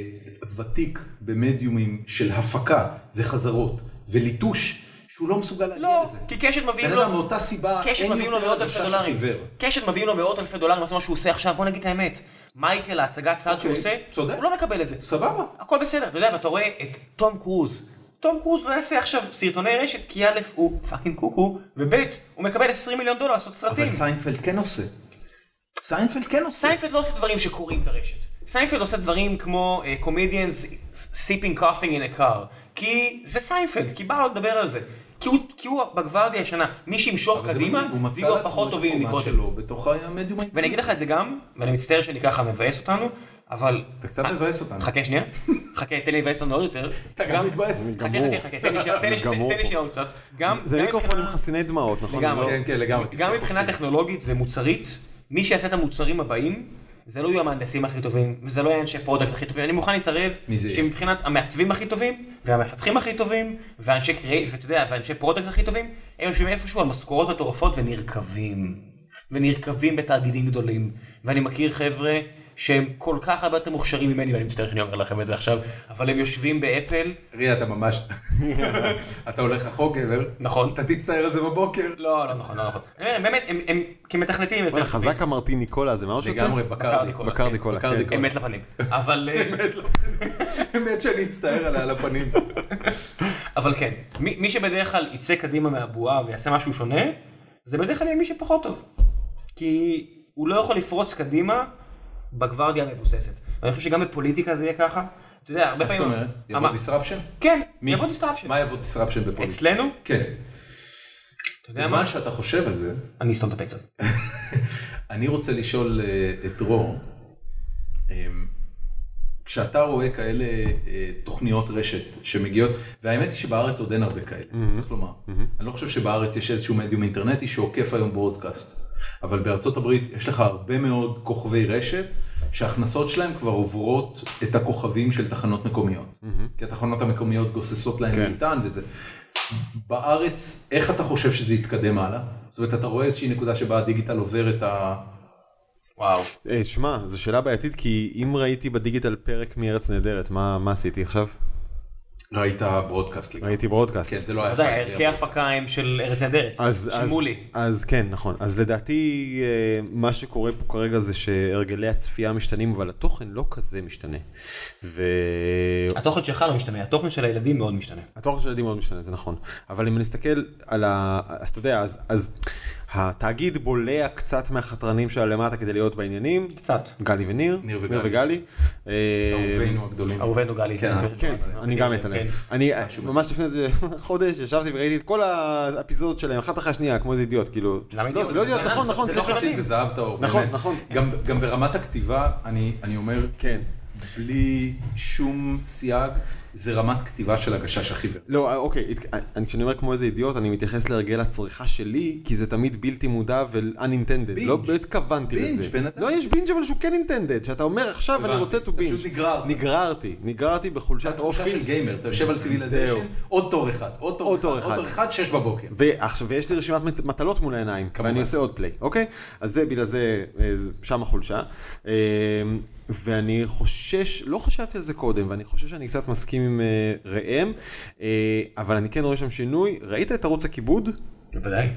S1: ותיק במדיומים של הפקה וחזרות וליטוש, שהוא לא מסוגל להגיע
S3: לא,
S1: לזה.
S3: כי קשת מביאים
S1: בן
S3: לו...
S1: אדם מאותה סיבה,
S3: קשת
S1: אין
S3: מביאים לו
S1: יותר
S3: מאות אלפי
S1: הגשש
S3: דולרים.
S1: חיוור.
S3: קשת מביאים לו מאות אלפי דולרים לעשות מה שהוא עושה עכשיו, בוא נגיד את האמת. מייקל, ההצגת צעד שהוא
S1: אוקיי,
S3: עושה,
S1: צודק.
S3: הוא לא מקבל את זה.
S1: סבבה.
S3: הכל בסדר, אתה יודע, ואתה רואה את תום קרוז. תום קרוז לא יעשה עכשיו סרטוני רשת, כי א' הוא פאקינג קוקו, וב' הוא מקבל 20 מיליון דולר לעשות סרטים.
S1: אבל סיינפלד כן עושה. סיינפלד כן עושה.
S3: סיינפלד לא עושה דברים שקורעים את הרשת. סיינפלד עושה דברים כמו אה, קומדיאנס סיפינג קופינג אין הקאר. כי זה סיינפלד, כי בא לו לדבר על זה. כי הוא, כי הוא בגוורדיה הישנה, מי שימשוך
S1: אבל זה
S3: קדימה,
S1: מדהים, הוא מצא
S3: זה יהיו
S1: לעצמו
S3: הפחות
S1: את
S3: טובים
S1: הפורמט
S3: מקודם.
S1: שלו בתוך המדיום.
S3: ואני אגיד לך את זה גם, ואני מצטער שאני ככה מבאס אותנו, אבל...
S1: אתה קצת מבאס אותנו.
S3: חכה שנייה, חכה, תן לי לבאס אותנו עוד יותר.
S1: אתה גם מתבאס.
S3: חכה,
S4: גמור.
S3: חכה, חכה, תן לי שנייה- תן לי
S4: אני
S3: שנייה-
S4: גמור
S3: תן לי
S4: פה.
S3: שנייה עוד קצת. גם-
S4: זה
S3: גם
S4: מיקרופונים
S3: מבחינה-
S4: חסיני דמעות, נכון?
S3: לגמרי.
S4: לא?
S1: כן, כן, לגמרי. [laughs]
S3: גם
S1: תפתח
S3: מבחינה
S1: חופשי.
S3: טכנולוגית ומוצרית, מי שיעשה את המוצרים הבאים, זה לא יהיו המהנדסים הכי טובים, וזה לא יהיו אנשי פרודקט הכי טובים, אני מוכן להתערב,
S1: מי זה יהיה?
S3: שמבחינת המעצבים הכי טובים, והמפתחים הכי טובים, ואנשי קריאי, ואתה יודע, ואנשי פרודקט הכי טובים, הם יושבים איפשהו על משכורות מטורפות ונרקבים. ונרקבים בתאגידים גדולים. ואני מכיר חבר'ה שהם כל כך הרבה יותר מוכשרים ממני, ואני מצטער שאני אומר לכם את זה עכשיו, אבל הם יושבים באפל,
S1: ריה, אתה
S3: [laughs]
S1: ממש... אתה הולך רחוק, גבר.
S3: נכון.
S1: אתה תצטער על זה בבוקר.
S3: לא, לא נכון, לא נכון. אני אומר, הם באמת, הם- הם כמתכנתים הם יותר
S4: וואלה, חזק אמרתי ניקולה, זה מה הוא שותה?
S1: לגמרי, בקרדי.
S3: בקרדי.
S4: בקרדי קולה,
S1: בקרדי
S4: כן.
S1: קולה.
S3: אמת לפנים. אבל, אה,
S1: אמת שאני אצטער עליה על
S3: [laughs]
S1: הפנים.
S3: אבל כן, מי, מי שבדרך כלל יצא קדימה מהבועה ויעשה משהו שונה, זה בדרך כלל יהיה מי שפחות טוב. כי הוא לא יכול לפרוץ קדימה בגוורדיה המבוססת. ואני חושב שגם בפוליטיקה זה יהיה ככה. אתה יודע, הרבה
S1: מה זאת
S3: פעמים...
S1: אומרת? יבוא
S3: אמר-
S1: דיסרפשן?
S3: כן,
S1: מי?
S3: יבוא דיסטרפשן.
S1: מה יבוא דיסרפשן בפוליטיקה?
S3: אצלנו,
S1: כן.
S3: אתה יודע מה?
S1: בזמן שאתה חושב על זה,
S3: אני אסתום את הפה קצת.
S1: אני רוצה לשאול אה, את דרור, אמ, כשאתה רואה כאלה אה, תוכניות רשת שמגיעות, והאמת היא שבארץ עוד אין הרבה כאלה, צריך לומר. אני לא חושב שבארץ יש איזשהו מדיום אינטרנטי שעוקף היום ברודקאסט, אבל בארצות הברית יש לך הרבה מאוד כוכבי רשת. שההכנסות שלהם כבר עוברות את הכוכבים של תחנות מקומיות. כי התחנות המקומיות גוססות להם
S4: כן.
S1: מטען וזה. בארץ, איך אתה חושב שזה יתקדם הלאה? זאת אומרת, אתה רואה איזושהי נקודה שבה הדיגיטל עובר את ה...
S3: וואו.
S4: אה, שמע, זו שאלה בעייתית, כי אם ראיתי בדיגיטל פרק מארץ נהדרת, מה מה עשיתי עכשיו?
S1: ראית ברודקאסט לגמרי.
S4: ראיתי ברודקאסט.
S1: כן, זה לא
S3: אתה
S1: היה...
S3: יודע,
S1: אחד,
S3: ערכי הפקה הם של ארץ נהדרת.
S4: אז,
S3: של
S4: אז,
S3: מולי.
S4: אז כן, נכון. אז לדעתי, אה, מה שקורה פה כרגע זה שהרגלי הצפייה משתנים, אבל התוכן לא כזה משתנה. והתוכן
S3: התוכן שלך לא משתנה, התוכן של הילדים מאוד משתנה.
S4: של ילדים מאוד משתנה, זה נכון. אבל אם נסתכל על ה... אז אתה יודע, אז... אז... התאגיד בולע קצת מהחתרנים שלה למטה כדי להיות בעניינים.
S3: קצת.
S4: גלי וניר,
S1: ניר וגלי.
S4: אה,
S1: אהובינו הגדולים.
S3: אהובנו גלי.
S1: כן, אנחנו-
S4: כן, אני גם מת עליהם. אני אה, ממש לפני איזה [laughs] חודש ישבתי וראיתי את כל האפיזודות שלהם, אחת אחרי השנייה, כמו איזה אידיוט, כאילו...
S3: למה
S4: לא,
S3: אידיוט?
S4: זה לא אידיוט,
S3: זה
S4: נכון,
S3: אנחנו,
S4: נכון,
S3: זה לא
S4: סליחה.
S1: זה זהב טהור.
S4: נכון,
S1: באמת.
S4: נכון.
S1: גם, גם ברמת הכתיבה, אני, אני אומר,
S4: כן.
S1: בלי שום סייג, זה רמת כתיבה של הגשש החיוור.
S4: לא, אה, אוקיי, הת- אני- כשאני אומר כמו איזה אידיוט, אני מתייחס להרגל הצריכה שלי, כי זה תמיד בלתי מודע ו-unintended. לא
S1: בינג'.
S4: התכוונתי
S1: בינג',
S4: לזה.
S1: בן אדם.
S4: לא, יש בינג' אבל שהוא כן אינטנדד, שאתה אומר עכשיו אני
S1: הבנתי,
S4: רוצה to
S1: אתה
S4: בינג'.
S1: פשוט נגררת.
S4: נגררתי, נגררתי בחולשת
S1: התחושה
S4: אופי.
S1: של גיימר, אתה יושב על
S4: זהו.
S1: סיביליזיישן, עוד תור אחד, עוד תור
S4: עוד
S1: אחד,
S4: תור
S1: עוד
S4: אחד.
S1: תור אחד, שש בבוקר.
S4: ועכשיו, ויש לי רשימת מת- מטלות מול העיניים,
S1: כמובן.
S4: ואני עושה עוד פליי, אוקיי? אז זה בגלל זה, אה, זה- שם החולשה. אה, ואני חושש, לא חשבתי על זה קודם, ואני חושש שאני קצת מסכים עם אה, ראם, אה, אבל אני כן רואה שם שינוי. ראית את ערוץ הכיבוד?
S3: בוודאי.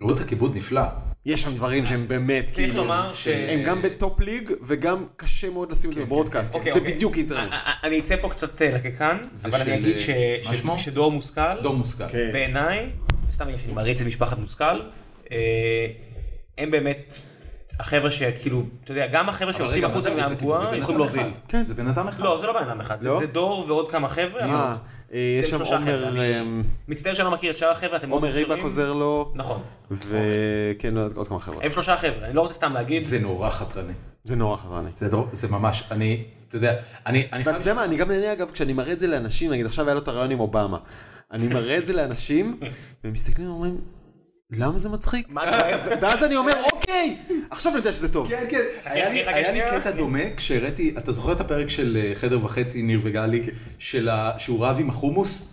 S1: ערוץ הכיבוד נפלא.
S4: יש שם דברים שהם באמת, כאילו,
S3: צריך לומר ש-
S4: הם גם בטופ ליג, וגם קשה מאוד לשים את זה בברודקאסט.
S3: אוקיי,
S4: זה
S3: אוקיי.
S4: בדיוק אינטרנט.
S3: א- א- אני אצא פה קצת אה, לקקן,
S1: זה
S3: אבל אני
S1: של,
S3: אגיד
S1: אה,
S3: ש-
S1: מה
S3: ש-
S1: שמו?
S3: שדור מושכל,
S1: דור מושכל.
S4: כן.
S3: אה, בעיניי, סתם בגלל שאני מעריץ את משפחת מושכל, אה, הם באמת החבר'ה שכאילו, אתה יודע, גם החבר'ה
S1: אבל
S3: שיוצאים
S1: רגע, מה זה
S3: החוצה
S1: ערוץ הכיבוד? זה
S3: מהבועה
S1: בן
S3: יכולים
S1: אדם
S3: להוביל.
S1: אחד. כן, זה בן אדם אחד.
S3: לא, זה לא בן אדם אחד, זה
S4: לא?
S3: זה דור ועוד כמה חבר'ה.
S4: אה,
S3: אבל-
S4: אה,
S3: לא.
S4: יש
S3: זה
S4: שם
S3: שלושה
S4: עומר,
S3: חבר'ה, אני
S4: אה,
S3: מצטער שאני לא מכיר את שאר החבר'ה, אתם מאוד
S4: עומר
S3: מוכשרים.
S4: ריבק עוזר לו,
S3: נכון.
S4: וכן, עוד עוד כמה חבר'ה.
S3: הם שלושה חבר'ה, אני לא רוצה סתם להגיד.
S1: זה נורא חתרני.
S4: זה נורא חבל.
S1: זה דור- זה ממש, אני, אתה יודע, אני אני
S4: ואתה
S1: חייב...
S4: יודע מה, אני גם נהנה אגב, כשאני מראה את זה לאנשים, נגיד עכשיו היה לו את הרעיון עם אובמה, אני מראה את זה
S3: [laughs]
S4: לאנשים, והם מסתכלים ואומרים, למה זה מצחיק?
S3: מה אתה
S4: ואז אני אומר, אוקיי, עכשיו אני יודע שזה טוב.
S1: כן, כן, היה לי-
S3: חכה,
S1: היה לי
S3: שנייה.
S1: קטע דומה כשהראיתי, אתה זוכר את הפרק של אה, חדר וחצי, ניר וגלי, של ה- שהוא רב עם החומוס?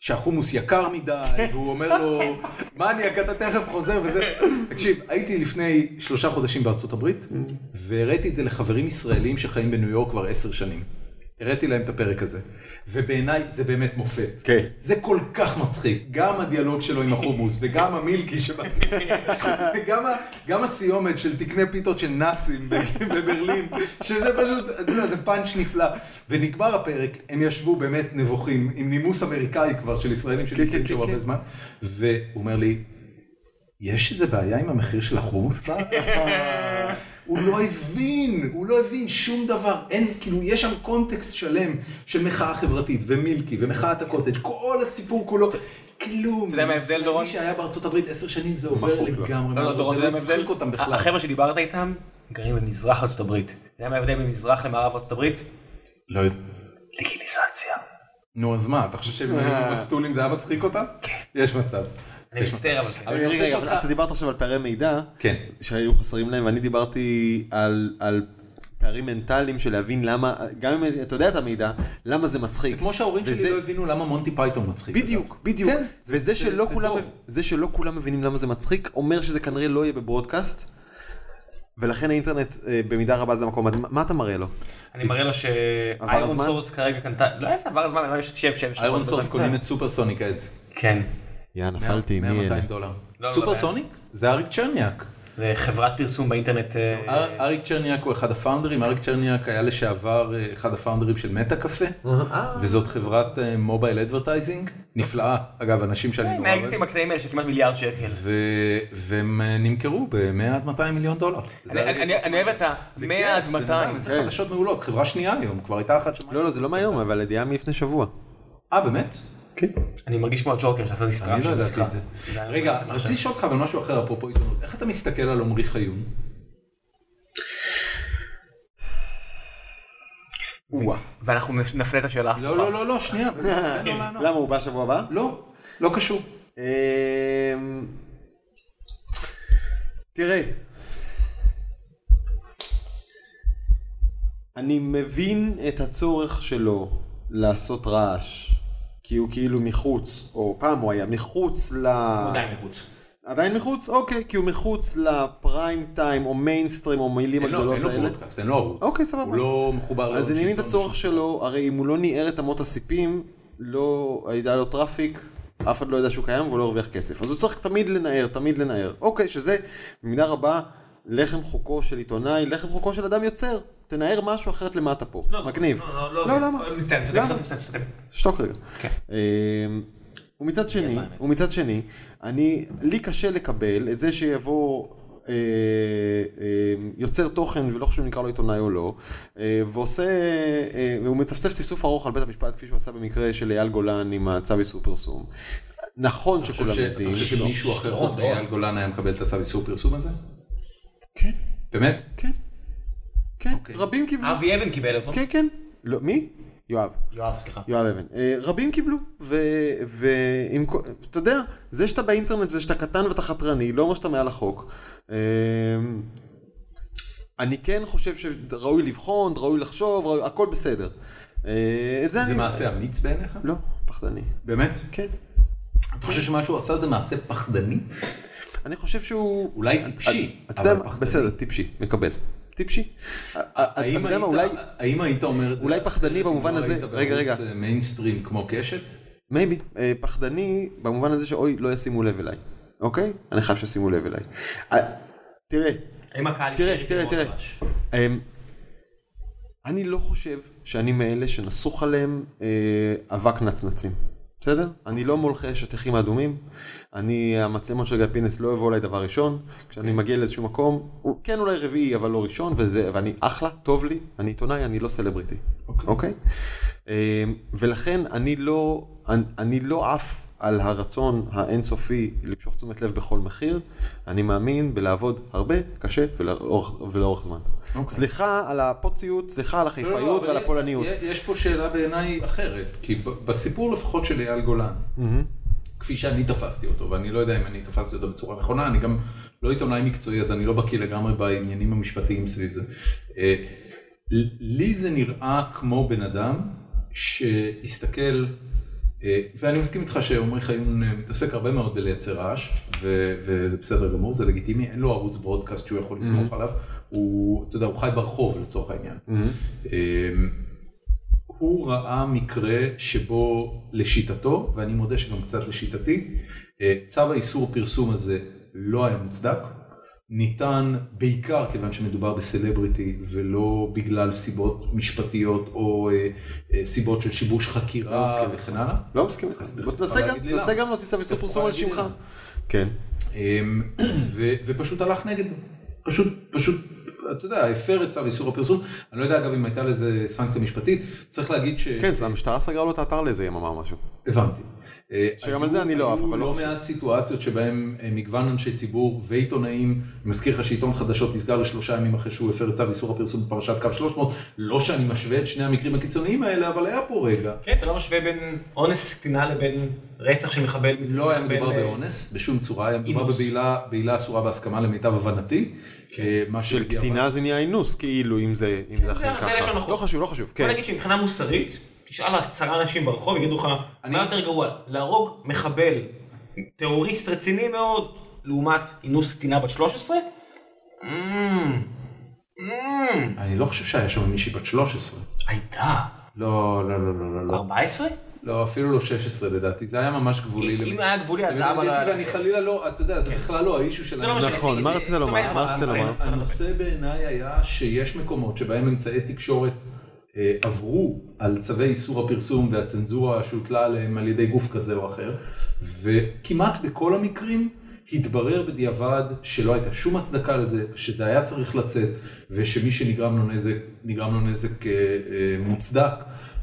S1: שהחומוס יקר מדי,
S3: [laughs]
S1: והוא אומר לו, מניאק, אתה תכף חוזר וזה. תקשיב, הייתי לפני שלושה חודשים בארצות הברית,
S3: Mm.
S1: והראיתי את זה לחברים ישראלים שחיים בניו יורק כבר עשר שנים. הראיתי להם את הפרק הזה, ובעיניי זה באמת מופת.
S4: כן.
S1: זה כל כך מצחיק, גם הדיאלוג שלו עם החומוס, וגם המילקי שבא, וגם ה- גם הסיומת של תקנה פיתות של נאצים ב- בברלין, שזה פשוט, אתה יודע, זה פאנץ' נפלא. ונגמר הפרק, הם ישבו באמת נבוכים, עם נימוס אמריקאי כבר של ישראלים שנמצאים
S4: כן,
S1: שם
S4: כן,
S1: הרבה
S4: כן.
S1: זמן, והוא אומר לי, יש איזה בעיה עם המחיר של החומוס [laughs] בארץ? הוא לא הבין, הוא לא הבין שום דבר. אין, כאילו, יש שם קונטקסט שלם של מחאה חברתית, ומילקי, ומחאת הקוטג', כל הסיפור כולו, כלום. אתה
S3: יודע מה ההבדל, דורון?
S1: מי שהיה בארצות הברית עשר שנים, זה עובר
S4: מחוק, לא.
S1: לגמרי.
S3: לא, לא, דורון,
S1: זה
S3: אתה
S1: לא
S3: יודע מה ההבדל?
S1: הצחיק אותם בכלל.
S3: החבר'ה שדיברת איתם גרים במזרח ארצות הברית. אתה יודע מה ההבדל בין מזרח למערב ארצות הברית?
S1: לא יודע.
S3: לגיליזציה.
S1: נו, אז מה, אתה חושב שהם היו מסטולים, זה היה מצחיק אותם? כן. יש מצב.
S3: אני מצטער אבל. כן.
S1: אבל אני רוצה
S4: רגע,
S1: לשאול
S4: אבל
S1: אותך-
S4: אתה דיברת עכשיו על פערי מידע,
S1: כן.
S4: שהיו חסרים להם, ואני דיברתי על... על פערים מנטליים של להבין למה, גם אם אתה יודע את המידע, למה זה מצחיק.
S1: זה כמו שההורים
S4: וזה-
S1: שלי לא הבינו למה מונטי פייתון מצחיק.
S4: בדיוק, בדיוק.
S1: כן, זה-
S4: וזה
S1: זה-
S4: שלא
S1: זה
S4: כולם,
S1: טוב.
S4: זה שלא כולם מבינים למה זה מצחיק, אומר שזה כנראה לא יהיה בברודקאסט, ולכן האינטרנט אה, במידה רבה זה המקום. מה- מה אתה מראה לו?
S3: אני מראה לו שאיירון
S4: הזמן?
S3: סורס כרגע קנתה, לא איזה עבר הזמן, אני לא יש שף שף.
S1: איירון סורס קונים את סופרסוניק אדס.
S3: כן.
S4: יא, נפלתי, מי
S1: 100-200
S4: אלה?
S1: דולר.
S3: לא, לא אה.
S1: סופרסוניק? זה אריק צ'רניאק.
S3: זה חברת פרסום באינטרנט. אה,
S1: אר- אריק צ'רניאק הוא אחד הפאונדרים, אריק צ'רניאק היה לשעבר אה, אחד הפאונדרים של מטה קפה, וזאת חברת מובייל אדברטייזינג, נפלאה, אגב, אנשים שאני נורא
S3: מהאקזיטים
S1: אוהב,
S3: הקטנים האלה של כמעט מיליארד שקל.
S1: ו- והם אה, נמכרו ב-100 עד 200 מיליון דולר.
S3: אני- אני- אני אני אוהב את
S1: זה
S3: ה-100
S1: כיף,
S3: עד
S1: בן אדם,
S3: 200.
S1: איזה חדשות מעולות, חברה שנייה היום, כבר הייתה אחת שמה.
S4: לא, לא, זה לא מהיום, אבל ידיעה מלפני שבוע.
S1: אה, באמת?
S3: אני מרגיש כמו הג'וקר שעשה דיסטראפ
S1: אני לא
S3: של
S1: ידעתי
S3: משחק.
S1: את זה.
S3: זה היה
S1: רגע,
S3: ממש
S1: רציתי לשאול אותך אבל משהו אחר אפרופו עיתונות, איך אתה מסתכל על עמרי חיון?
S4: וואו.
S3: ואנחנו נש- נפנה את השאלה.
S1: לא, לא, לא, לא, [laughs] שנייה, תן לו לענות.
S4: [laughs] למה הוא בא שבוע הבא?
S1: לא, לא קשור.
S4: אמ, תראה, אני מבין את הצורך שלו לעשות רעש, כי הוא כאילו מחוץ, או פעם הוא היה מחוץ ל...
S3: עדיין מחוץ.
S4: עדיין מחוץ? אוקיי, כי הוא מחוץ לפריים טיים או מיינסטרים או מילים
S1: אין לו
S4: הגדולות
S1: אין לו
S4: האלה.
S1: פודקאסט, אין לו ערוץ.
S4: אוקיי, סבבה.
S1: הוא לא מחובר לעוד
S4: אז אני מבין את
S1: שלטון
S4: הצורך
S1: ש-
S4: שלו, הרי אם הוא לא ניער את אמות הסיפים, לא היה לו טראפיק, אף אחד לא ידע שהוא קיים והוא לא הרוויח כסף. אז הוא צריך תמיד לנער, תמיד לנער. אוקיי, שזה במידה רבה לחם חוקו של עיתונאי, לחם חוקו של אדם יוצר. תנער משהו אחרת למה אתה פה. מגניב.
S3: לא, לא,
S4: לא, למה?
S3: מצטער, צודק,
S4: למה?
S1: כן.
S3: צודק, צודק, צודק.
S4: שתוק רגע. אמ, ומצד שני,
S3: האמת.
S4: ומצד שני, אני, לי קשה לקבל את זה שיבוא אה, אה, יוצר תוכן, ולא חשוב אם נקרא לו עיתונאי או לא, אה, ועושה, אה, והוא מצפצף צפצוף ארוך על בית המשפט, כפי שהוא עשה במקרה של אייל גולן עם הצו איסור פרסום. נכון
S1: אתה
S4: שכולם
S1: חושב ש- אתה
S4: יודעים.
S1: חושב שמישהו אחר
S3: לא,
S1: חוץ
S3: לא.
S1: מאייל גולן היה מקבל את הצו איסור פרסום הזה?
S4: כן,
S1: באמת?
S4: כן, כן,
S1: אוקיי.
S4: רבים קיבלו.
S3: אבי אבן קיבל אותו.
S4: כן, כן. לא, מי? יואב.
S3: יואב, סליחה.
S4: יואב אבן. אה, רבים קיבלו, ועם כל... אתה יודע, זה שאתה באינטרנט וזה שאתה קטן ואתה חתרני, לא אומר שאתה מעל החוק. אה, אני כן חושב שראוי לבחון, ראוי לחשוב, ראוי... הכל בסדר. אה, את זה אני...
S1: זה מעשה אמיץ בעיניך?
S4: לא, פחדני.
S1: באמת?
S4: כן.
S1: אתה חושב שמה שהוא עשה זה מעשה פחדני?
S4: אני חושב שהוא... אה,
S1: אולי טיפשי,
S4: אתה יודע
S1: אבל
S4: מה?
S1: פחדני.
S4: בסדר, טיפשי, מקבל. טיפשי. אה, אה, אתה
S1: האם
S4: יודע מה,
S1: היית-
S4: אולי...
S1: האם היית אומר את זה?
S4: אולי פחדני
S1: אחרת אם
S4: במובן
S1: לא
S4: הזה-
S1: היית
S4: רגע, רגע.
S1: בערוץ, אה, מיינסטרים כמו קשת?
S4: מייבי, אה, פחדני במובן הזה שאוי, לא ישימו לב אליי, אוקיי? אני חייב שישימו לב אליי. אה, תראה,
S3: האם הקהל
S4: תראה,
S3: השאיר את
S4: תראה,
S3: לימון
S4: תראה.
S3: דבש?
S4: אה, אני לא חושב שאני מאלה שנסוך עליהם אה, אבק נצנצים, בסדר? אני לא מולכי שטיחים אדומים, אני, המצלמות של גיא פינס לא יבואו אליי דבר ראשון, כשאני מגיע לאיזשהו מקום, הוא כן אולי רביעי, אבל לא ראשון, וזה, ואני אחלה, טוב לי, אני עיתונאי, אני לא סלבריטי.
S1: אוקיי.
S4: אוקיי? אה, ולכן אני לא, אני, אני לא עף על הרצון האינסופי למשוך תשומת לב בכל מחיר, אני מאמין בלעבוד הרבה, קשה ולאורך, ולאורך זמן.
S1: אוקיי.
S4: סליחה על הפוציות, סליחה על
S1: לא, לא,
S4: החיפאיות
S1: אבל
S4: ועל
S1: יש-
S4: הפולניות.
S1: יש פה שאלה בעיניי אחרת, כי ב- בסיפור לפחות של אייל גולן, כפי שאני תפסתי אותו, ואני לא יודע אם אני תפסתי אותו בצורה נכונה, אני גם לא עיתונאי מקצועי, אז אני לא בקיא לגמרי בעניינים המשפטיים סביב זה. אה, ל- לי זה נראה כמו בן אדם שהסתכל, אה, ואני מסכים איתך שעמרי חיון אה, מתעסק הרבה מאוד בלייצר רעש, ו- וזה בסדר גמור, זה לגיטימי, אין לו ערוץ ברודקאסט שהוא יכול לסמוך עליו, הוא, אתה יודע, הוא חי ברחוב לצורך העניין. אה, הוא ראה מקרה שבו לשיטתו, ואני מודה שגם קצת לשיטתי, אה, צו האיסור פרסום הזה לא היה מוצדק, ניתן בעיקר כיוון שמדובר בסלבריטי ולא בגלל סיבות משפטיות או אה, אה, סיבות של שיבוש
S4: לא
S1: חקירה
S4: מסכים.
S1: וכן הלאה.
S4: לא מסכים איתך.
S1: אז
S4: בוא
S1: אתה
S4: תנסה
S1: יכול
S4: גם,
S1: להגיד לי
S4: תנסה
S1: למה.
S4: גם להוציא צו איסור
S1: אתה יכול
S4: פרסום על
S1: להגיד לי
S4: שמך.
S1: למה.
S4: כן.
S1: אמ, ו, ופשוט הלך נגד, פשוט, פשוט, אתה יודע, הפר את צו איסור הפרסום, אני לא יודע אגב אם הייתה לזה סנקציה משפטית, צריך להגיד ש...
S4: כן, זה המשטרה סגרה לו את האתר לאיזה יום אמר משהו.
S1: הבנתי. אה,
S4: שגם על זה אני לא אהב, אבל לא
S1: היו לא
S4: חשוב.
S1: מעט סיטואציות שבהם אה, מגוון אנשי ציבור ועיתונאים, אני מזכיר לך שעיתון חדשות נסגר לשלושה ימים אחרי שהוא הפר את צו איסור הפרסום בפרשת קו 300, לא שאני משווה את שני המקרים הקיצוניים האלה, אבל היה פה רגע.
S3: כן, אתה לא משווה בין אונס קטינה לבין רצח של מחבל.
S1: לא היה
S3: מחבל,
S1: מדובר
S3: אה,
S1: באונס בשום צורה, היה מדובר
S3: אינוס. כן.
S1: בבעילה בעילה אסורה בהסכמה למיטב הבנתי. אה, מה
S4: של
S1: שבדיעבד-
S4: קטינה זה נהיה אינוס, כאילו, אם זה אם זה
S3: זה
S4: אכן
S3: לשון
S4: ככה.
S3: החוק.
S4: לא חשוב, לא חשוב,
S3: בוא
S4: כן.
S3: נגיד שמבחינה מוסרית, תשאל עשרה אנשים ברחוב, יגידו לך,
S1: אני-
S3: מה יותר גרוע, להרוג מחבל, טרוריסט רציני מאוד, לעומת אינוס קטינה בת 13? Mm, mm.
S1: אני לא חושב שהיה שם מישהי בת 13.
S3: הייתה.
S1: לא, לא, לא, לא, לא, לא.
S3: 14?
S1: לא, אפילו לא 16 לדעתי, זה היה ממש גבולי.
S3: אם
S1: למי-
S3: היה גבולי אז
S1: למיטב
S3: אבא...
S1: ידיעתי, ואני חלילה לא, אתה יודע, זה בכלל לא האישו של...
S3: זה לא משנה.
S4: נכון, מה רצית לומר?
S3: תומך,
S4: מה רצית
S3: מצטער,
S4: לומר?
S3: אפשר לדבר.
S1: הנושא בעיניי היה שיש מקומות שבהם אמצעי תקשורת אה, עברו על צווי איסור הפרסום והצנזורה שהוטלה עליהם על ידי גוף כזה או אחר, וכמעט בכל המקרים התברר בדיעבד שלא הייתה שום הצדקה לזה, שזה היה צריך לצאת, ושמי שנגרם לו נזק, נגרם לו נזק אה, אה, מוצדק.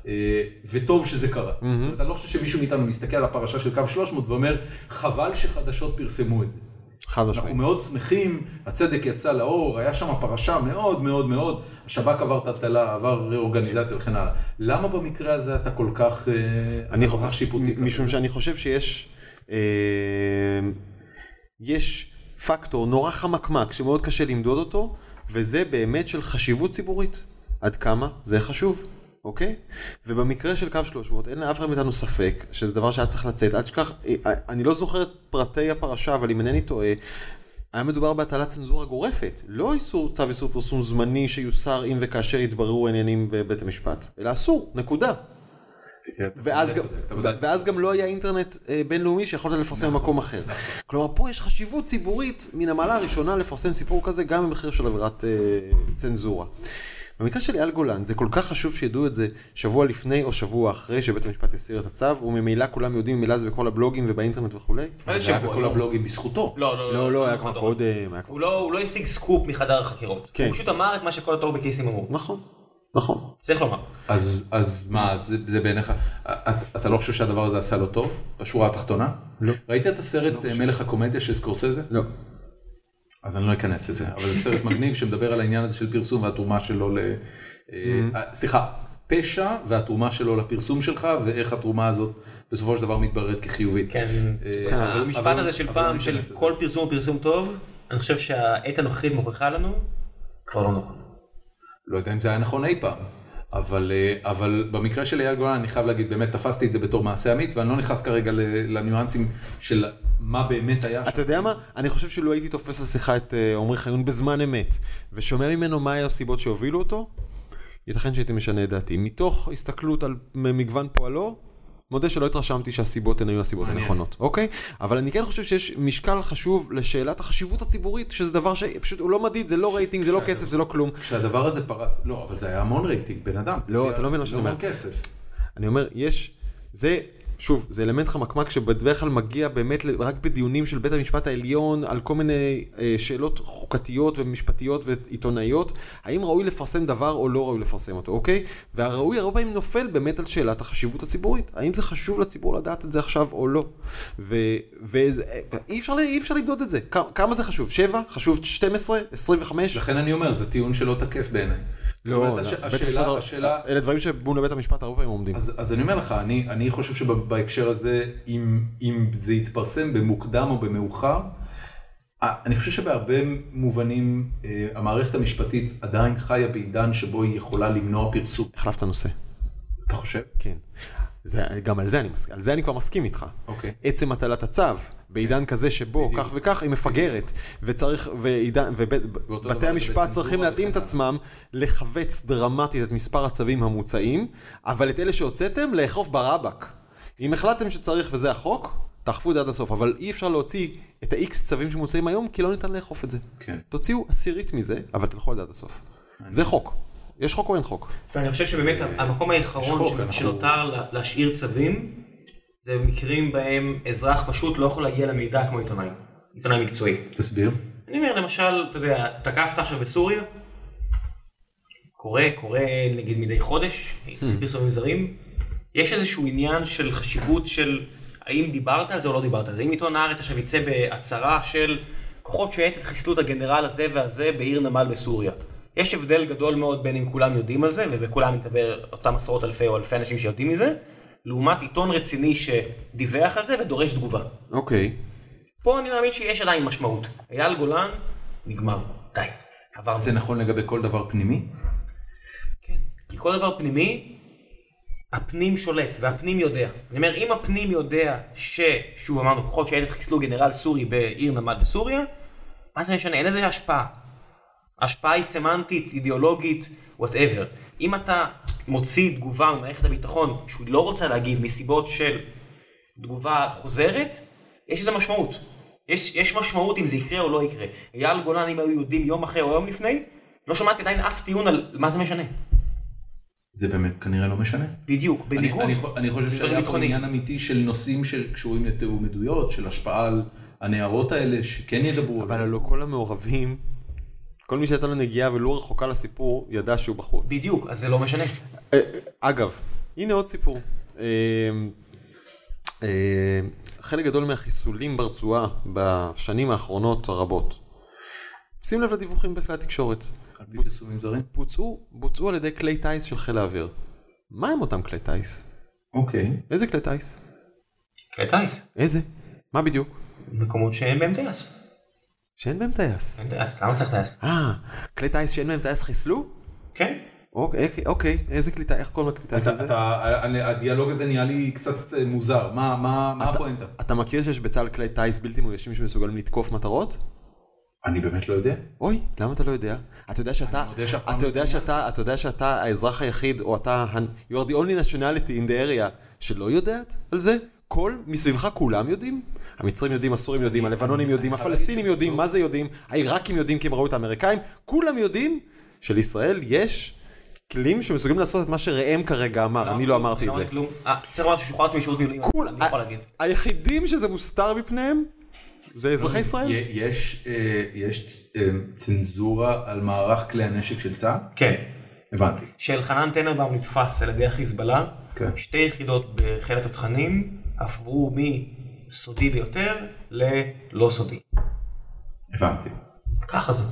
S1: אה, וטוב שזה קרה. Mm-hmm. זאת אומרת, אני לא חושב שמישהו מאיתנו מסתכל על הפרשה של קו 300 ואומר, חבל שחדשות פרסמו את זה.
S4: חד משמעית.
S1: אנחנו מאוד שמחים, הצדק יצא לאור, היה שם פרשה מאוד מאוד מאוד, השב"כ עבר טלטלה, עבר אורגניזציה וכן הלאה. למה במקרה הזה אתה כל כך, אה,
S4: אני
S1: אתה כל כך שיפוטי?
S4: מ- משום שאני חושב שיש אה, יש פקטור נורא חמקמק שמאוד קשה למדוד אותו, וזה באמת של חשיבות ציבורית. עד כמה זה חשוב, אוקיי? ובמקרה של קו 300 אין לאף אחד מאיתנו ספק שזה דבר שהיה צריך לצאת. עד שכך, אה, אני לא זוכר את פרטי הפרשה, אבל אם אינני טועה, היה מדובר בהטלת צנזורה גורפת, לא איסור צו איסור פרסום זמני שיוסר אם וכאשר יתבררו העניינים בבית המשפט, אלא אסור, נקודה. ואז
S1: אתה
S4: גם-
S1: צודק, אתה ודאי צודק.
S4: ואז גם לא היה אינטרנט אה, בינלאומי שיכולת לפרסם במקום אחר. כלומר, פה יש חשיבות ציבורית מן המעלה הראשונה לפרסם סיפור כזה גם במחיר של עבירת אה, צנזורה. במקרה של אייל גולן, זה כל כך חשוב שידעו את זה שבוע לפני או שבוע אחרי שבית המשפט הסיר את הצו, וממילא כולם יודעים, ממילא זה בכל הבלוגים ובאינטרנט וכולי.
S3: מה זה
S1: זה היה
S3: שבוע?
S1: בכל
S3: לא?
S1: הבלוגים בזכותו.
S3: לא, לא,
S4: לא, לא, היה
S3: נכון,
S4: כבר
S3: נכון.
S4: קודם, היה כבר...
S3: הוא לא, הוא לא השיג סקופ מחדר החקירות.
S4: כן.
S3: הוא פשוט אמר את מה שכל הטורבקיסטים אמרו.
S4: נכון, נכון.
S3: צריך לומר.
S1: אז, אז מה, זה, זה בעיניך, את- אתה לא חושב שהדבר הזה עשה לו טוב, בשורה התחתונה?
S4: לא.
S1: ראית את הסרט אה, מלך הקומדיה של סקורסזה?
S4: לא.
S1: אז אני לא אכנס לזה, אבל זה סרט מגניב שמדבר על העניין הזה של פרסום והתרומה שלו ל... אה,
S4: Mm-hmm.
S1: אה, סליחה, פשע והתרומה שלו לפרסום שלך, ואיך התרומה הזאת בסופו של דבר מתבררת כחיובית.
S3: כן.
S1: אה,
S4: כן.
S1: אבל-
S3: המשפט
S1: אבל-
S3: הזה של
S1: אבל
S3: פעם,
S1: לא
S3: של
S1: ניכנס לזה.
S3: כל פרסום הוא פרסום טוב, אני חושב שהעת הנוכחית מוכיחה לנו, כבר לא נכון.
S1: לא יודע אם זה היה נכון אי פעם. אבל, אה, אבל במקרה של אייל גולן אני חייב להגיד, באמת תפסתי את זה בתור מעשה אמיץ, ואני לא נכנס כרגע ל- לניואנסים של מה באמת היה
S4: אתה יודע מה? אני חושב שלו הייתי תופס לשיחה את אה, עמרי חיון בזמן אמת, ושומע ממנו מה היו הסיבות שהובילו אותו, ייתכן שהייתי משנה את דעתי. מתוך הסתכלות על מ- מגוון פועלו, מודה שלא התרשמתי שהסיבות הן היו הסיבות
S1: מעניין.
S4: הנכונות, אוקיי? אבל אני כן חושב שיש משקל חשוב לשאלת החשיבות הציבורית, שזה דבר שפשוט הוא לא מדיד, זה לא רייטינג, זה לא כסף, זה לא כלום.
S1: כשהדבר הזה פרץ, לא, אבל זה היה המון רייטינג, בן אדם. זה
S4: לא,
S1: היה-
S4: אתה לא מבין מה שאני
S1: זה
S4: אומר.
S1: המון כסף.
S4: אני אומר, יש, זה, שוב, זה אלמנט חמקמק שבדרך כלל מגיע באמת ל- רק בדיונים של בית המשפט העליון על כל מיני אה, שאלות חוקתיות ומשפטיות ועיתונאיות, האם ראוי לפרסם דבר או לא ראוי לפרסם אותו, אוקיי? והראוי הרבה פעמים נופל באמת על שאלת החשיבות הציבורית, האם זה חשוב לציבור לדעת את זה עכשיו או לא. ו- וזה- אה, ואי אפשר, ל- אי אפשר למדוד את זה, כ- כמה זה חשוב? 7? חשוב 12? 25?
S1: לכן אני אומר, זה טיעון שלא תקף בעיניי. זאת
S4: לא, אה,
S1: אומרת, לא, הש-
S4: בית המשפט-
S1: השאלה, השאלה,
S4: אלה דברים שמול לבית המשפט הרבה פעמים עומדים.
S1: אז, אז אני אומר לך, אני, אני חושב שבהקשר הזה, אם, אם זה יתפרסם במוקדם או במאוחר, אה, אני חושב שבהרבה מובנים אה, המערכת המשפטית עדיין חיה בעידן שבו היא יכולה למנוע פרסום.
S4: החלפת נושא.
S1: אתה חושב?
S4: כן. זה, גם על זה, אני, מס- על זה אני כבר מסכים איתך.
S1: אוקיי. כן.
S4: עצם הטלת הצו, בעידן כזה שבו
S1: בדיוק.
S4: כך וכך היא מפגרת, וצריך, ועידן,
S1: דבר
S4: ובתי
S1: לגבי
S4: המשפט
S1: צנזורה
S4: צריכים להתאים את
S1: וכן הלאה.
S4: עצמם לחווץ דרמטית את מספר הצווים המוצעים, אבל את אלה שהוצאתם, לאכוף ברבק. אם החלטתם שצריך וזה החוק, תאכפו את זה עד הסוף, אבל אי אפשר להוציא את ה-X צווים שמוצאים היום, כי לא ניתן לאכוף את זה.
S1: כן.
S4: תוציאו עשירית מזה, אבל תלכו על זה עד הסוף. זה חוק. יש חוק או אין חוק?
S3: ואני חושב שבאמת המקום האחרון
S1: שחוק,
S3: ש-
S1: אנחנו-
S3: שנותר לה- להשאיר צווים, זה מקרים בהם אזרח פשוט לא יכול להגיע למידע כמו עיתונאי, עיתונאי מקצועי.
S1: תסביר.
S3: אני אומר, למשל, אתה יודע, תקפת עכשיו בסוריה, קורה, קורה נגיד מדי חודש, אצל פרסומים זרים, יש איזשהו עניין של חשיבות של האם דיברת על זה או לא דיברת על זה. אם עיתון הארץ עכשיו יצא בהצהרה של כוחות שייטת חיסלו את הגנרל הזה והזה בעיר נמל בסוריה. יש הבדל גדול מאוד בין אם כולם יודעים על זה, ובכולם נדבר אותם עשרות אלפי או אלפי אנשים שיודעים מזה, לעומת עיתון רציני שדיווח על זה ודורש תגובה.
S4: אוקיי.
S3: פה אני מאמין שיש עדיין משמעות. אייל גולן, נגמר, די. עבר
S1: זה נכון לגבי כל דבר פנימי?
S3: כן. כי כל דבר פנימי, הפנים שולט והפנים יודע. אני אומר, אם הפנים יודע ש... שוב אמרנו, כוחות שייטת חיסלו גנרל סורי בעיר נמל בסוריה, מה זה משנה? אין לזה השפעה. ההשפעה היא סמנטית, אידיאולוגית, וואטאבר. אם אתה מוציא תגובה ממערכת הביטחון שהוא לא רוצה להגיב מסיבות של תגובה חוזרת, יש לזה משמעות. יש, יש משמעות אם זה יקרה או לא יקרה. אייל גולן, אם היו יודעים יום אחרי או יום לפני, לא שמעתי עדיין אף טיעון על מה זה משנה.
S1: זה באמת כנראה לא משנה.
S3: בדיוק, בניגוד.
S1: אני, אני, חו- אני חושב
S3: לדברים
S1: שהיה פה
S3: ביטחוניים.
S1: עניין אמיתי של נושאים שקשורים לתיאום עדויות, של השפעה על הנערות האלה, שכן ידברו.
S4: אבל הלוא כל המעורבים, כל מי שהייתה לו נגיעה ולו רחוקה לסיפור, ידע שהוא בחוץ.
S3: בדיוק, אז זה לא משנה.
S4: אה, אגב, הנה עוד סיפור. אה, אה, חלק גדול מהחיסולים ברצועה בשנים האחרונות הרבות. שים לב לדיווחים בכלי התקשורת.
S1: על פי פרסומים זרים?
S4: בוצעו, בוצעו על ידי כלי טיס של חיל האוויר. מה הם אותם כלי טיס?
S1: אוקיי.
S4: איזה כלי טיס?
S3: כלי טיס.
S4: איזה? מה בדיוק?
S3: מקומות שאין בהם טייס.
S4: שאין בהם טייס.
S3: אין טייס, למה צריך טייס?
S4: אה, כלי טיס שאין בהם טייס חיסלו?
S3: כן.
S4: אוקיי, אוקיי, איזה כלי טיס, איך קוראים לכלי טיס
S1: אתה,
S4: הזה?
S1: אתה, אני- הדיאלוג הזה נהיה לי קצת אה, מוזר, מה, מה, מה הפואנטה?
S4: אתה מכיר שיש בצה"ל כלי טיס בלתי מאוישים שמסוגלים לתקוף מטרות?
S1: אני באמת לא יודע.
S4: אוי, למה אתה לא יודע? אתה יודע שאתה,
S1: אני מודה שאף פעם
S4: אתה
S1: לא
S4: יודע שאתה, אתה יודע שאתה האזרח היחיד, או אתה, ה- you are the only nationality in the area שלא יודעת על זה? כל, מסביבך כולם יודעים? המצרים יודעים, הסורים יודעים, הלבנונים יודעים,
S1: חייב להגיד לא.
S4: הפלסטינים יודעים, מה זה יודעים, העיראקים יודעים כי הם ראו את האמריקאים, כולם יודעים שלישראל יש כלים שמסוגלים לעשות את מה שראם כרגע אמר, אני לא אמרתי את
S3: לא
S4: זה.
S3: אמרתי כלום. אה, צריך לומר ששוחררתי משירות מילואים,
S4: כול-
S3: אני יכול להגיד.
S4: היחידים שזה מוסתר מפניהם זה אזרחי ישראל.
S1: י- לא, יש, אה, יש צ- אה, צנזורה על מערך כלי הנשק של צה"ל?
S3: כן.
S1: הבנתי.
S3: שאלחנן טננבאום נתפס על ידי החיזבאללה,
S1: כן.
S3: שתי יחידות בחיל התותחנים עברו מסודי ביותר ללא סודי.
S1: הבנתי.
S3: ככה זה.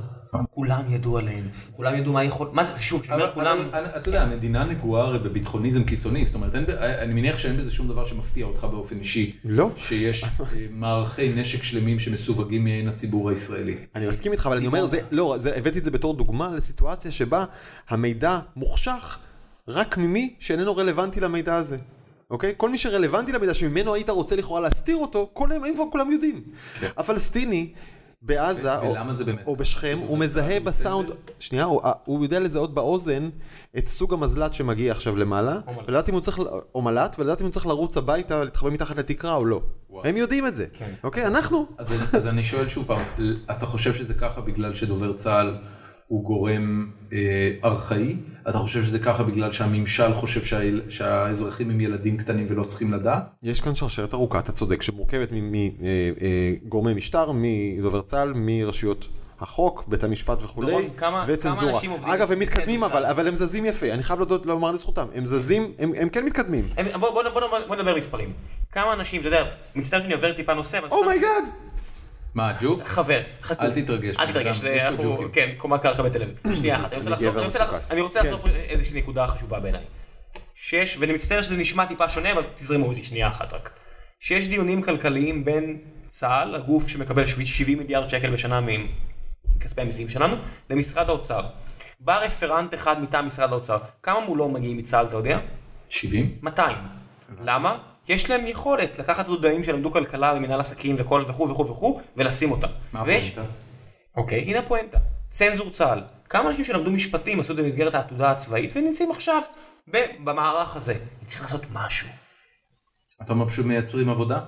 S3: כולם ידעו עליהם, כולם ידעו מה יכול... מה זה, שוב, כשאני אומר
S1: אבל
S3: לא, כולם...
S1: כולם, אתה יודע, המדינה נגועה הרי בביטחוניזם קיצוני, זאת אומרת, אין ב- אה, אני מניח שאין בזה שום דבר שמפתיע אותך באופן אישי.
S4: לא.
S1: שיש אה, מערכי נשק שלמים שמסווגים מעין הציבור הישראלי.
S4: אני מסכים איתך, אבל אני אומר, זה, לא, זה, הבאתי את זה בתור דוגמה לסיטואציה שבה המידע מוחשך רק ממי שאיננו רלוונטי למידע הזה. אוקיי? כל מי שרלוונטי למידע שממנו היית רוצה לכאורה להסתיר אותו, כולם, אם כבר כולם יודעים. הפלסטיני בעזה,
S1: כן. ו-
S4: או,
S1: ולמה זה באמת
S4: או בשכם,
S1: ככה?
S4: הוא מזהה בסאונד, שנייה, הוא, הוא יודע לזהות באוזן את סוג המזל"ט שמגיע עכשיו למעלה,
S3: מל"ט.
S4: ולדעת אם הוא צריך, ל- או מל"ט, ולדעת אם הוא צריך לרוץ הביתה, להתחבא מתחת לתקרה או לא.
S1: וואו.
S4: הם יודעים את זה.
S3: כן.
S4: אוקיי? אנחנו,
S1: אז, אז אני שואל שוב פעם, אתה חושב שזה ככה בגלל שדובר צה"ל הוא גורם אה, ארכאי? אתה חושב שזה ככה בגלל שהממשל חושב שהאל, שהאזרחים הם ילדים קטנים ולא צריכים לדעת?
S4: יש כאן שרשרת ארוכה, אתה צודק, שמורכבת מגורמי אה, משטר, מדובר צה"ל, מרשויות החוק, בית המשפט וכולי,
S3: דורון, כמה- כמה
S4: וצנזורה.
S3: אנשים עובדים
S4: אגב, הם
S3: אצלכם
S4: מתקדמים,
S3: בצה"ל?
S4: אבל אבל הם זזים יפה, אני חייב להודות, לא לומר לזכותם, הם זזים, הם הם כן מתקדמים.
S3: הם- בוא- בוא- בוא נאמר- בוא נדבר מספרים. כמה אנשים, אתה יודע, מצטער שאני עובר טיפה נושא, אבל...
S4: Oh אומייגאד!
S1: מה, ג'וק?
S3: חבר, חכו.
S1: אל תתרגש,
S3: אל
S1: בן
S3: תתרגש,
S1: אדם,
S3: זה-
S1: יש פה
S3: אנחנו,
S1: ג'וקים.
S3: כן, קומת קרקע בתל אביב.
S1: [clears throat]
S3: שנייה אחת, אני רוצה
S4: אני
S3: לחזור,
S4: גבר
S3: אני רוצה לח-
S4: מסוכס.
S3: אני רוצה
S4: כן.
S3: לחזור פה איזושהי נקודה חשובה בעיניי. שיש, ואני מצטער שזה נשמע טיפה שונה, אבל תזרמו איתי שנייה אחת רק. שיש דיונים כלכליים בין צה"ל, הגוף שמקבל שב- 70 מיליארד שקל בשנה מכספי המיסים שלנו, למשרד האוצר. בא רפרנט אחד מטעם משרד האוצר, כמה מולו מגיעים מצה"ל, אתה יודע?
S1: 70?
S3: 200. למה? יש להם יכולת לקחת דודאים שלמדו כלכלה ומנהל עסקים וכל וכו' וכו' וכו' ולשים אותם.
S1: מה
S3: ויש-
S1: הפואנטה?
S3: אוקיי, הנה הפואנטה. צנזור צה"ל. כמה אנשים שלמדו משפטים עשו את זה במסגרת העתודה הצבאית ונמצאים עכשיו ב- במערך הזה. צריך לעשות משהו.
S1: אתה אומר פשוט מייצרים עבודה?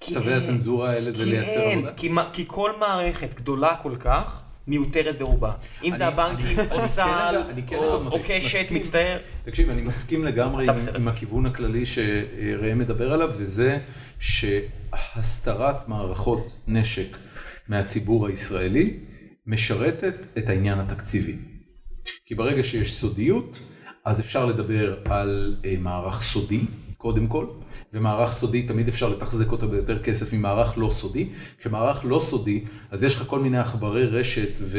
S3: כי
S1: צווי
S3: אין.
S1: הצנזורה האלה זה
S3: כי
S1: לייצר
S3: אין,
S1: עבודה?
S3: כן, כי, מה- כי כל מערכת גדולה כל כך מיותרת ברובה. אם זה
S1: אני-
S3: הבנקים,
S1: אני- אני
S3: או
S1: כן
S3: צה"ל,
S1: אגב- אני כן
S3: או
S1: אגב
S3: או
S1: מסכים-
S3: קשת,
S1: מסכים.
S3: מצטער.
S1: תקשיב, אני מסכים לגמרי
S3: אתה
S1: עם,
S3: בסדר.
S1: עם הכיוון הכללי שראם מדבר עליו, וזה שהסתרת מערכות נשק מהציבור הישראלי משרתת את העניין התקציבי. כי ברגע שיש סודיות, אז אפשר לדבר על אה, מערך סודי, קודם כל, ומערך סודי תמיד אפשר לתחזק אותו ביותר כסף ממערך לא סודי. כשמערך לא סודי, אז יש לך כל מיני עכברי רשת ו...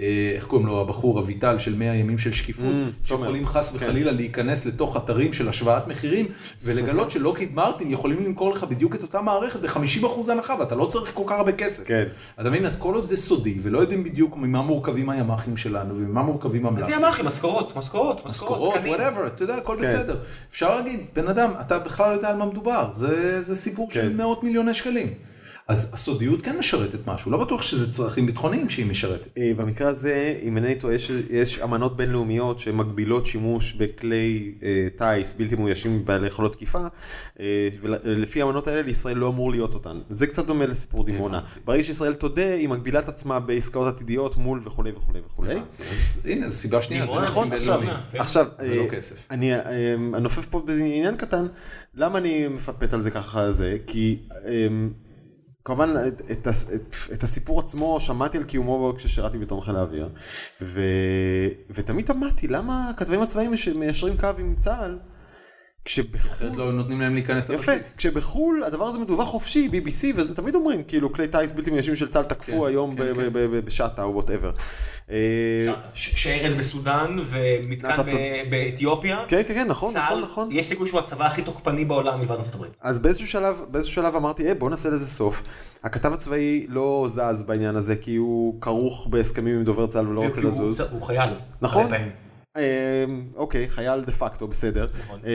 S1: אה, איך קוראים לו הבחור אביטל של 100 ימים של שקיפות,
S4: Mm, תומר.
S1: שיכולים חס
S4: כן.
S1: וחלילה להיכנס לתוך אתרים של השוואת מחירים
S4: נכון.
S1: ולגלות שלוקיד מרטין יכולים למכור לך בדיוק את אותה מערכת ב-50% הנחה ואתה לא צריך כל כך הרבה כסף.
S4: כן.
S1: אתה מבין? אז כל עוד זה סודי ולא יודעים בדיוק ממה מורכבים הימ"חים שלנו וממה מורכבים המל"חים.
S3: אז ימ"חים, משכורות, משכורות, משכורות,
S1: משכורות,
S3: תקנים.
S1: וואטאבר, אתה יודע, הכל
S4: כן.
S1: בסדר. אפשר להגיד, בן אדם, אתה בכלל לא יודע על מה מדובר, זה, זה סיפור של
S4: כן.
S1: מאות מיליוני שקלים. אז הסודיות כן משרתת משהו, לא בטוח שזה צרכים ביטחוניים שהיא משרתת.
S4: אה, במקרה הזה, אם אינני טועה, יש, יש אמנות בינלאומיות שמגבילות שימוש בכלי אה, טיס בלתי מאוישים בעלי יכולות תקיפה, אה, ולפי האמנות האלה לישראל לא אמור להיות אותן. זה קצת דומה לסיפור דימונה.
S1: הבנתי.
S4: ברגע שישראל תודה, היא מגבילה את עצמה בעסקאות עתידיות מול וכולי וכולי וכולי.
S1: אז הנה, זו סיבה שנייה.
S3: דימונה,
S1: זה
S4: נכון,
S1: נכסים
S4: עכשיו,
S1: בינלאומיים.
S3: כן.
S4: עכשיו,
S1: ולא
S4: אה,
S1: לא כסף.
S4: אני אה, נופף פה בעניין קטן, למה אני מפטפט על זה ככה זה? כי אה, כמובן את, את, הס- את, את הסיפור עצמו שמעתי על קיומו כששירתי בתום חיל האוויר, ו, ותמיד תמהתי למה הכתבים הצבאיים מש- מיישרים קו עם צה"ל, כשבחו"ל...
S1: אחרת לא נותנים להם להיכנס
S4: יפה,
S1: לבסיס.
S4: כשבחו"ל הדבר הזה מדווח חופשי, BBC, וזה תמיד אומרים, כאילו כלי טיס בלתי מאוישים של צה"ל תקפו
S1: כן,
S4: היום
S1: כן,
S4: ב-
S1: כן.
S4: ב- ב- ב- בשאטה או אה, וואטאבר.
S3: ש- שיירת בסודאן ומתקן
S4: אתה צודק.
S3: ב- באתיופיה.
S4: כן, כן, כן, נכון, נכון,
S3: צה"ל,
S4: נכון.
S3: יש סיכוי שהוא הצבא הכי תוקפני בעולם מלבד ארצות הברית.
S4: אז באיזשהו שלב, באיזשהו שלב אמרתי, אה, בוא נעשה לזה סוף. הכתב הצבאי לא זז בעניין הזה, כי הוא כרוך בהסכמים עם דובר צה"ל ולא רוצה
S3: וכי הוא-
S4: לזוז.
S3: הוא חייל.
S4: נכון.
S3: הרבה פעמים.
S4: אה, אוקיי, חייל דה פקטו, בסדר.
S3: נכון.
S4: אה,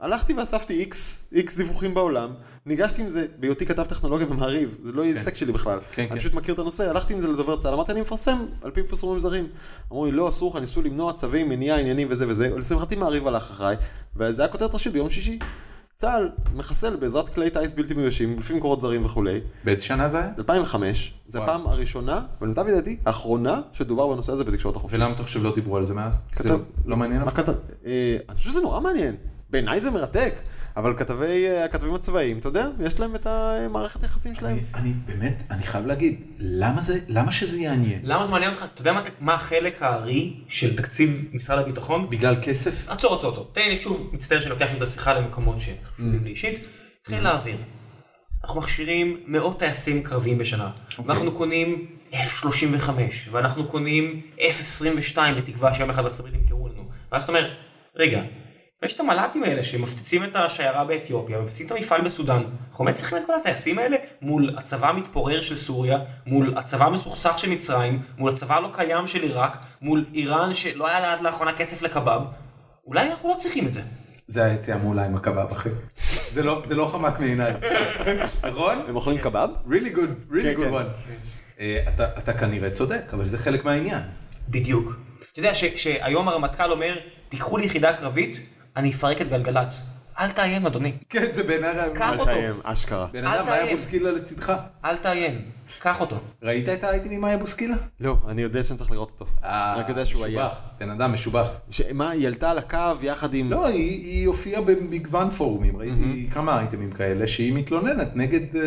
S4: הלכתי ואספתי איקס, איקס דיווחים בעולם, ניגשתי עם זה, בהיותי כתב טכנולוגיה במעריב, זה לא עסק שלי בכלל.
S1: כן, כן.
S4: אני פשוט מכיר את הנושא, הלכתי עם זה לדובר צה"ל, אמרתי, אני מפרסם על פי פרסומים זרים. אמרו לי, לא, אסור לך, ניסו למנוע צווים, מניעה, עניינים וזה וזה. לשמחתי מעריב הלך אחריי, וזה היה כותרת ראשית ביום שישי. צה"ל מחסל בעזרת כלי טיס בלתי מאוישים, לפי מקורות זרים וכולי.
S1: באיזה שנה זה היה?
S4: 2005, זו
S1: וואו.
S4: הפעם הראשונה, ולמיטב ידיעתי, האחרונה שדובר בנושא הזה בתקשורת החופשית.
S1: ולמה אתה חושב לא דיברו על זה מאז? כי זה
S4: כתב-
S1: לא מעניין
S4: מה
S1: אף אחד.
S4: כתב? אה, אני חושב שזה נורא מעניין. בעיניי זה מרתק, אבל כתבי, אה, הכתבים הצבאיים, אתה יודע, יש להם את המערכת יחסים שלהם.
S1: אני- אני באמת, אני חייב להגיד, למה זה, למה שזה יעניין?
S2: למה זה מעניין אותך? אתה יודע מה- מה החלק הארי של תקציב משרד הביטחון?
S1: בגלל כסף?
S2: עצור, עצור, עצור. תן לי שוב, מצטער שאני לוקח את השיחה למקומות שחשובים לי אישית. חיל האוויר. אנחנו מכשירים מאות טייסים קרביים בשנה. ואנחנו קונים F-35, ואנחנו קונים F-22 בתקווה שיום אחד ארצות הברית ימכרו לנו. ואז אתה אומר, רגע, יש את המל"טים האלה שמפציצים את השיירה באתיופיה, מפציצים את המפעל בסודאן. אנחנו באמת צריכים את כל הטייסים האלה מול הצבא המתפורר של סוריה, מול הצבא מסוכסך של מצרים, מול הצבא הלא קיים של עיראק, מול איראן שלא היה לה עד לאחרונה כסף לקבב. אולי אנחנו לא צריכים את זה.
S1: זה היציאה מעולה עם הקבב אחי. זה לא- זה לא חמק מעיניי. נכון?
S4: הם אוכלים קבב?
S1: really good, really
S4: כן,
S1: good
S4: כן.
S1: one. אה, אתה- אתה כנראה צודק, אבל זה חלק מהעניין.
S2: בדיוק. אתה יודע ש- שהיום הרמטכ"ל אומר, תיקחו לי יחידה קרבית, אני אפרק את גלגלצ. אל תאיים, אדוני.
S1: כן, זה בעיניי רעיון.
S2: קח אותו.
S4: לחיים, אשכרה.
S1: בן
S2: אל
S1: אדם, מאיה
S2: תאיים.
S1: בוסקילה לצדך.
S2: אל תאיים.
S1: [laughs]
S2: קח אותו.
S1: ראית את האייטם עם מאיה בוסקילה?
S4: לא, אני יודע שאני צריך לראות אותו. רק יודע שהוא היה.
S1: אה, משובח, בן אדם משובח.
S4: ש- מה, היא עלתה על הקו יחד עם...
S1: לא, היא, היא הופיעה במגוון פורומים, ראיתי כמה אייטמים כאלה, שהיא מתלוננת נגד, אה,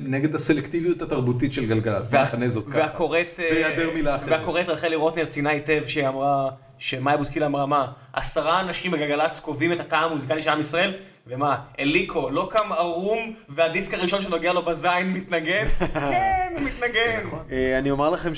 S1: נגד הסלקטיביות התרבותית של גלגלצ, בוא נכנה זאת ככה.
S2: והקוראת... אה,
S1: בהיעדר מילה אחרת.
S2: והקוראת רחלי רוטנר ציינה היטב שהיא אמרה, שמאיה בוסקילה אמרה מה, עשרה אנשים בגלגלצ קובעים את הטעם המוזיקלי של עם ישראל? ומה, אליקו לא קם ערום והדיסק הראשון שנוגע לו בזין
S1: [laughs]
S2: מתנגן? כן, הוא מתנגן.
S1: נכון.
S4: אה, אני אומר לכם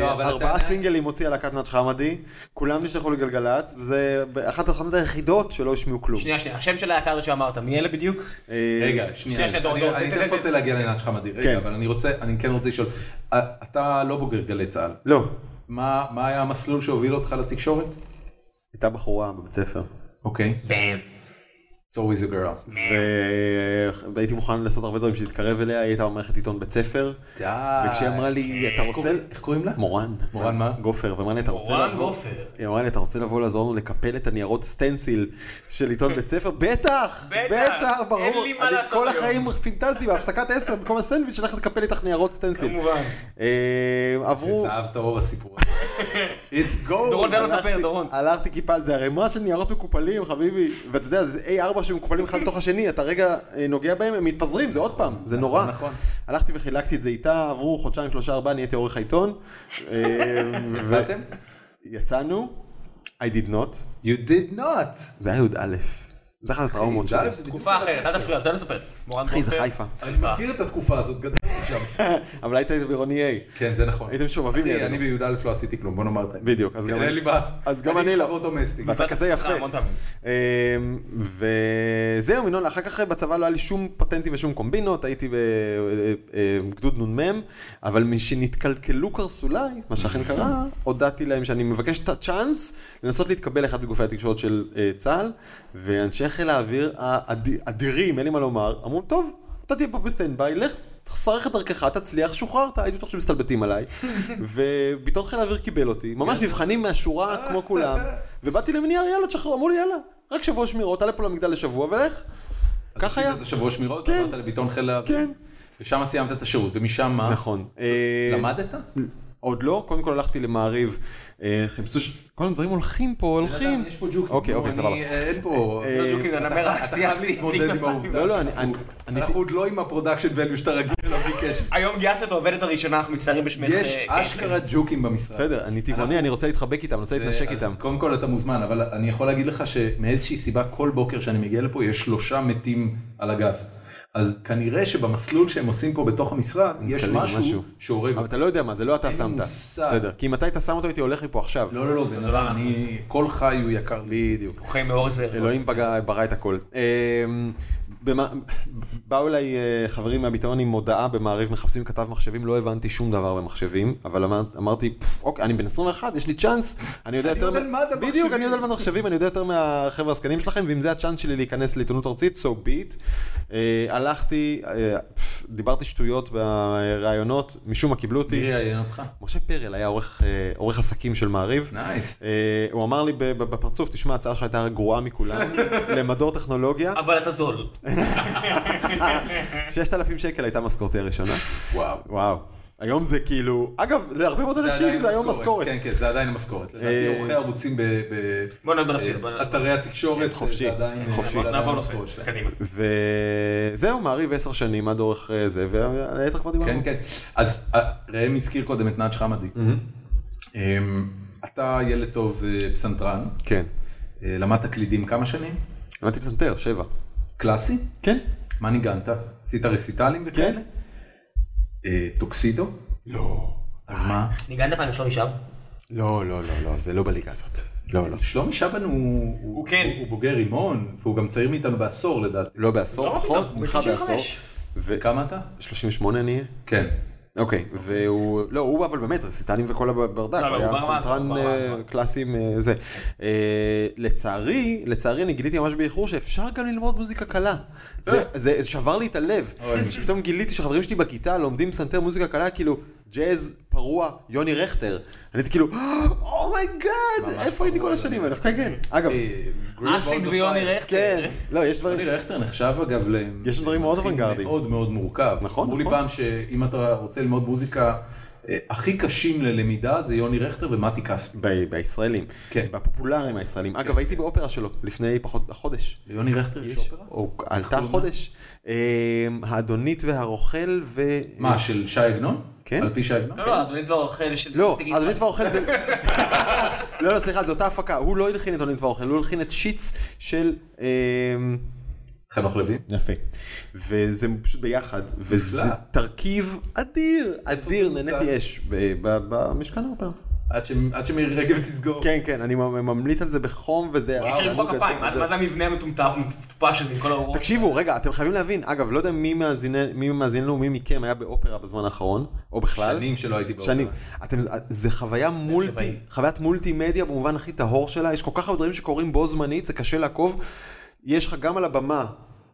S1: לא, אבל
S4: שארבעה
S1: הטענה-
S4: סינגלים הוציאה להקת נאץ' חמאדי, כולם נשלחו לגלגלצ, וזה אחת התחנות היחידות שלא השמיעו כלום.
S2: שנייה, שנייה, השם של היקר שאמרת, מי אלה בדיוק?
S4: אה,
S1: רגע, שנייה,
S2: שנייה, דור,
S1: אני-
S2: דור,
S1: אני
S2: תן,
S1: תכף
S2: תן,
S1: רוצה
S2: תן.
S1: להגיע לעינת שלך מדהים, רגע,
S4: כן.
S1: אבל אני רוצה, אני כן רוצה לשאול, אה, אתה לא בוגר גלי צה"ל,
S4: לא,
S1: מה מה היה המסלול שהוביל אותך לתקשורת?
S4: הייתה בחורה בבית ספר,
S1: אוקיי,
S2: בן.
S1: it's always a girl.
S4: והייתי מוכן לעשות הרבה דברים שתתקרב אליה, היא הייתה במערכת עיתון בית ספר,
S2: אה,
S4: וכשהיא אמרה לי, אתה
S1: איך
S4: רוצה...
S1: קוראים- איך קוראים לה?
S4: מורן.
S1: מורן מה?
S4: גופר, ואמרה לי, אתה רוצה...
S1: נכון.
S2: אורן
S4: לבוא?"
S2: גופר.
S4: היא אמרה לי, אתה רוצה לבוא לעזור לנו לקפל את הניירות סטנסיל של עיתון בית
S2: [laughs]
S4: ספר? בטח!
S2: בטח,
S4: בטח,
S2: אין
S4: ברור.
S2: לי מה
S4: אני
S2: לעשות
S4: כל
S2: היום."
S4: החיים פינטזתי בהפסקת עשר, במקום הסנדוויץ', הלכת לקפל איתך ניירות סטנסיל.
S2: כמובן.
S4: אה,
S1: זה
S4: עברו...
S1: זהב טהור הסיפור הזה. It's gold.
S2: דורון, תן לו לספר,
S4: הלכתי-
S2: דורון.
S4: הלכתי כיפה על זה, ערימה של ניירות מקופלים, חביבי. ואתה יודע, זה A4 שמקופלים אחד בתוך השני, אתה רגע אה, נוגע בהם, הם מתפזרים, זה עוד פעם, זה
S1: נכון,
S4: נורא.
S1: נכון.
S4: הלכתי וחילקתי את זה איתה, עברו חודשיים, שלושה, ארבעה, נהייתי עורך העיתון. אה, ו-
S1: יצאתם?
S4: יצאנו, I did not,
S1: You did not.
S4: זה היה י"א. זה אחת הטראומות שלי.
S1: י"א זה בדיוק
S2: תקופה אחרת,
S1: בתפר.
S2: אל תפריע, תן לו לספר. מורן
S4: אחי, זה
S2: גופר.
S4: חיפה.
S1: אני מכיר את התקופה הזאת, גדלתי שם.
S4: אבל היית בעירוני A.
S1: כן, זה נכון.
S4: הייתם שובבים
S1: אחי,
S4: לידינו.
S1: אני בי"א לא עשיתי כלום, בוא נאמר את האמת.
S4: בדיוק, אז
S1: כן,
S4: גם
S1: אין
S4: אני-
S1: לי בעיה.
S4: אז גם אני לא.
S1: חבר דומסטי.
S4: ואתה כזה
S2: אה,
S4: יפה.
S2: המון פעמים.
S4: אמ, וזהו, ינון, אחר כך בצבא לא היה לי שום פטנטים ושום קומבינות, הייתי אה, בגדוד אה, נ"מ, אבל משנתקלקלו קרסוליי, מה שאכן קרה, הודעתי להם שאני מבקש את הצ'אנס לנסות להתקבל לאחד מגופי התקשורת של אה, צה"ל, ואנשי חיל האוויר האד- האדירים, אין לי מה לומר, אמרו, טוב, אתה תהיה פה בסטנדביי, לך. תחסרך את דרכך, תצליח, שוחררת, הייתי בטוח
S1: [laughs]
S4: שמסתלבטים עליי. וביטון חיל האוויר קיבל אותי,
S1: כן.
S4: ממש מבחנים מהשורה כמו
S1: [laughs]
S4: כולם. ובאתי למנייר, יאללה, תשחררו, אמרו לי, יאללה, רק שבוע שמירות, עלה פה למגדל לשבוע, ואיך? כך היה.
S1: עשית את השבוע שמירות,
S4: כן.
S1: עברת לביטון חיל האוויר.
S4: כן.
S1: ושם סיימת את השירות, ומשם מה?
S4: נכון. אה,
S1: למדת?
S4: עוד לא, קודם כל הלכתי למעריב, אה, חיפשו ש... כל הדברים הולכים פה, הולכים.
S1: יש פה ג'וקים.
S4: אוקיי, אוקיי,
S1: אני-
S4: סבבה.
S1: אין פה...
S4: אה,
S2: לא ג'וקים, זה
S1: אתה
S2: נמר
S1: חייב- אתה חייב
S2: האסייתי.
S1: להתמודד עם העובדה.
S4: לא, לא, אני- אני... אני-
S1: אנחנו עוד לא עם הפרודקשן value שאתה רגיל אליו בלי קשר.
S2: היום גייסת את העובדת הראשונה, אנחנו מצטערים בשמך.
S1: יש
S2: אה, כן.
S1: אשכרה ג'וקים במשרד.
S4: בסדר, אני טבעוני, אני רוצה להתחבק איתם, אני רוצה להתנשק
S1: אז
S4: איתם.
S1: קודם כל אתה מוזמן, אבל אני יכול להגיד לך שמאיזושהי סיבה כל בוקר שאני מגיע לפה יש שלושה מתים על הגב. אז כנראה שבמסלול שהם עושים פה בתוך המשרד יש
S4: נתקלים
S1: משהו
S4: במשהו.
S1: שהורג
S4: אבל
S1: אותי.
S4: אתה לא יודע מה, זה לא אתה
S1: אין לי
S4: שמת.
S1: מושג.
S4: בסדר, כי אם אתה היית שם אותו, הייתי הולך מפה עכשיו.
S1: לא, לא, לא, בן אדם, אני, כל חי הוא יקר לי.
S4: בדיוק.
S2: אוקיי, מאור זה...
S4: אלוהים פגע, ברא את הכל. אמ, במה- באו אליי אה, חברים מהביטאון עם הודעה במעריב מחפשים כתב מחשבים, לא הבנתי שום דבר במחשבים, אבל אמר- אמרתי, "פפ, אוקיי, אני בן 21, יש לי צ'אנס, אני יודע
S1: אני לא
S4: יותר...
S1: יודע
S4: מה-
S1: למד על מחשבים."
S4: בדיוק, אני יודע למד על מחשבים, אני יודע יותר מהחבר'ה הזקנים שלכם, ואם זה הצ'אנס שלי להיכנס לעיתונות ארצית, so be it. אה, הלכתי, אה, פפ, דיברתי שטויות בראיונות, משום מה קיבלו
S1: מי
S4: אותי.
S1: ראיין אותך?
S4: משה פרל היה עורך, אה, עורך עסקים של מעריב.
S1: נייס.
S4: אה, הוא אמר לי ב- ב- בפרצוף, תשמע, ההצעה שלך הייתה גרועה [laughs] מכולם, למדור טכנולוגיה,
S3: אבל אתה זול.
S4: 6,000 שקל הייתה משכורתי הראשונה.
S1: וואו.
S4: וואו. היום זה כאילו, אגב, להרבה מאוד אנשים
S1: עדיין
S4: זה היום משכורת.
S1: כן, כן, זה עדיין המשכורת. לדעתי
S4: אה,
S1: עורכי ערוצים ב- ב-
S3: בוא נ- בוא נפסיק,
S1: אה,
S3: בוא נ-
S1: אתרי התקשורת,
S4: חופשי,
S1: זה עדיין
S4: כן, חופשי.
S1: זה עדיין
S3: נעבור
S1: המשכורת
S3: נושא.
S1: שלהם.
S3: קדימה.
S4: וזהו, מעריב עשר שנים עד אורך אה, זה, ועל היתר כבר דיברנו.
S1: כן, כן. אז אה, ראם הזכיר קודם את נאג' חמדי.
S4: Mm-hmm.
S1: אמ, אתה ילד טוב אה, פסנתרן,
S4: כן.
S1: אה, למדת קלידים כמה שנים?
S4: למדתי פסנתר, שבע.
S1: קלאסי?
S4: כן?
S1: מה ניגנת? עשית רסיטלים וכאלה? אה, טוקסידו?
S4: כן. לא.
S1: אז מה?
S3: ניגנת פעם עם שלומי שם?
S4: לא, לא, לא, לא, זה לא בליגה הזאת. לא, לא.
S1: שלומי שבן הוא...
S3: הוא כן.
S1: הוא בוגר רימון, והוא גם צעיר מאיתנו בעשור לדעתי.
S4: לא בעשור,
S3: לא,
S4: פחות,
S3: לא,
S4: ממך בעשור.
S3: ב-35.
S1: וכמה אתה?
S4: 38 נהיה?
S1: כן.
S4: אוקיי, והוא, לא, הוא אבל באמת רסיטלים וכל הברדק,
S3: לא, לא,
S4: הוא היה
S3: הוא ברמן,
S4: פסנתרן
S3: הוא ברמן,
S4: אה,
S3: אבל.
S4: קלאסי עם אה, זה. אה, לצערי, לצערי אני גיליתי ממש באיחור שאפשר גם ללמוד מוזיקה קלה. זה- זה שבר לי את הלב, [laughs]
S1: אוי.
S4: שפתאום גיליתי שחברים שלי בכיתה לומדים פסנתר מוזיקה קלה, כאילו ג'אז פרוע, יוני רכטר. אני הייתי כאילו, [gasps] אומייגאד,
S1: ממש
S4: איפה הייתי כל
S1: פרוע,
S4: השנים
S1: יוני
S4: האלה? כן, כן, אגב,
S3: אסיד ויוני רכטר.
S4: כן, לא, יש
S1: [laughs]
S4: דברים,
S1: רוני רכטר נחשב אגב ל...
S4: יש דברים מאוד
S1: למלחין
S4: אוונגרדיים.
S1: מאוד מאוד מורכב.
S4: נכון,
S1: אמרו לי
S4: נכון.
S1: פעם שאם אתה רוצה ללמוד מוזיקה, אה, הכי קשים ללמידה זה יוני רכטר ומתי כספי.
S4: ב- בישראלים,
S1: כן.
S4: בפופולריים הישראלים. אגב, הייתי באופרה שלו לפני פחות, חודש.
S1: ליוני רכטר יש אופרה?
S4: או עלתה
S1: קוראים לה?
S4: חודש. אמ, האדונית והרוכל ו...
S1: מה, של שי עגנון?
S4: כן.
S1: על פי שי עגנון?
S3: לא, לא, אדונית והאוכל של...
S4: לא,
S3: שגיא
S4: האדונית
S3: יצחק.
S4: והרוכל זה... לא, לא, סליחה, זו אותה הפקה. הוא לא הלחין את האדונית והרוכל, הוא הלחין את שיץ של... אמ,
S1: חנוך לוין?
S4: יפה. וזה פשוט ביחד, וזה
S1: נפלא.
S4: תרכיב אדיר, אדיר,
S1: זה
S4: נהניתי
S1: נמצא?
S4: אש ב- ב- במשכן האופרה.
S1: עד שמ- עד שמירי רגב תסגור.
S4: כן, כן, אני ממ- ממליץ על זה בחום, וזה...
S3: אי
S1: אה,
S3: אפשר למחוא
S1: אוקיי,
S4: תענוג
S3: כפיים,
S4: גדול.
S3: מה מה זה המבנה המטומטם- המטופש הזה עם כל האורות?
S4: תקשיבו, רגע, אתם חייבים להבין, אגב, לא יודע מי מאזין- מי מאזין לנו, מי מכם היה באופרה בזמן האחרון, או בכלל.
S1: שנים שלא הייתי באופרה.
S4: שנים. אתם, זה חוויה מולטי,
S3: שבעים.
S4: חוויית מולטימדיה במובן הכי טהור שלה, יש כל כך הרבה דברים שקורים בו זמנית, זה קשה לעקוב. יש לך גם על הבמה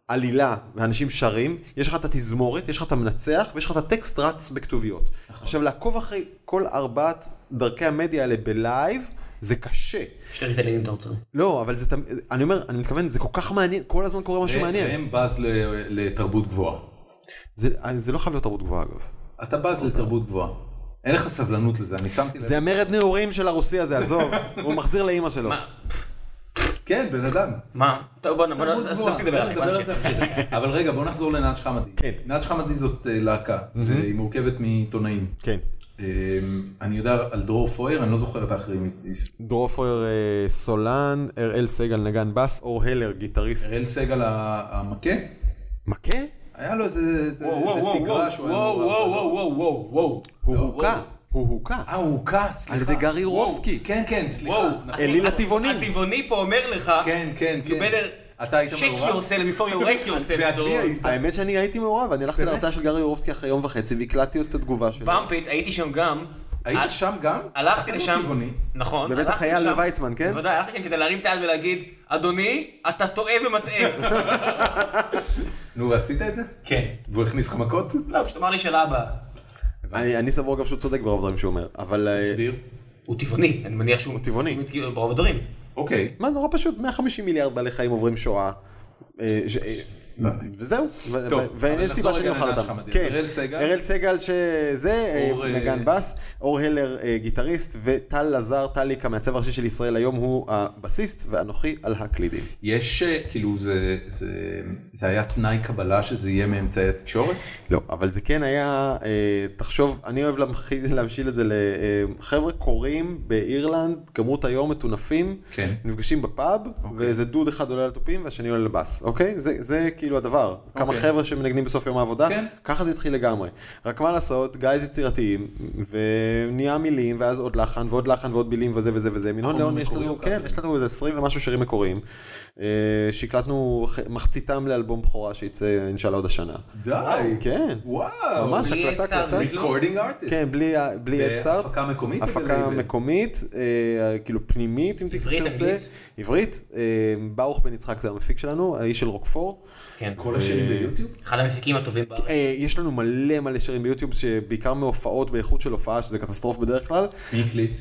S4: עלילה ואנשים שרים, יש לך את התזמורת, יש לך את המנצח ויש לך את הטקסט רץ בכתוביות. עכשיו לעקוב אחרי כל ארבעת דרכי המדיה האלה בלייב, זה קשה.
S3: יש לי ריטלין אם אתה רוצה.
S4: לא, אבל זה, תמ- אני אומר, אני מתכוון, זה כל כך מעניין, כל הזמן קורה משהו
S1: ו-
S4: מעניין.
S1: והם בז ל- לתרבות גבוהה.
S4: זה, זה לא חייב להיות תרבות גבוהה אגב.
S1: אתה בז לתרבות גבוהה. אין לך סבלנות לזה, אני שמתי לב.
S4: אוקיי. זה המרד נעורים של הרוסי הזה, עזוב, הוא מחזיר לאימא שלו.
S1: כן, בן אדם.
S3: מה? טוב, בוא נ- בוא נ-
S1: תרבות
S3: אז
S1: גבוהה.
S3: נפסיק לדבר
S1: נדבר על
S3: עליהם.
S1: זה אחרי זה. אבל רגע, בוא נחזור לנאג' חמדי.
S4: כן.
S1: נאג' חמדי זאת אה, להקה, זה- היא מורכבת מעיתונאים.
S4: כן.
S1: אמ, אני יודע על דרור פויר, אני לא זוכר את האחרים.
S4: דרור פויר אה, סולן, אראל סגל נגן בס, אור הלר גיטריסט.
S1: אראל סגל ה- המכה,
S4: מכה?
S1: היה לו איזה איזה-
S3: וואו,
S1: איזה
S3: וואו,
S1: תגרה שהוא היה
S3: וואו,
S1: מעורב
S3: וואו,
S1: בה.
S3: וואו, וואו, וואו, וואו.
S4: הוא
S3: לא,
S4: הוכה,
S3: וואו.
S4: הוא הוכה.
S1: אה, הוא הוכה, סליחה.
S4: על ידי גרי רובסקי.
S1: כן, כן, סליחה.
S3: וואו,
S1: נכון.
S4: אליל
S3: הטבע-
S4: הטבעוני.
S3: הטבעוני פה אומר לך,
S1: כן, כן,
S3: you
S1: כן.
S3: better
S1: אתה היית
S3: check
S1: מעורב?
S3: yourself before you
S1: [laughs]
S3: wreck yourself.
S1: בעצמי
S3: דורון.
S1: הייתי.
S4: האמת שאני הייתי מעורב, אני הלכתי להרצאה של גרי אורובסקי אחרי יום וחצי והקלטתי את התגובה שלו.
S3: במפית, הייתי שם גם.
S1: היית שם גם? אתה
S3: הלכתי
S1: לא
S3: לשם,
S1: טבעוני.
S3: נכון,
S4: בבית
S3: הלכתי
S4: החייל
S3: לשם.
S4: לויצמן, כן?
S3: בוודאי, הלכתי לשם כדי להרים את היד ולהגיד, אדוני, אתה טועה ומטעה.
S4: [laughs]
S1: נו, ועשית את זה?
S3: כן.
S1: והוא הכניס לך מכות?
S3: לא, פשוט אמר לי של אבא,
S4: אני אני סבור אגב שהוא צודק ברוב הדברים שהוא אומר, אבל... אה,
S1: תסביר.
S3: הוא טבעוני, אני מניח שהוא
S4: טבעוני.
S3: מסכים איתי ברוב הדברים.
S1: אוקיי.
S4: מה, נורא פשוט, 150 מיליארד בעלי חיים עוברים שואה. אה, ש- אה,
S1: הבנתי.
S4: וזהו, ו-
S1: טוב,
S4: ו-
S1: אבל
S4: ואין
S1: נחזור
S4: סיבה
S1: רגע
S4: שאני אוכל
S1: לנתן
S4: אותם.
S1: חמדי.
S4: כן,
S1: אראל סגל?
S4: אראל סגל שזה,
S1: אור,
S4: אה,
S1: אה,
S4: נגן בס, אור הלר אה, גיטריסט, וטל לזר טליק, המעצב הראשי של ישראל היום, הוא הבסיסט, ואנוכי על הקלידים.
S1: יש, אה, כאילו, זה- זה- זה היה תנאי קבלה שזה יהיה מאמצעי התקשורת?
S4: לא, אבל זה כן היה, אה, תחשוב, אני אוהב להמחיל- להמשיל את זה לחבר'ה קוראים באירלנד, כמות היום מטונפים,
S1: כן.
S4: נפגשים בפאב,
S1: אוקיי.
S4: ואיזה דוד אחד עולה על תופים והשני עולה לבאס, אוקיי? זה, זה כאילו הדבר. כמה
S1: אוקיי.
S4: חבר'ה שמנגנים בסוף יום העבודה,
S1: כן.
S4: ככה זה התחיל לגמרי. רק מה לעשות, גייז יצירתיים, ונהיה מילים, ואז עוד לחן, ועוד לחן, ועוד מילים, וזה וזה וזה. מנהון
S1: חומר
S4: להון יש
S1: מקורי או
S4: לנו, כן,
S1: נכון, כזה.
S4: יש לנו איזה 20 ומשהו שירים מקוריים, אה, שהקלטנו ח- מחציתם לאלבום בכורה שיצא אינשאללה עוד השנה.
S1: די.
S4: כן.
S1: וואו.
S4: ממש
S3: בלי
S4: הקלטה,
S3: אדסטארט,
S4: הקלטה.
S3: בלי
S1: ריקורדינג ארטיסט.
S4: כן, בלי ה- בלי אדסטארט.
S1: הפקה מקומית
S4: הפקה
S1: וב-לייבל.
S4: מקומית, אה, כאילו פנימית, אם
S3: עברית,
S4: תרצה.
S3: אנגלית.
S4: עברית. אה, ברוך בן יצחק זה המפיק שלנו, האיש של רוקפור.
S2: כן.
S1: כל השירים ביוטיוב?
S2: אחד המפיקים הטובים בארץ.
S4: אה, יש לנו מלא מלא שירים ביוטיוב, שבעיקר מהופעות, באיכות של הופעה, שזה קטסטרופה בדרך כלל,
S1: מי הקליט?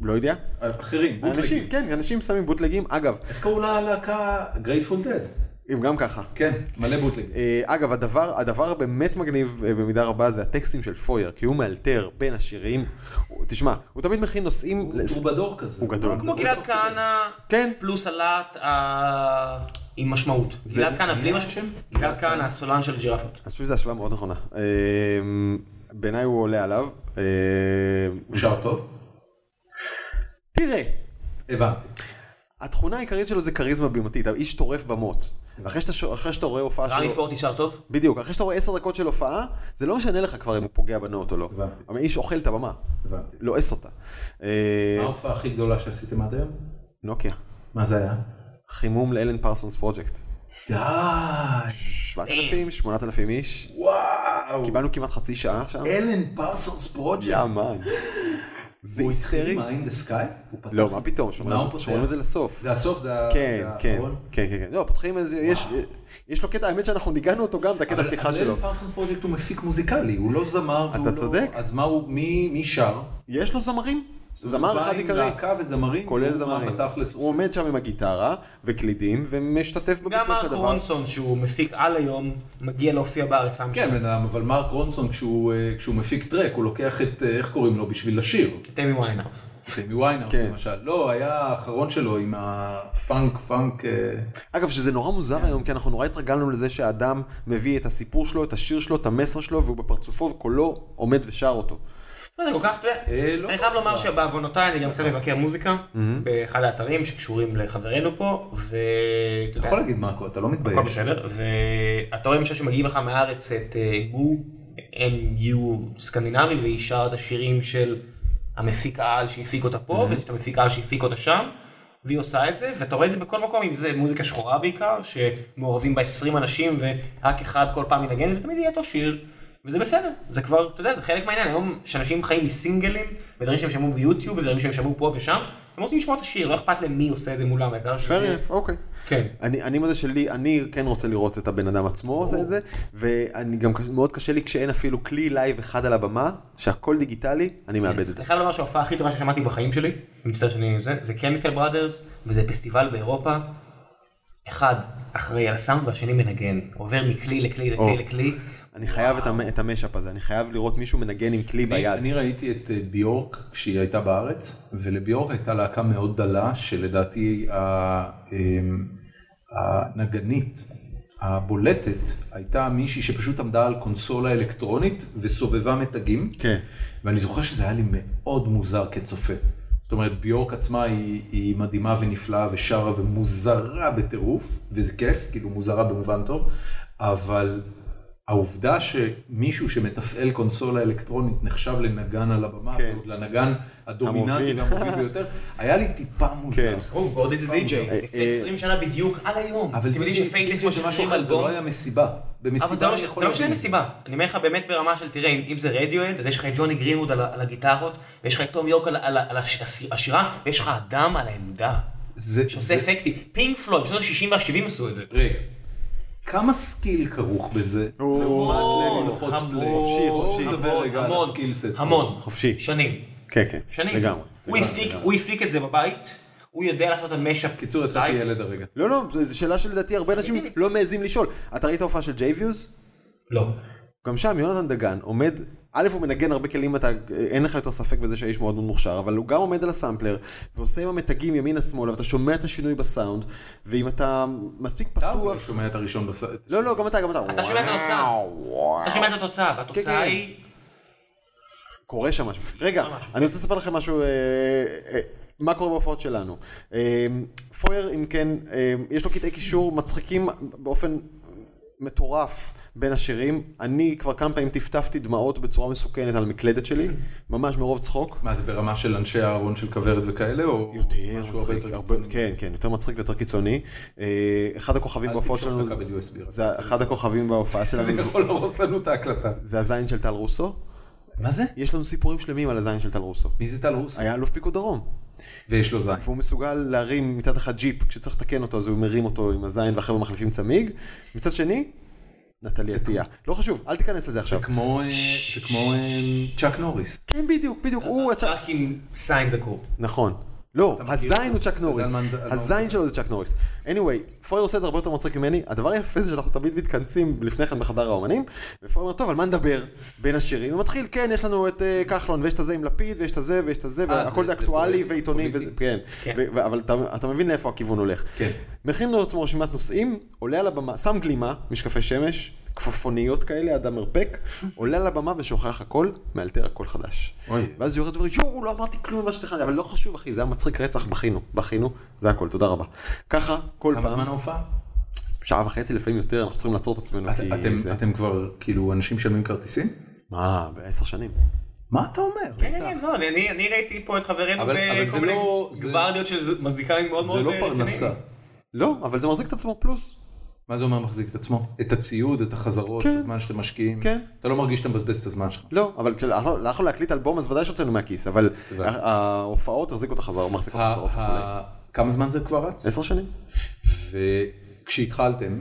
S4: לא יודע.
S1: אחרים, בוטלגים.
S4: אנשים, כן, אנשים שמים בוטלגים, אגב,
S1: איך קראו לה הלהקה? גרייטפול דד.
S4: אם גם ככה.
S1: כן, מלא בוטלגים.
S4: אה, אגב, הדבר, הדבר הבאמת מגניב אה, במידה רבה זה הטקסטים של פויר, כי הוא מאלתר בין השירים. הוא- תשמע, הוא תמיד מכין נושאים...
S1: הוא
S4: לס-
S1: טרובדור כזה.
S4: הוא גדול.
S2: כמו גלעד כהנא,
S4: כן.
S2: פלוס הלהט ה... עם משמעות. גלעד כהנא בלי
S1: מי
S2: משהו?
S1: השם?
S2: גלעד כהנא, הסולן של ג'ירפות.
S4: אני חושב שזו השוואה מאוד נכונה. אה, בעיניי הוא עולה עליו. אה,
S1: הוא שר טוב?
S4: תראה,
S1: הבנתי.
S4: התכונה העיקרית שלו זה כריזמה בימתית, האיש טורף במות. ואחרי שאתה, ש- אחרי שאתה רואה הופעה
S2: רמי
S4: שלו...
S2: פורט נשאר טוב?
S4: בדיוק, אחרי שאתה רואה עשר דקות של הופעה, זה לא משנה לך כבר אם הוא פוגע בנוט או לא.
S1: הבנתי.
S4: אבל האיש אוכל את הבמה,
S1: הבנתי.
S4: לועס אותה. אה,
S1: מה ההופעה הכי גדולה שעשיתם עד היום?
S4: נוקיה,
S1: מה זה היה?
S4: חימום לאלן פרסונס פרוג'קט.
S1: די!
S4: 7,000, 8,000 איש,
S1: וואו!
S4: קיבלנו כמעט חצי שעה שם.
S1: אלן פרסונס פרוג'קט.
S4: יאמן. זה
S1: הוא התחיל
S4: היסטרי.
S1: עם ה-In the Sky? הוא פתח-
S4: לא, מה פתאום,
S1: מה הוא
S4: שומרים
S1: פותח?
S4: שומרים את זה לסוף.
S1: זה הסוף? זה ה-
S4: כן,
S1: זה
S4: כן,
S1: האחרון?
S4: כן, כן, כן. לא, פותחים איזה, יש- יש לו קטע, האמת שאנחנו ניגענו אותו גם, את הקטע
S1: אבל
S4: הפתיחה שלו.
S1: אלן פרסונס פרוג'קט הוא מפיק מוזיקלי, הוא לא זמר והוא
S4: אתה
S1: לא...
S4: צודק.
S1: אז מה הוא, מי מי שר?
S4: יש לו זמרים? זמר אחד
S1: הוא בא עם
S4: עיקרי.
S1: להקה וזמרים,
S4: כולל
S1: והוא
S4: זמרים.
S1: מה בתכלס
S4: הוא
S1: עושה?
S4: עומד שם עם הגיטרה וקלידים ומשתתף
S2: גם
S4: בביצוע של
S2: מרק
S4: הדבר.
S2: רונסון, שהוא מפיק על היום, מגיע להופיע בארץ פעם
S1: כן, בן אדם, אבל מרק רונסון כשהוא אה, כשהוא מפיק טרק, הוא לוקח את, אה, איך קוראים לו, בשביל לשיר.
S2: תמי ויינהאוס.
S1: דמי ויינאוס
S4: כן.
S1: למשל. לא, היה האחרון שלו עם הפאנק פאנק. אה,
S4: אגב, שזה נורא מוזר
S1: כן.
S4: היום, כי אנחנו נורא התרגלנו לזה שהאדם מביא את הסיפור שלו, את השיר שלו, את המסר שלו, והוא בפרצופו וקולו עומד ושר אותו.
S2: מה זה לא כל כך, אתה
S1: אה, לא
S2: יודע, אני חייב לומר
S1: בהכרח.
S2: שבעוונותיי אני גם קצת מבקר מוזיקה, באחד האתרים שקשורים לחברינו פה, ו... אתה
S1: אתה
S2: יודע,
S1: יכול להגיד מאקו, אתה לא מתבייש.
S2: הכל בסדר, ואתה רואה למשל שמגיעים לך מהארץ את אה, מו, M.U. סקנדינבי, והיא שרה את השירים של המפיק העל שהפיק אותה פה, ויש את המפיק העל שהפיק אותה שם, והיא עושה את זה, ואתה רואה את זה בכל מקום, אם זה מוזיקה שחורה בעיקר, שמעורבים בה 20 אנשים, ורק אחד כל פעם ינגן, ותמיד יהיה אותו שיר. וזה בסדר, זה כבר, אתה יודע, זה חלק מהעניין, היום שאנשים חיים מסינגלים, ודברים שהם שמעו ביוטיוב, ודברים שהם שמעו פה ושם, הם רוצים לשמוע את השיר, לא אכפת להם מי עושה את זה מולם, העיקר שזה...
S4: פרי, אוקיי.
S2: כן.
S4: אני, אני מודה שלי, אני כן רוצה לראות את הבן אדם עצמו עושה את זה, ואני גם קש- מאוד קשה לי כשאין אפילו כלי לייב אחד על הבמה, שהכל דיגיטלי, אני
S1: כן.
S4: מאבד את זה.
S2: אני חייב לומר שההופעה הכי טובה ששמעתי בחיים שלי, אני מצטער שאני זה, זה קמיקל בראדרס, וזה פסטיבל באירופה. אחד אחראי על הסאונד והשני מנגן, עובר מכלי לכלי
S4: או.
S2: לכלי לכלי.
S4: אני חייב את, המ, את המשאפ הזה, אני חייב לראות מישהו מנגן עם כלי
S1: אני,
S4: ביד.
S1: אני ראיתי את אה, ביורק כשהיא הייתה בארץ, ולביורק הייתה להקה מאוד דלה, שלדעתי ה- אמ, הנגנית הבולטת הייתה מישהי שפשוט עמדה על קונסולה אלקטרונית וסובבה מתגים.
S4: כן.
S1: ואני זוכר שזה היה לי מאוד מוזר כצופה. זאת אומרת, ביורק עצמה היא, היא מדהימה ונפלאה ושרה ומוזרה בטירוף, וזה כיף, כאילו מוזרה במובן טוב, אבל העובדה שמישהו שמתפעל קונסולה אלקטרונית נחשב לנגן על הבמה,
S4: כן.
S1: ועוד לנגן הדומיננטי
S4: המוביל.
S1: והמוביל
S4: [laughs]
S1: ביותר, היה לי טיפה מוזר.
S4: כן.
S2: או, ועוד איזה די-ג'יי,
S4: אה,
S2: לפני 20 שנה בדיוק, על היום.
S1: אבל
S2: אתם יודעים שפייטלס
S1: די.ג'יי זה משהו
S2: משחררים
S1: אחר, זה
S2: אלבום?
S1: לא היה מסיבה. במסיבה
S2: אבל זה לא
S1: אני
S2: ש-
S1: יכול
S2: זה לא משנה
S1: להבין.
S2: מסיבה. אני אומר לך באמת ברמה של, תראה, אם אם זה רדיואד, אז יש לך את ג'וני גרינווד על ה- על הגיטרות, ויש לך את תום יורק על ה- על ה- על הש- הש- השירה, ויש לך אדם על העמדה.
S1: זה-
S2: שזה
S1: זה-
S2: אפקטי. פינק פלויד, בשנות ה-60 וה-70 עשו את זה.
S1: רגע, כמה סקיל כרוך בזה?
S4: או,
S1: לעומת
S2: המון,
S1: ללחוץ
S2: המון,
S1: פליי.
S4: חופשי, חופשי.
S1: בואו נדבר רגע על
S2: המון,
S1: הסקיל סט.
S2: המון.
S4: חופשי.
S2: שנים.
S4: כן, כן.
S2: שנים.
S4: לגמרי.
S2: הוא
S1: לגמרי,
S2: הפיק-
S1: לגמרי.
S2: הוא הפיק את זה בבית, הוא יודע לעשות על משאפ.
S1: קיצור, יצאתי ילד הרגע.
S4: לא, לא, זו זו שאלה שלדעתי הרבה אנשים
S1: כן-
S2: לגיטימית.
S4: לא מעזים לשאול. אתה ראית הופעה של ג'יי ויוז?
S2: לא.
S4: גם שם יונתן דגן עומד, א' הוא מנגן הרבה כלים, אתה, אין לך יותר ספק בזה שהאיש מאוד מאוד מוכשר, אבל הוא גם עומד על הסמפלר, ועושה עם המתגים ימינה שמאלה, ואתה שומע את השינוי בסאונד, ואם אתה מספיק
S1: אתה אולי
S4: פתוח...
S1: שומע את הראשון בסרט.
S4: לא, לא, גם אתה, גם אתה.
S2: אתה שומע את התוצאה.
S4: וואו, וואו.
S2: אתה שומע את התוצאה,
S4: כן,
S2: והתוצאה
S4: כן.
S2: היא...
S4: קורה שם משהו. רגע, אני רוצה לספר לכם משהו, אה, אה, מה קורה בהופעות שלנו. אה, פויר, אם כן, אה, יש לו קטעי קישור מצחיקים באופן מטורף בין השירים. אני כבר כמה פעמים טפטפתי דמעות בצורה מסוכנת על המקלדת שלי, ממש מרוב צחוק.
S1: מה זה ברמה של אנשי הארון של כוורת וכאלה, או
S4: יותר
S1: משהו הרבה
S4: מצחיק,
S1: יותר
S4: הרבה,
S1: קיצוני?
S4: כן, כן, יותר מצחיק ויותר קיצוני. אה, אחד הכוכבים
S1: אל
S4: בהופעות
S1: תמשוך
S4: שלנו,
S1: את
S4: זה-
S1: הכבל USB, רק
S4: זה אחד הכוכבים בהופעה שלנו,
S1: זה
S4: זה-
S1: יכול להרוס לנו את ההקלטה.
S4: זה הזין של טל רוסו.
S1: מה זה?
S4: יש לנו סיפורים שלמים על הזין של טל רוסו.
S1: מי זה טל רוסו?
S4: היה אלוף פיקוד דרום.
S1: ויש לו זין.
S4: והוא מסוגל להרים מצד אחד ג'יפ, כשצריך לתקן אותו אז הוא מרים אותו עם הזין והחבר'ה מחליפים צמיג. מצד שני, נטלי עטייה. לא חשוב, אל תיכנס לזה
S1: זה
S4: עכשיו.
S1: כמו, אה, זה כמו אה, צ'אק נוריס.
S4: כן, בדיוק, בדיוק,
S1: אה,
S4: הוא הצ'אק...
S3: רק עם סיין זקור.
S4: נכון. לא,
S1: מכיר
S4: הזין
S1: אותו?
S4: הוא צ'אק
S1: אתה יודע
S4: נוריס,
S1: על מה- על מה
S4: הזין
S1: הוא-
S4: שלו זה צ'אק נוריס. anyway, פויר עושה את זה הרבה יותר מצחיק ממני, הדבר היפה זה שאנחנו תמיד מתכנסים לפני כן בחדר האומנים, ופויר אומר, טוב, על מה נדבר בין השירים? ומתחיל, כן, יש לנו את אה, כחלון, ויש את הזה עם לפיד, ויש את הזה, ויש את הזה,
S1: אה,
S4: והכל
S1: זה-
S4: זה
S1: זה
S4: אקטואלי
S1: פוליטי-
S4: ועיתוני,
S1: פוליטי.
S4: וזה- כן,
S3: כן.
S4: ו- ו- אבל אתה- אתה מבין לאיפה הכיוון הולך.
S1: כן.
S4: מכין לעצמו רשימת נושאים, עולה על הבמה, שם גלימה, משקפי שמש, כפפוניות כאלה עד המרפק, עולה על הבמה ושוכח הכל, מאלתר הכל חדש.
S1: אוי.
S4: ואז יורד ואומר, יואו, לא אמרתי כלום ממה שתכננתי, אבל לא חשוב אחי, זה היה מצחיק רצח, בכינו, בכינו, זה הכל, תודה רבה. ככה, כל
S1: כמה זמן
S4: פעם,
S1: ההופעה?
S4: שעה וחצי לפעמים יותר, אנחנו צריכים לעצור את עצמנו,
S1: את-
S4: כי
S1: אתם-
S4: זה...
S1: אתם כבר, כאילו, אנשים משלמים כרטיסים?
S4: מה, בעשר שנים.
S1: מה אתה אומר?
S3: כן, כן, לא, אני- אני אני ראיתי פה את חברנו
S1: אבל- אבל
S3: בכל
S1: זה
S3: מיני
S1: לא- זה-
S3: גווארדיות של ז- מוזיקאים מאוד מאוד
S1: זה לא
S3: אה,
S1: פרנסה.
S3: רציניים.
S4: לא, אבל זה מחזיק את עצמו פלוס.
S1: מה זה אומר מחזיק את עצמו? את הציוד, את החזרות,
S4: כן.
S1: את הזמן שאתם משקיעים.
S4: כן.
S1: אתה לא מרגיש שאתה מבזבז את הזמן שלך.
S4: לא, אבל כשאנחנו להקליט אלבום אז ודאי שהוצאנו מהכיס, אבל
S1: הבנתי.
S4: ה- ההופעות החזיקו את החזרות, מחזיקות את
S1: ה-
S4: החזרות וכולי.
S1: ה- כמה זמן זה כבר רץ?
S4: עשר שנים?
S1: וכשהתחלתם,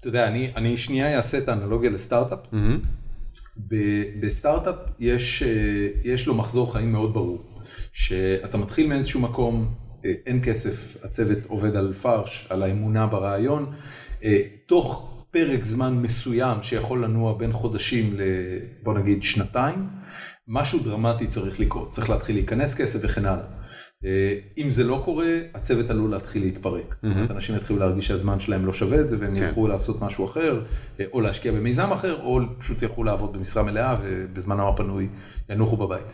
S1: אתה יודע, אני, אני שנייה אעשה את האנלוגיה לסטארט-אפ. ב- בסטארט-אפ יש, אה, יש לו מחזור חיים מאוד ברור, שאתה מתחיל מאיזשהו מקום, אה, אין כסף, הצוות עובד על פרש, על האמונה ברעיון, אה, תוך פרק זמן מסוים שיכול לנוע בין חודשים ל... בוא נגיד שנתיים, משהו דרמטי צריך לקרות, צריך להתחיל להיכנס כסף וכן הלאה. אה, אם זה לא קורה, הצוות עלול להתחיל להתפרק. זאת אומרת, אנשים יתחילו להרגיש שהזמן שלהם לא שווה את זה, והם
S4: כן.
S1: ילכו לעשות משהו אחר, אה, או להשקיע במיזם אחר, או פשוט ילכו לעבוד במשרה מלאה, ובזמנם הפנוי ינוחו בבית.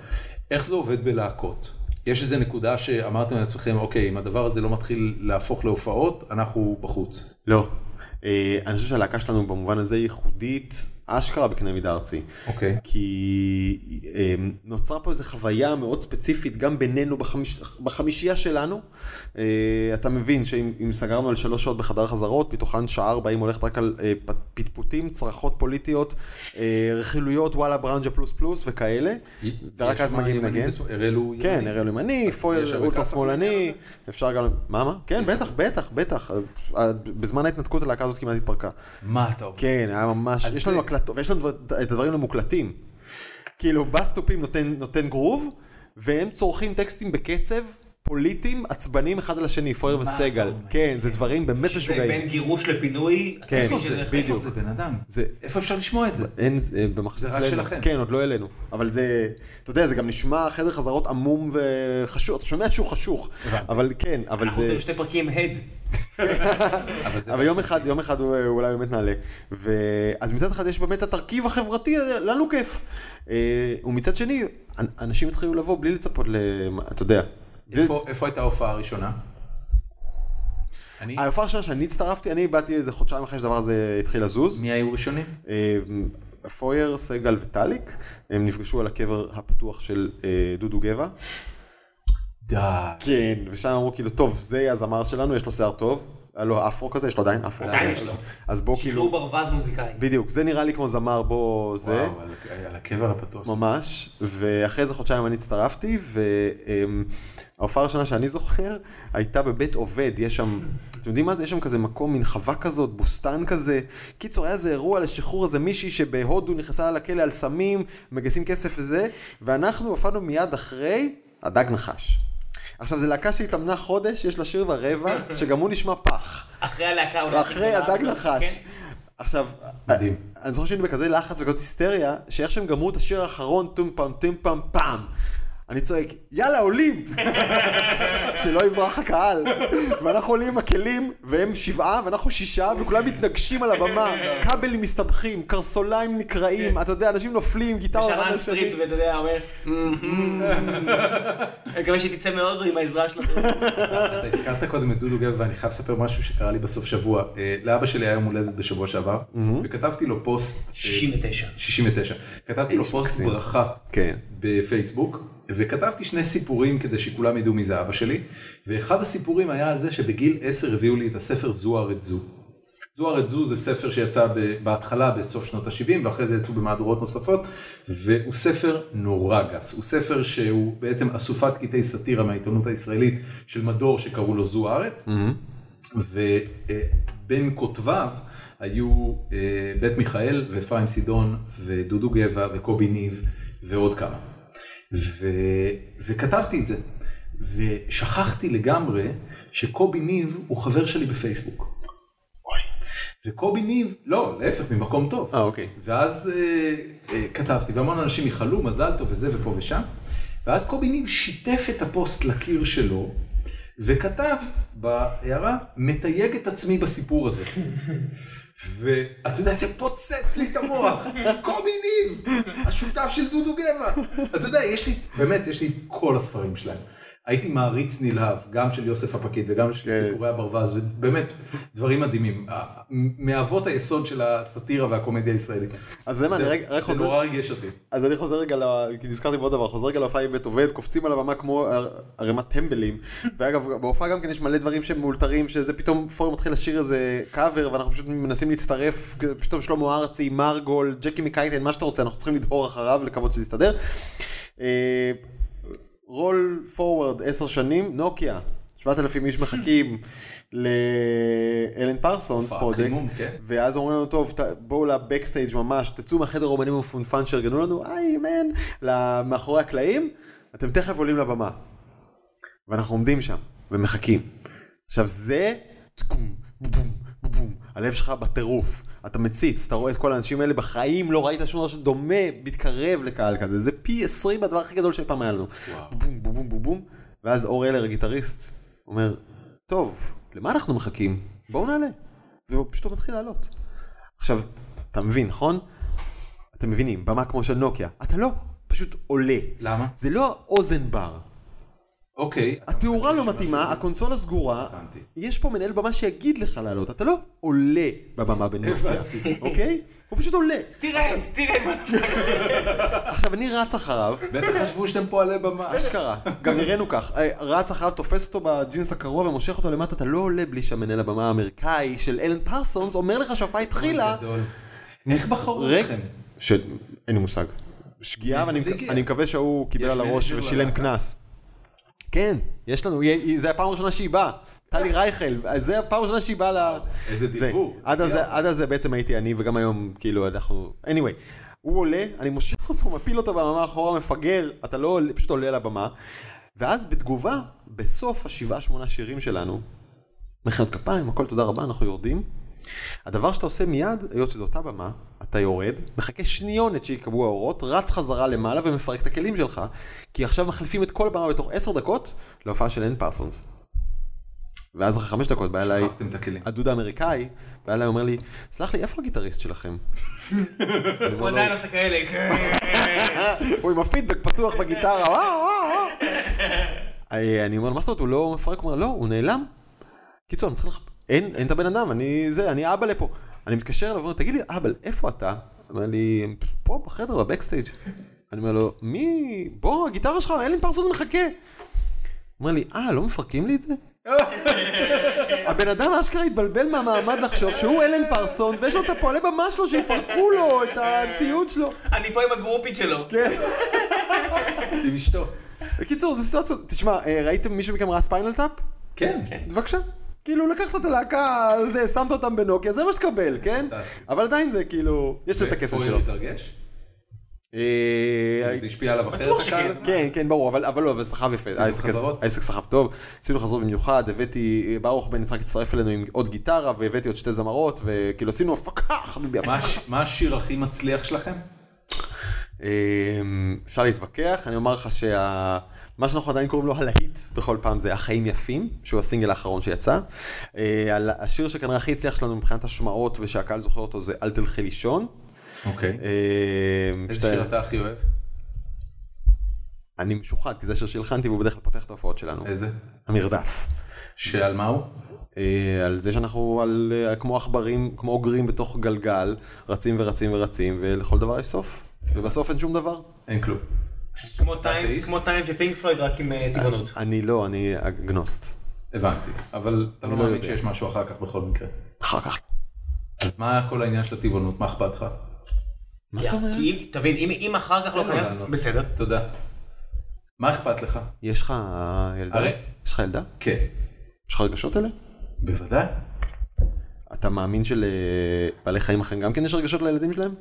S1: איך זה עובד בלהקות? יש איזו נקודה שאמרתם לעצמכם, אוקיי, אם הדבר הזה לא מתחיל להפוך להופעות, אנחנו בחוץ.
S4: לא. אה, אני חושב שהלהקה שלנו במובן הזה ייחודית אשכרה בקנה מידה ארצי.
S1: אוקיי.
S4: כי אה, נוצרה פה איזו חוויה מאוד ספציפית גם בינינו בחמיש, בחמישייה שלנו. אה, אתה מבין שאם אם סגרנו על שלוש שעות בחדר חזרות, מתוכן שעה ארבעים הולכת רק על אה, פ- פטפוטים, צרחות פוליטיות, אה, רכילויות, וואלה ברנג'ה פלוס פלוס וכאלה. ורק
S1: יש
S4: אז
S1: שם
S4: מגיעים
S1: ימנים
S4: לנגן.
S1: ושמאל- הראלו
S4: כן,
S1: ימנים.
S4: הראל ימני,
S1: אז יש
S4: פויר
S1: הרבה
S4: אולטרה
S1: כסף
S4: שמאלני,
S1: לעניין
S4: אפשר גם... מה, מה? כן, בטח, בטח, בטח. אה, בזמן ההתנתקות הלהקה הזאת כמעט התפרקה.
S1: מה אתה אומר?
S4: כן, היה ממש,
S1: אז
S4: יש
S1: זה-
S4: לנו הקלטות, ויש לנו דבר- את הדברים המוקלטים. כאילו, בסטופים נותן, נותן גרוב, והם צורכים טקסטים בקצב, פוליטיים, עצבנים אחד על השני, פויר
S3: אתה
S4: וסגל.
S3: אומר?
S4: כן, זה דברים באמת
S3: שזה
S4: משוגעים.
S3: בין גירוש לפינוי,
S4: כן,
S3: איפה
S1: זה,
S3: זה?
S1: איפה זה בן אדם?
S4: זה-
S1: איפה אפשר לשמוע את זה?
S4: אין, אה, במחשב
S1: זה רק
S4: אצלנו.
S1: שלכם.
S4: כן, עוד לא העלינו. אבל זה, אתה יודע, זה גם נשמע חדר חזרות עמום וחשוך, אתה שומע שהוא חשוך. אבל כן, אבל
S3: אנחנו
S4: זה...
S3: עושים שני פרקים עם הד.
S1: אבל זה
S4: אבל יום אחד, יום אחד הוא- הוא אולי באמת נעלה. ו... אז מצד אחד יש באמת את התרכיב החברתי, לנו כיף. אה, ומצד שני, אנ- אנשים התחילו לבוא בלי לצפות ל... אתה יודע. בלי-
S1: איפה, איפה הייתה ההופעה הראשונה? אני,
S4: ההופעה הראשונה שאני הצטרפתי, אני באתי איזה חודשיים אחרי שהדבר הזה התחיל לזוז.
S1: מי היו ראשונים?
S4: אה, פויר, סגל וטאליק, הם נפגשו על הקבר הפתוח של אה, דודו גבע.
S1: די.
S4: כן, ושם אמרו כאילו, טוב, זה הזמר שלנו, יש לו שיער טוב. אה, לא, אפרו כזה, יש לו עדיין אפרו.
S3: עדיין יש לו.
S4: אז בוא
S3: שחרור
S4: כאילו,
S3: ברווז מוזיקאי.
S4: בדיוק, זה נראה לי כמו זמר, בוא זה.
S1: וואו, על, על הקבר הפתוח.
S4: ממש, ואחרי זה חודשיים אני הצטרפתי, וההופעה הראשונה שאני זוכר הייתה בבית עובד, יש שם, אתם יודעים מה זה? יש שם כזה מקום, מין חווה כזאת, בוסתן כזה. קיצור, היה איזה אירוע לשחרור איזה מישהי שבהודו נכנסה לכלא על סמים, מגייסים כסף וזה, ואנחנו הופענו מיד אחרי הדג נחש. עכשיו, זו להקה שהתאמנה חודש, יש לה שיר ורבע, שגם הוא נשמע פח.
S3: אחרי הלהקה אולי. הכי
S4: אחרי
S3: גדולה,
S4: הדג נחש.
S3: כן?
S4: עכשיו,
S1: מדהים.
S4: אני זוכר שהיינו בכזה לחץ וכזאת היסטריה, שאיך שהם גמרו את השיר האחרון, טום פעם, טום פעם, פעם. אני צועק, יאללה
S3: [laughs]
S4: עולים! שלא יברח הקהל. ואנחנו עולים עם הכלים, והם שבעה, ואנחנו שישה, וכולם מתנגשים על
S3: [laughs]
S4: הבמה.
S3: כן.
S4: כבלים מסתבכים, קרסוליים נקרעים, אתה יודע, אנשים נופלים, גיטרה...
S3: ושרן כן. סטריט, ואתה יודע, אומר, "מ-מ-מ-מ". אני מקווה שהיא תצא מהודו עם העזרה שלכם.
S1: אתה הזכרת קודם את דודו גב, ואני חייב לספר משהו שקרה לי בסוף שבוע. אה, לאבא שלי היה יום הולדת בשבוע שעבר, וכתבתי לו פוסט... אה,
S3: 69.
S1: 69. כתבתי לו פוסט
S4: מקסים.
S1: ברכה
S4: כן.
S1: בפייסבוק, וכתבתי שני סיפורים כדי שכולם ידעו מי זה אבא שלי, ואחד הסיפורים היה על זה שבגיל 10 הביאו לי את הספר זו ארץ זו. זו ארץ זו זה ספר שיצא ב- בהתחלה בסוף שנות ה-70 ואחרי זה יצאו במהדורות נוספות והוא ספר נורא גס, הוא ספר שהוא בעצם אסופת קטעי סאטירה מהעיתונות הישראלית של מדור שקראו לו זו הארץ ובין כותביו היו אה, בית מיכאל ואפרים סידון ודודו גבע וקובי ניב ועוד כמה. ו, וכתבתי את זה, ושכחתי לגמרי שקובי ניב הוא חבר שלי בפייסבוק. וקובי ניב, לא, להפך, ממקום טוב.
S4: אה, אוקיי.
S1: ואז אה, אה, כתבתי, והמון אנשים איחלו, מזל טוב וזה ופה ושם. ואז קובי ניב שיתף את הפוסט לקיר שלו, וכתב בהערה, מתייג את עצמי בסיפור הזה. [laughs] ואתה יודע, זה פוצץ לי את המוח, [laughs] קובי ניב, השותף של דודו גבע. אתה יודע, יש לי, באמת, יש לי את כל הספרים שלהם. הייתי מעריץ נלהב, גם של יוסף הפקיד וגם של
S4: כן.
S1: סיפורי הברווז, ובאמת, דברים מדהימים. ה- מאבות היסוד של הסאטירה והקומדיה הישראלית.
S4: אז זה מה, אני
S1: זה-
S4: רגע- רק
S1: זה
S4: חוזר-
S1: נורא ריגש אותי.
S4: אז אני חוזר רגע, ל- כי נזכרתי בעוד דבר, חוזר רגע להופעה עם בית עובד, קופצים על הבמה כמו ער- ערימת טמבלים. ואגב, בהופעה גם כן יש מלא דברים שהם מאולתרים, שזה פתאום פורר מתחיל לשיר איזה קאבר, ואנחנו פשוט מנסים להצטרף, כזה, פתאום שלמה ארצי, מרגול, ג'קי מקייטן, מה שאתה רוצה, אנחנו צריכים לדהור אחריו, לקוות שזה יסתדר. אה, רול פורוורד עשר שנים, נוקיה. 7,000 איש מחכים לאלן פרסונס
S1: הופעת
S4: פרוג'קט,
S1: חימום, כן.
S4: ואז אומרים לנו, טוב, ת- בואו לבקסטייג' ממש, תצאו מהחדר אומנים המפונפן שארגנו לנו, היי מן, ל- מאחורי הקלעים, אתם תכף עולים לבמה. ואנחנו עומדים שם, ומחכים. עכשיו זה, טקום, בום, בום, הלב שלך בטירוף. אתה מציץ, אתה רואה את כל האנשים האלה בחיים, לא ראית שום דבר שדומה, מתקרב לקהל כזה. זה פי 20 הדבר הכי גדול שאי פעם היה לנו.
S1: וואו.
S4: בום, בום, בום, בום, בום. ואז אור אלר, הגיטריסט, אומר, טוב, למה אנחנו מחכים? בואו נעלה. והוא פשוט לא מתחיל לעלות. עכשיו, אתה מבין, נכון? אתם מבינים, במה כמו של נוקיה. אתה לא פשוט עולה.
S1: למה?
S4: זה לא האוזן בר.
S1: אוקיי. אתה
S4: התאורה
S1: מחכה
S4: לא
S1: שמשהו-
S4: מתאימה, הקונסולה סגורה,
S1: הבנתי.
S4: יש פה מנהל במה שיגיד לך לעלות, אתה לא עולה בבמה בנוקיה,
S1: הבנתי.
S4: אוקיי? הוא פשוט עולה.
S3: תראה, תראה מה...
S4: עכשיו אני רץ אחריו, [laughs]
S1: בטח חשבו שאתם פועלי במה.
S4: אשכרה, גם נראינו כך, אה, רץ אחריו, תופס אותו בג'ינס הקרוב ומושך אותו למטה, אתה לא עולה בלי שהמנהל הבמה האמריקאי של אלן פרסונס אומר לך שההופעה התחילה.
S1: אה, גדול. איך בחרו
S4: רגע,
S1: אתכם?
S4: ש- אין לי מושג. שגיאה,
S1: מאיפה
S4: ואני
S1: זה הגיע?
S4: אני מקווה שההוא קיבל
S1: יש
S4: על הראש
S1: מנג'ר
S4: ושילם
S1: ללהקה?
S4: קנס. כן, יש לנו, היא- היא- זה הפעם הראשונה שהיא באה. טלי רייכל, אז זה הפעם הראשונה שהיא באה ל...
S1: איזה
S4: זה.
S1: דיבור.
S4: עד אז- עד אז בעצם הייתי אני, וגם היום, כאילו, אנחנו... anyway, הוא עולה, אני מושך אותו, מפיל אותו בממה האחורה, מפגר, אתה לא עולה- פשוט עולה לבמה. ואז בתגובה, בסוף השבעה שמונה שירים שלנו, מחיאות כפיים, הכל תודה רבה, אנחנו יורדים. הדבר שאתה עושה מיד, היות שזו אותה במה, אתה יורד, מחכה שניונת שייקבעו האורות, רץ חזרה למעלה ומפרק את הכלים שלך, כי עכשיו מחליפים את כל הבמה בתוך עשר דקות להופעה של אין פרסונס. ואז אחרי חמש דקות בא אליי
S1: שכחתם את הכלים.
S4: הדוד האמריקאי, בא אליי אומר לי, סלח לי, איפה הגיטריסט שלכם? אני אומר
S3: הוא
S4: לו,
S3: עדיין עושה כאלה, כן.
S4: "אה, הוא עם הפידבק פתוח בגיטרה, וואו, וואו, וואו. אה, אני אומר, מה זאת אומרת, הוא לא מפרק? הוא אומר, לא, הוא נעלם. קיצור, אני מתחיל לחפש, אין, אין את הבן אדם, אני זה, אני אבא לפה. אני מתקשר אליו ואומר, תגיד לי, אבא, איפה אתה? אומר לי, פה בחדר, בבקסטייג'. אני אומר לו, מי? בוא, הגיטרה שלך, אלן פרסוס מחכה. אומר לי, אה, לא מפרקים לי את זה? הבן אדם אשכרה התבלבל מהמעמד לחשוב שהוא אלן פרסונס ויש לו את הפועלי במה שלו שיפרקו לו את הציוד שלו.
S3: אני פה עם הגרופית שלו.
S4: כן.
S1: עם אשתו.
S4: בקיצור, זו סיטואציה, תשמע, אה, ראיתם מישהו מכם ראה ספיינל טאפ?
S1: כן.
S4: בבקשה. כאילו לקחת את הלהקה, זה, שמת אותם בנוקיה, זה מה שתקבל, כן?
S1: פנטסטי.
S4: אבל עדיין זה כאילו, יש את הכסף
S1: ופורר
S4: שלו.
S1: התרגש?
S4: אה,
S1: זה השפיע עליו אחרת
S3: בטוח
S1: הקהל
S3: שכן.
S1: הזה?
S4: כן, כן, ברור, אבל, אבל לא, אבל סחב יפה.
S1: עשינו
S4: העסק-
S1: חזרות.
S4: העסק סחב טוב, עשינו חזרות במיוחד, הבאתי, אה, ברוך בן יצחק הצטרף אלינו עם עוד גיטרה, והבאתי עוד שתי זמרות, וכאילו עשינו הפקה, חביבי,
S1: מה
S4: הפקה.
S1: הש- מה השיר הכי מצליח שלכם?
S4: אמ, אפשר להתווכח, אני אומר לך שה... מה שאנחנו עדיין קוראים לו הלהיט בכל פעם זה החיים יפים, שהוא הסינגל האחרון שיצא. אה, על- השיר שכנראה הכי הצליח שלנו מבחינת השמעות ושהקהל זוכר אותו זה אל תלכי לישון.
S1: אוקיי.
S4: אמ,
S1: איזה
S4: שאתה-
S1: שיר אתה הכי אוהב?
S4: אני משוחד, כי זה שיר שהלחנתי והוא בדרך כלל פותח את ההופעות שלנו.
S1: איזה?
S4: המרדף.
S1: שעל מה הוא?
S4: אה, על זה שאנחנו על, אה, כמו עכברים, כמו אוגרים בתוך גלגל, רצים ורצים ורצים, ולכל דבר יש סוף. ובסוף אין שום דבר.
S1: אין כלום.
S3: כמו טיים,
S1: אתאיסט?
S3: כמו טיים ופינק פלויד רק עם אה, טבעונות.
S4: אני לא, אני אגנוסט.
S1: הבנתי. אבל אתה לא
S4: אני לא
S1: מאמין
S4: יודע.
S1: שיש משהו אחר כך בכל מקרה.
S4: אחר כך.
S1: אז מה כל העניין של הטבעונות? מה אכפת לך?
S4: מה זאת אומרת?
S2: כי, תבין, אם- אם אחר כך לא
S1: אין לו
S2: קיים,
S1: לענות.
S2: בסדר.
S1: תודה. מה אכפת לך?
S4: יש לך ילדה?
S1: הרי-
S4: יש לך ילדה?
S1: כן.
S4: יש לך רגשות אלה?
S1: בוודאי.
S4: אתה מאמין שלבעלי חיים אחרים גם כן יש רגשות לילדים שלהם?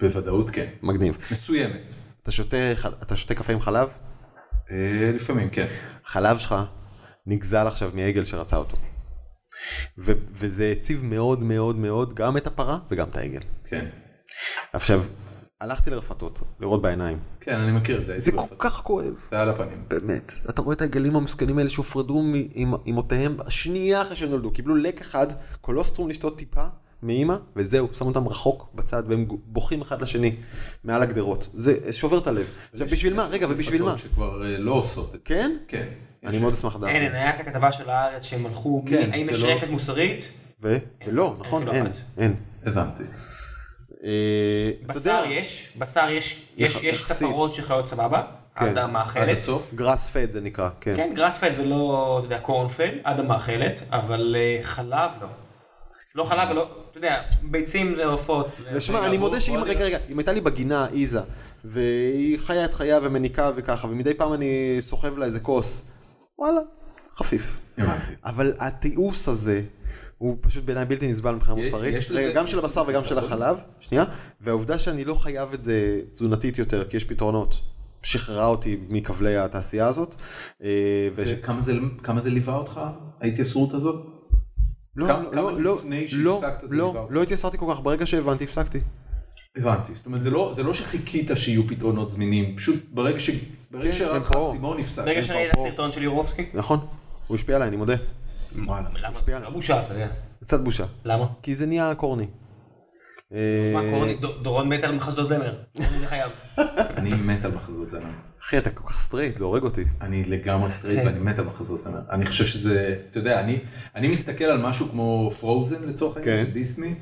S1: בוודאות כן.
S4: מגניב.
S1: מסוימת.
S4: אתה שותה, חל- אתה שותה קפה עם חלב?
S1: אה, לפעמים כן.
S4: החלב שלך נגזל עכשיו מעגל שרצה אותו. ו- וזה הציב מאוד מאוד מאוד גם את הפרה וגם את העגל.
S1: כן.
S4: עכשיו, הלכתי לרפתות, לראות בעיניים.
S1: כן, אני מכיר את זה.
S4: זה
S1: הייתי
S4: כל
S1: בפת-
S4: כך כואב.
S1: זה על הפנים.
S4: באמת. אתה רואה את העגלים המסכנים האלה שהופרדו מאימותיהם שנייה אחרי שהם נולדו, קיבלו לק אחד, קולוסטרום לשתות טיפה מאימא, וזהו, שמו אותם רחוק בצד, והם בוכים אחד לשני מעל הגדרות. זה שובר את הלב. עכשיו, בשביל מה? רגע, ובשביל מה?
S1: שכבר אה, לא עושות את זה.
S4: כן?
S1: כן.
S4: אני מאוד אשמח לדעת.
S2: אין, אין, היה את הכתבה של הארץ שהם הלכו,
S1: כן,
S2: מי- האם
S1: זה
S2: יש
S1: לא-
S2: רפת מוסרית?
S4: ו-
S2: אין,
S4: ולא,
S2: אין
S4: נכון,
S2: אפילו לא
S4: אין,
S2: אחת.
S4: אין.
S1: הבנתי.
S4: אה, אתה יודע,
S2: בשר יש, בשר יש, יש
S4: יח-
S2: יש את
S4: יחסית.
S2: הפרות שחיות סבבה,
S4: כן.
S2: עד
S1: עד
S2: המאכלת.
S1: הסוף?
S4: גראס פד זה נקרא, כן.
S2: כן, גרספלד ולא, אתה יודע, קורנפלד, עד המאכלת, אבל אה, חלב לא. לא חלב ולא, אתה יודע, ביצים זה עופות.
S4: ושמע,
S1: רגע,
S4: אני
S1: בוא-
S4: מודה שאם,
S1: בוא
S4: רגע,
S1: אני-
S4: רגע, אם הייתה לי בגינה עיזה, והיא חיה את חייה ומניקה וככה, ומדי פעם אני סוחב לה איזה כוס, וואלה, חפיף.
S1: הבנתי.
S4: אבל התיעוש הזה, הוא פשוט בעיניי בלתי נסבל מבחינה
S1: יש-
S4: מוסרית,
S1: יש
S4: רגע,
S1: לזה- נכון.
S4: גם של הבשר וגם של החלב, שנייה, והעובדה שאני לא חייב את זה תזונתית יותר, כי יש פתרונות, שחררה אותי מכבלי התעשייה הזאת. אה, וש-
S1: זה- כמה זה- כמה זה ליווה אותך, ההתייסרות הזאת?
S4: לא,
S1: כמה-
S4: לא,
S1: כמה
S4: לא,
S1: לפני
S4: לא,
S1: שהפסקת זה
S4: לא,
S1: ליווה אותך?
S4: לא התייסרתי כל כך, ברגע שהבנתי הפסקתי.
S1: הבנתי. זאת אומרת, זה לא- זה לא שחיכית שיהיו פתרונות זמינים, פשוט ברגע ש- ברגע
S4: כן,
S1: שירד
S4: הם
S1: לך
S4: פה.
S1: האסימון נפסק.
S2: ברגע
S1: הם
S2: שראית את
S4: פה-
S2: הסרטון של יורובסקי?
S4: נכון, הוא השפיע עליי, אני מודה.
S1: וואלה.
S2: למה?
S4: משפיע
S2: לא
S4: עליו.
S2: בושה, אתה יודע.
S4: קצת בושה.
S2: למה?
S4: כי זה נהיה קורני. אה,
S2: מה קורני? ד- דורון מת על מחזות זמר. קורני זה חייב.
S1: אני מת על מחזות לא- זמר.
S4: אחי, אתה כל כך סטרייט, זה הורג אותי.
S1: אני לגמרי סטרייט
S2: כן.
S1: ואני מת על מחזות זמר. אני חושב שזה, אתה יודע, אני, אני מסתכל על משהו כמו פרוזן לצורך העניין
S4: כן.
S1: של דיסני,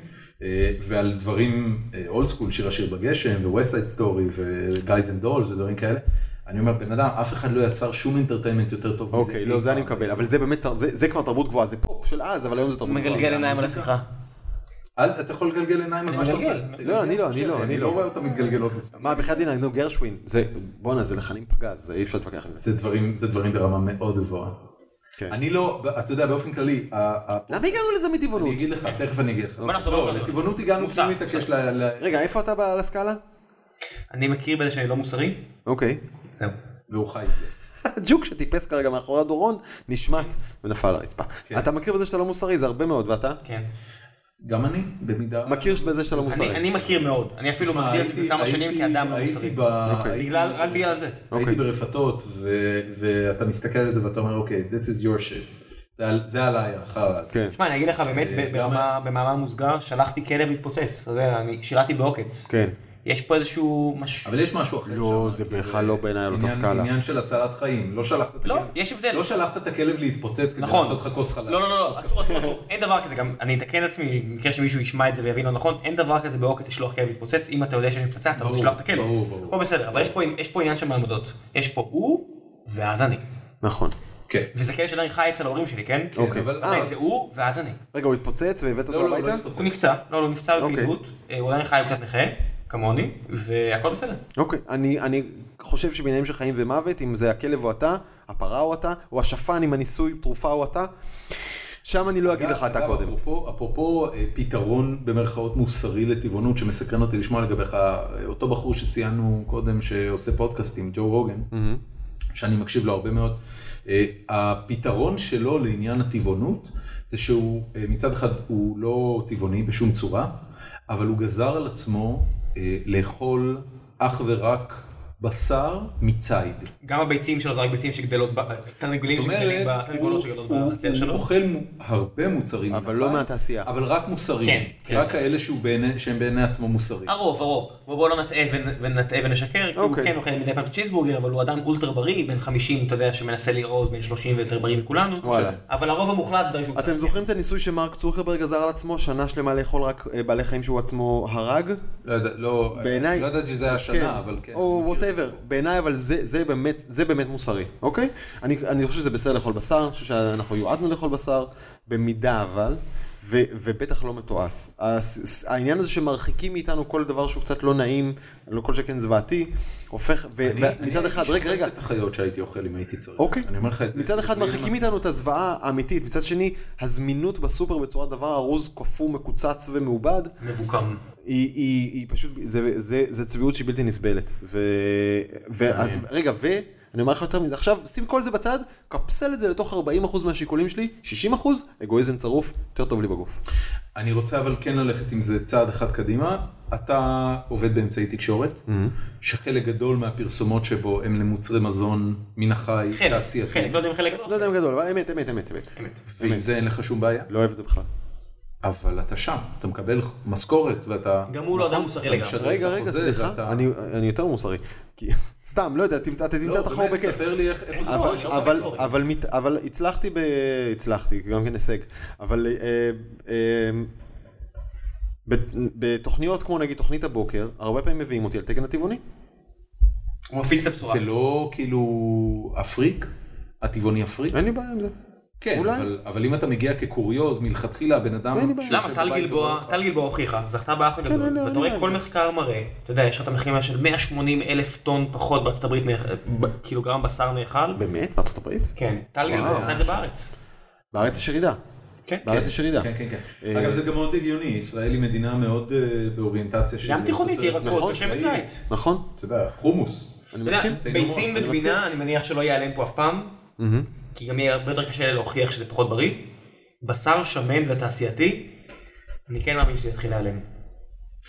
S1: אה, ועל דברים אולד סקול, שיר השיר בגשם, ו-West Side Story, ו-Guys and Dolls ודברים כאלה. אני אומר, בן אדם, אף אחד לא יצר שום אינטרטיימנט יותר טוב מזה.
S4: אוקיי, לא,
S1: אי
S4: זה אני
S1: פעם
S4: מקבל, אבל
S1: בהיסטוריה.
S4: זה באמת, זה זה כבר תרבות גבוהה, זה פופ של אז, אבל היום זה תרבות
S2: [laughs]
S4: גבוהה.
S2: מגלגל עיניים על השיחה.
S1: אל, אתה יכול לגלגל עיניים על
S2: אני
S1: מה שאתה
S2: מגלגל.
S1: רוצה.
S2: לא,
S1: תגלגל,
S4: אני לא, אני
S1: תשב,
S4: לא, אני
S1: אני
S4: לא.
S1: לא רואה אותם מתגלגלות מספיק.
S4: מה, בחייאת דין, נו, גרשווין, זה, בואנה, זה לחנים פגז, זה אי אפשר להתווכח עם זה.
S1: זה דברים, זה דברים ברמה מאוד גבוהה.
S4: כן.
S1: אני לא, אתה יודע, באופן כללי, ה- ה-
S4: למה הגענו לזה
S1: אני
S4: מטבעונות?
S1: אגיד לך, תכף אני אגיד לך.
S2: בוא נחזור
S1: לא,
S2: למשהו אחר.
S1: לטבעונות הגענו,
S2: מוסר.
S1: אפילו להתעקש ל... ל-
S4: רגע, איפה אתה ב- על הסקאלה?
S2: אני מכיר בזה שאני לא מוסרי.
S4: אוקיי. [laughs]
S2: זהו.
S1: והוא חי את זה.
S4: הג'וק שטיפס כרגע מאחורי הדורון, נשמט ונפל על הרצפה. אתה מכיר בזה שאתה לא מוסרי, זה הרבה מאוד, ואתה?
S2: כן.
S1: גם אני, במידה...
S4: מכיר בזה שאתה לא מוסרי.
S2: אני אני מכיר מאוד. אני אפילו
S1: תשמע,
S2: מגדיר את זה
S1: הייתי-
S2: כמה שנים
S1: הייתי-
S2: כאדם לא מוסרי.
S1: הייתי ב...
S4: אוקיי.
S1: הייתי-
S2: בגלל- רק בגלל זה.
S4: אוקיי.
S1: הייתי ברפתות, ו- ואתה מסתכל על זה ואתה אומר, אוקיי, this is your shit. זה על- זה עליי, אחר
S4: כן.
S2: שמע, אני אגיד לך באמת,
S1: אה,
S2: ב-
S1: גם-
S2: ברמה- במאמר מוסגר, שלחתי כלב להתפוצץ. אתה יודע, אני שירתי בעוקץ.
S4: כן.
S2: יש פה איזשהו... מש-
S1: אבל יש משהו אחר
S4: לא,
S1: שם,
S4: זה
S1: כי
S4: בכלל לא בעיניי על אותה
S1: עניין-
S4: סקאלה.
S1: עניין של הצלת חיים, לא שלחת את
S2: לא,
S1: הכלב-
S2: יש הבדל.
S1: לא שלחת את הכלב להתפוצץ כדי
S2: נכון.
S1: לעשות לך כוס חלב.
S2: לא, לא, לא, עצור,
S1: [laughs]
S2: עצור, עצור, אין דבר כזה, גם אני אתקן עצמי במקרה שמישהו ישמע את זה ויבין לא נכון, אין דבר כזה בעוקץ לשלוח כלב להתפוצץ, אם אתה יודע שיש פצצה, אתה
S1: ברור,
S2: תשלח את הכלב.
S1: ברור, ברור.
S2: הכל בסדר, אבל יש פה- יש פה עניין של מעמדות. יש פה הוא, ואז אני.
S4: נכון.
S1: כן.
S2: וזה כלב שאני חי אצל ההורים שלי, כן?
S1: אוקיי.
S2: אבל
S1: אבל-
S2: עדיין
S4: אה.
S2: זה הוא, ואז אני.
S4: רגע, הוא התפוצץ והבאת
S1: לא,
S4: אותו
S1: לא, לא
S4: הביתה?
S1: התפוצץ.
S2: הוא נפצע, לא, לא, הוא נפצע
S4: אוקיי.
S2: בפעילות, אה, הוא עדיין חי, הוא קצת נכה, כמוני, והכל בסדר.
S4: אוקיי, אני, אני חושב שבעניינים של חיים ומוות, אם זה הכלב או אתה, הפרה או אתה, או השפן עם הניסוי תרופה או אתה, שם אני לא אגיד לך אתה
S1: אגב,
S4: קודם.
S1: אפרופו, אפרופו אה, פתרון במרכאות מוסרי לטבעונות שמסקרן אותי לשמוע לגביך, אה, אותו בחור שציינו קודם שעושה פודקאסטים, ג'ו רוגן,
S4: Mm-hmm.
S1: שאני מקשיב לו הרבה מאוד, אה, הפתרון שלו לעניין הטבעונות זה שהוא אה, מצד אחד הוא לא טבעוני בשום צורה, אבל הוא גזר על עצמו אה, לאכול אך ורק בשר מציד.
S2: גם הביצים שלו זה רק ביצים שגדלות, ב- תרנגולים
S1: זאת
S2: שגדלים,
S1: אומרת,
S2: ב- תרנגולות
S1: הוא-
S2: שגדלות
S1: הוא-
S2: בחצר
S1: הוא
S2: שלו.
S1: אוכל מו- הרבה מוצרים.
S4: אבל
S1: מן
S4: לא
S1: החי,
S4: מהתעשייה.
S1: אבל רק מוסרים.
S2: כן, כן.
S1: רק כאלה שהוא בעיני- שהם בעיני עצמו מוסרים.
S2: הרוב, הרוב. בוא בוא לא נטעה ונ- ונטעה ונשקר, כי הוא
S4: אוקיי.
S2: כן אוכל מדי פעם צ'יזבורגר, אבל הוא אדם אולטרה בריא, בן 50, אתה יודע, שמנסה להיראות בן 30 ויותר בריא מכולנו.
S4: וואלה.
S2: אבל הרוב המוחלט זה דברים שהוא
S4: אתם זוכרים את הניסוי שמרק צוקרברג גזר על עצמו שנה שלמה לאכול רק אה, בעלי חיים שהוא עצמו הרג?
S1: לא יודע, לא,
S4: בעיניי,
S1: לא ידעתי שזה היה
S4: אז
S1: שנה, אבל כן.
S4: או
S1: אני מכיר את
S4: וואטאבר, בעיניי אבל זה, זה, באמת, זה באמת מוסרי, אוקיי? אני, אני חושב שזה בסדר לאכול בשר, אני חושב שאנחנו יועדנו לאכול בשר, במידה אבל, ו- ובטח לא מתועש. הס- העניין הזה שמרחיקים מאיתנו כל דבר שהוא קצת לא נעים, לא כל שכן זוועתי, הופך,
S1: אני-
S4: ו- ומצד
S1: אני
S4: אחד,
S1: הייתי
S4: רגע, רגע,
S1: שוחט את החיות שהייתי אוכל אם הייתי צריך.
S4: אוקיי.
S1: אני אומר לך את זה.
S4: מצד אחד
S1: בלי
S4: מרחיקים
S1: למצ-
S4: איתנו את הזוועה האמיתית, מצד שני, הזמינות בסופר בצורת דבר ארוז, קפוא, מקוצץ ומעובד,
S3: מבוקם.
S4: היא, היא, היא פשוט, זה, זה, זה צביעות שהיא בלתי נסבלת. ו, ו,
S1: מעניין.
S4: רגע, ואני אומר לך יותר מזה, עכשיו שים כל זה בצד, קפסל את זה לתוך 40% מהשיקולים שלי, 60% אגואיזם צרוף, יותר טוב לי בגוף.
S1: אני רוצה אבל כן ללכת עם זה צעד אחד קדימה. אתה עובד באמצעי תקשורת, שחלק גדול מהפרסומות שבו הם למוצרי מזון מן החי,
S3: חלק,
S1: תעשייתי.
S3: חלק, לא יודע אם חלק
S4: לא
S3: גדול.
S4: יודע אם גדול, אבל אמת, אמת, אמת, אמת.
S1: ועם זה אין לך שום בעיה.
S4: לא אוהב את זה בכלל.
S1: אבל אתה שם, אתה מקבל משכורת ואתה...
S3: גם הוא לא
S1: נכון,
S3: אדם מוסרי
S1: אתה
S3: לגמרי.
S1: משדר
S4: רגע,
S1: את
S4: רגע,
S1: החוזה
S4: סליחה,
S1: ואתה-
S4: אני, אני יותר מוסרי. כי, [laughs] סתם, לא יודע, תמצא- אתה תמצא
S1: לא,
S4: את החור
S1: באמת,
S4: בכיף.
S1: ספר לי איך... איפה זה
S4: אבל,
S1: קורה.
S3: לא
S4: אבל,
S3: בצורך.
S4: אבל, מת, אבל הצלחתי, ב... הצלחתי, גם כן הישג, אבל אה, אה, ב- בתוכניות כמו נגיד תוכנית הבוקר, הרבה פעמים מביאים אותי על תקן הטבעוני.
S3: הוא מפיץ את הבשורה.
S1: זה לא כאילו אפריק? הטבעוני אפריק?
S4: אין לי בעיה עם זה.
S1: כן,
S4: אולי.
S1: אבל- אבל אם אתה מגיע כקוריוז, מלכתחילה הבן אדם...
S4: אין לי בעיה.
S1: שיושב
S3: למה? טל
S1: בבית כן,
S3: גלבוע,
S1: ורואה
S3: טל גלבוע הוכיחה, זכתה באח הגדול,
S4: אין לי-
S3: ואתה
S4: אין לי בעיה
S3: רואה כל
S4: עם זה.
S3: מחקר מראה, אתה יודע, יש לך את המחירים האלה של 180 אלף טון פחות בארצות הברית, מאכ- ב- קילוגרם בשר נאכל.
S4: באמת? בארצות הברית?
S3: כן, טל
S4: וואו.
S3: גלבוע עשה את זה בארץ.
S4: בארץ יש ירידה.
S3: כן.
S4: בארץ יש ירידה.
S1: כן, כן, כן.
S4: אה,
S1: אגב, זה גם מאוד הגיוני, ישראל היא מדינה מאוד אה, באוריינטציה של...
S3: ים תיכונית,
S1: תוצרת.
S3: ירקות
S4: נכון,
S3: ושמן
S1: ראי.
S3: זית.
S4: נכון,
S1: אתה יודע, חומוס.
S4: אני
S3: אתה יודע,
S4: מסכים.
S1: בסדר
S3: ביצים
S1: גמור, אני
S3: וגבינה, אני מניח שלא ייעלם פה אף פעם,
S4: מהמם.
S3: כי גם יהיה הרבה יותר קשה להוכיח שזה פחות בריא. בשר שמן ותעשייתי, אני כן מאמין שזה יתחיל להיעלם.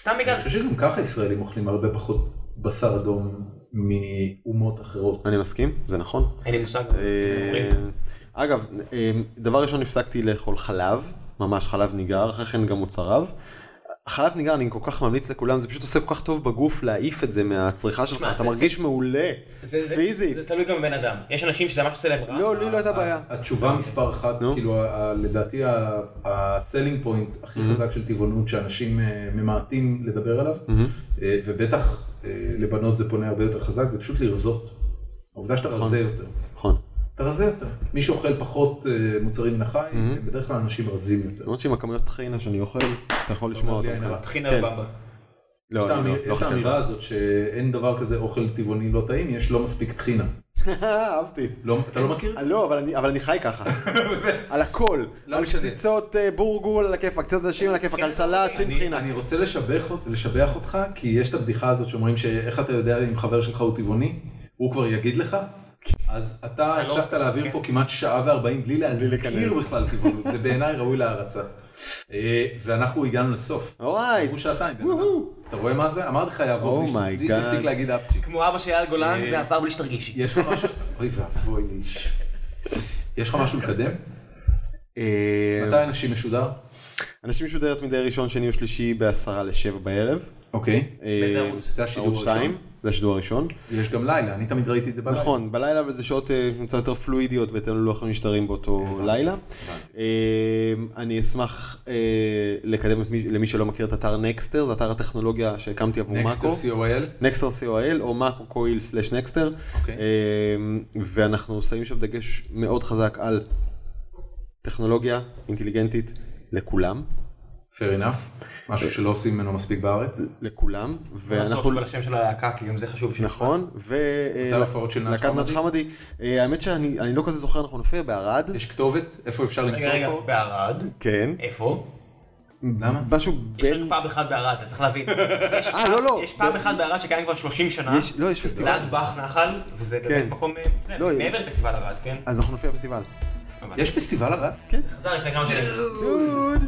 S3: סתם בגלל
S1: אני
S4: אה,
S1: חושב שגם ככה ישראלים אוכלים הרבה פחות בשר אדום מאומות אחרות.
S4: אני מסכים, זה נכון.
S3: אין לי מושג.
S4: אה, אגב, אה, דבר ראשון הפסקתי לאכול חלב, ממש חלב ניגר, אחרי כן גם מוצריו. חלב ניגר אני כל כך ממליץ לכולם, זה פשוט עושה כל כך טוב בגוף להעיף את זה מהצריכה שלך,
S3: תשמע,
S4: אתה
S3: זה-
S4: מרגיש מעולה,
S3: זה- זה-
S4: פיזית.
S3: זה תלוי גם בבן אדם. יש אנשים שזה ממש עושה להם רע.
S4: לא, לי לא
S1: אה,
S4: הייתה בעיה.
S1: התשובה מספר אחת,
S4: נו.
S1: כאילו ה- ה- לדעתי הסלינג פוינט
S4: Mm-hmm.
S1: הכי חזק של טבעונות שאנשים אה, ממעטים לדבר עליו,
S4: Mm-hmm.
S1: אה, ובטח אה, לבנות זה פונה הרבה יותר חזק, זה פשוט לרזות. העובדה שאתה רזה יותר.
S4: נכון.
S1: אתה רזה יותר. מי שאוכל פחות אה, מוצרים מן החי,
S4: Mm-hmm.
S1: הם בדרך כלל אנשים רזים יותר.
S4: למרות שעם הכמויות טחינה שאני אוכל, אתה יכול לשמוע
S1: בלי
S4: אותם.
S1: עין
S4: כאן.
S1: הרע.
S3: טחינה
S4: כן.
S3: בבא.
S1: יש
S4: לא,
S1: את
S4: אני לא-
S1: האמיר-
S4: לא
S1: יש את
S4: חכה.
S1: האמירה הזאת שאין דבר כזה אוכל טבעוני לא טעים, יש לא מספיק טחינה.
S4: [laughs] אהבתי.
S1: לא- אתה לא מכיר את זה?
S4: אה, לא, אבל אני- אבל אני חי
S1: [laughs]
S4: ככה. על הכל.
S1: לא
S4: על
S1: משנה. כן,
S4: קציצות אה, בורגול על הכיפאק, קציצות נשים על הכיפאק, על סלט, שים
S1: אני-
S4: טחינה.
S1: אני רוצה לשבח, אות- לשבח אותך, כי יש את הבדיחה הזאת שאומרים שאיך אתה יודע אם חבר שלך הוא טבעוני, הוא כבר יגיד לך. אז אתה
S3: אתה לא-
S1: הצלחת להעביר פה
S3: כן.
S1: כמעט שעה וארבעים בלי להזכיר
S4: להיכנס.
S1: בכלל טבעונות, זה בעיניי ראוי להערצה. אה, ואנחנו הגענו לסוף.
S4: אורייט.
S1: עברו שעתיים. בן אדם. אתה רואה מה זה? אמרתי לך יעבור,
S4: Oh my
S1: בלי
S4: God.
S1: שתספיק להגיד אפצ'יק.
S3: כמו אבא של אייל
S4: אה,
S3: גולן, זה עבר בלי שתרגישי.
S1: יש לך משהו, אוי ואבוי לי. ש- יש לך משהו לקדם?
S4: כן. אה,
S1: מתי אנשים משודר?
S4: אנשים משודרת מדי ראשון, שני ושלישי בעשרה לשבע בערב.
S1: אוקיי.
S4: אה,
S3: ערוץ?
S1: זה השידור
S4: ערוץ
S1: הראשון?
S4: שתיים, זה השידור הראשון.
S1: יש גם לילה, אני תמיד ראיתי את זה בלילה.
S4: נכון, בלילה אבל זה שעות אה, קצת יותר פלואידיות בהתאם ללוח המשדרים באותו לילה. אה, אני אשמח אה, לקדם את מי- למי שלא מכיר את אתר נקסטר, זה אתר הטכנולוגיה שהקמתי עבור מאקו.
S1: נקסטר co.il.
S4: נקסטר co.il או מאקו קויל סלש נקסטר. אה,
S1: אוקיי.
S4: ואנחנו שמים שם דגש מאוד חזק על טכנולוגיה אינטליגנטית לכולם.
S1: fair enough, משהו שלא עושים ממנו מספיק בארץ.
S4: לכולם,
S3: ואנחנו...
S4: ואנחנו...
S3: נחשוב על לא השם של הלהקה, כי גם זה חשוב. ש-
S4: נכון,
S1: מתי ההופעות של נאצ'
S4: ולהקת נאצ' חמדי, אה, האמת שאני אני לא כזה זוכר, אנחנו נופיע בערד,
S1: יש כתובת? איפה אפשר למצוא
S3: רגע, רגע,
S1: הופעות?
S3: בערד.
S4: כן,
S3: איפה?
S1: למה?
S4: משהו
S3: יש רק
S4: בין,
S3: פאב אחד בערד, אתה צריך להבין. יש
S4: אה,
S3: פאב-
S4: לא, לא.
S3: יש פאב אחד בערד שקיים כבר 30 שנה.
S4: יש- לא, יש פסטיבל.
S3: ליד באך נחל, וזה
S4: כן.
S3: באמת מקום... אה, זה
S4: לא,
S3: מעבר לפסטיבל ערד, כן?
S4: אז אנחנו נופיע בפסטיבל,
S3: אבל-
S1: יש פסטיבל ערד?
S3: חזר לפני כמה שנים.
S4: דוד,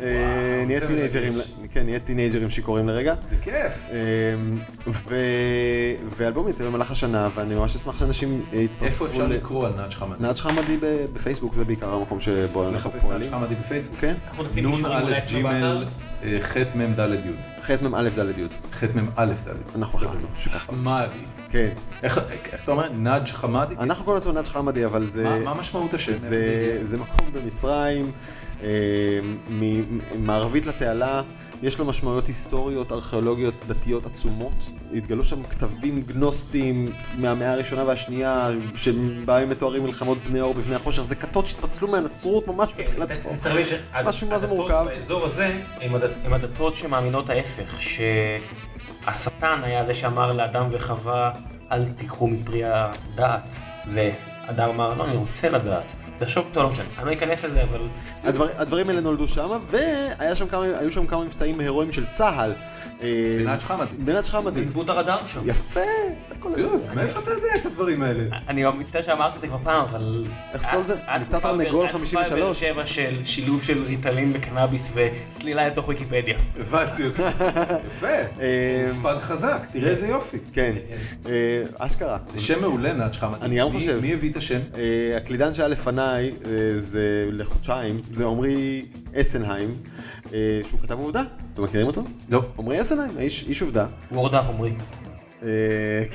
S4: אה,
S1: וואו,
S4: נהיה
S1: זה
S4: טינג'רים,
S1: מרגש.
S4: כן, נהיה טינג'רים שיכורים לרגע,
S1: זה כיף.
S4: אה, ו- ואלבום יצא במהלך השנה, ואני ממש אשמח שאנשים אה, יצטרפו,
S1: איפה אפשר
S4: ל-
S1: לקרוא על נאצ' חמאדי?
S4: נאצ' חמדי ב- בפייסבוק, זה בעיקר המקום שבו אנחנו
S1: לחפש נאצ'
S4: פועלים,
S1: חמאדי בפייסבוק.
S4: כן,
S3: אנחנו נשים
S1: נון אה,
S3: קישורים אולי
S1: א'
S3: אצלנו
S1: ג'ימל
S3: באתר.
S1: חמ"ד י'
S4: חמ"א ד' י',
S1: חמ"א ד'
S4: אנחנו החלטנו שככה,
S1: חמאדי.
S4: כן,
S1: איך איך אתה אומר? נאג' חמאדי?
S4: אנחנו קוראים לעצמנו נאצ' חמדי, אבל זה...
S1: מה מה משמעות השם? איפה זה
S4: זה,
S1: הגיע?
S4: זה מקום במצרים, אה, אה, מ- מערבית לתעלה, יש לו משמעויות היסטוריות, ארכיאולוגיות, דתיות עצומות. התגלו שם כתבים גנוסטיים מהמאה הראשונה והשנייה, שבהם מתוארים מלחמות בני אור בפני החושך, זה כתות שהתפצלו מהנצרות ממש
S1: כן,
S4: בתחילת
S3: אתה-
S4: פה.
S3: אתה צריך להבין
S4: משהו מה זה
S3: שהדתות
S4: מורכב.
S3: באזור הזה הם הד- הם הדתות שמאמינות ההפך, שהשטן היה זה שאמר לאדם וחווה, אל תיקחו מפרי הדעת, ואדם אמר, לא, אני רוצה לדעת. תחשוב, טוב, לא משנה, אני לא אכנס לזה, אבל...
S4: הדבר, הדברים האלה נולדו שם, והיו שם כמה, היו שם כמה מבצעים הירואיים של צה"ל. אה,
S1: בנאצ' חמאדי.
S4: בנאצ' חמאדי.
S3: נדבו את הרדאר שם.
S4: יפה, הכל
S1: תראו, מאיפה אתה יודע את הדברים האלה?
S3: אני מצטער שאמרתי את זה כבר פעם, אבל...
S4: איך קוראים לזה?
S3: היה
S4: מבצע
S3: תקופה
S4: תרנגול
S3: בבאר- היה
S4: 53.
S3: תקופה בבאר שבע של שילוב של ריטלין וקנאביס וצלילה לתוך ויקיפדיה.
S1: הבנתי אותך. יפה.
S4: אה,
S1: מספר חזק, תראה איזה יופי.
S4: כן, אה, אשכרה.
S1: זה שם מעולה, נאצ' חמאדי.
S4: אני גם
S1: מי-
S4: חושב.
S1: מי הביא את השם?
S4: אה, הקלידן שהיה לפניי, אה, זה לחודשיים, זה עמרי אסנהיים, אה, שהוא כתב עובדה. אתם מכירים אותו?
S1: לא.
S4: עמרי אסנהיים, האיש- איש עובדה.
S3: וורדאפ אומרים.
S4: אה,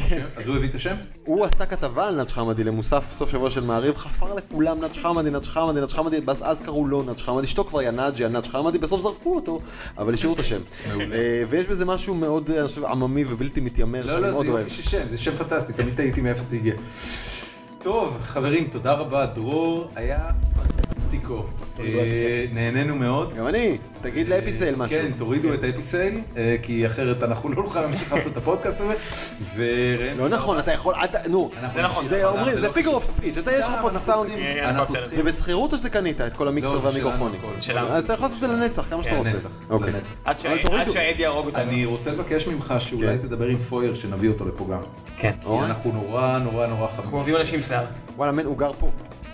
S4: כן.
S1: אז הוא הביא את
S4: [laughs]
S1: השם?
S4: הוא עשה כתבה על נאצ' חמאדי למוסף סוף שבוע של מעריב, חפר לכולם נאצ' חמאדי, נאצ' חמאדי, נאצ' חמאדי, אז, אז קראו לו נאצ' חמאדי, אשתו כבר היה נאג'י, נאצ' חמאדי, בסוף זרקו אותו, אבל השאירו את השם.
S1: מעולה.
S4: אה, ויש בזה משהו מאוד, אה, אני חושב, עממי ובלתי מתיימר,
S1: לא,
S4: שאני
S1: לא,
S4: מאוד
S1: זה
S4: אוהב.
S1: יופי של שם, זה שם פנטסטי, תמיד תהיתי מאיפה זה הגיע. טוב, חברים, תודה רבה, דרור, היה פנטסטיקו. אה, נהנינו מאוד.
S4: גם אני, תגיד לאפיסל משהו.
S1: כן, תורידו את האפיסל, אה, כי אחרת אנחנו לא נוכל להמשיך לעשות את הפודקאסט הזה. וראם,
S4: לא נכון, אתה יכול, אל ת- נו,
S1: אנחנו
S3: זה נכון,
S1: נמשיך.
S4: זה אומרים,
S1: אנחנו
S4: זה
S1: לא
S4: פיגר אוף
S1: חושבים.
S4: ספיץ', אתה יש לך
S1: סתם,
S4: פה את
S1: אנחנו
S4: הסאונד.
S1: צריכים-
S3: אה,
S1: אנחנו
S3: הכל בסדר.
S1: צריכים...
S4: זה בשכירות או שקנית את כל המיקסר
S1: לא, שלנו
S4: והמיקרופונים?
S1: הכל.
S3: שלנו.
S4: אז אתה יכול לעשות את זה לנצח, כמה שאתה
S3: כן,
S4: רוצה.
S1: נצח,
S4: אוקיי.
S1: לנצח.
S3: עד שה-
S4: אבל תורידו.
S3: עד שהעד יהרוג אותנו.
S1: אני רוצה לבקש ממך שאולי
S4: כן.
S1: תדבר עם פויר, שנביא אותו לפה גם.
S3: כן.
S1: כי
S4: אורן?
S1: אנחנו נורא נורא נורא
S3: אנחנו
S1: חמים.
S3: אוהבים אנשים עם שיער.
S4: וואלה, מן, הוא גר פה.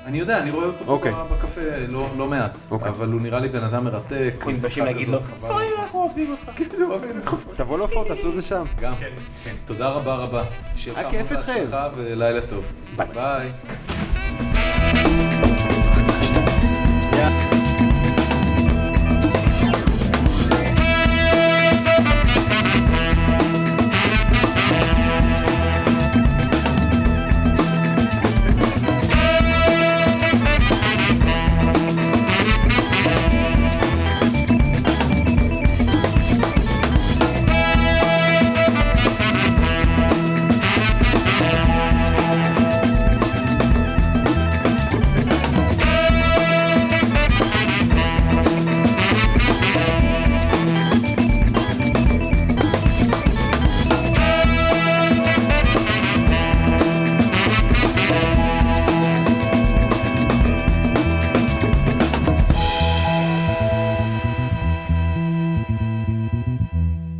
S1: אני יודע, אני רואה אותו
S4: אוקיי.
S1: פה בקפה לא לא מעט,
S4: אוקיי.
S1: אבל הוא נראה לי בן אדם מרתק.
S3: אנחנו מתביישים להגיד לו, פויר, אנחנו
S1: [laughs]
S3: אוהבים אותך.
S1: כן,
S4: תבוא להופעות, תעשו את זה שם.
S1: גם.
S3: כן.
S1: תודה רבה רבה. שיהיה לך
S4: היה כיף
S1: המון
S4: איתכם.
S1: בהצלחה ולילה טוב. ביי.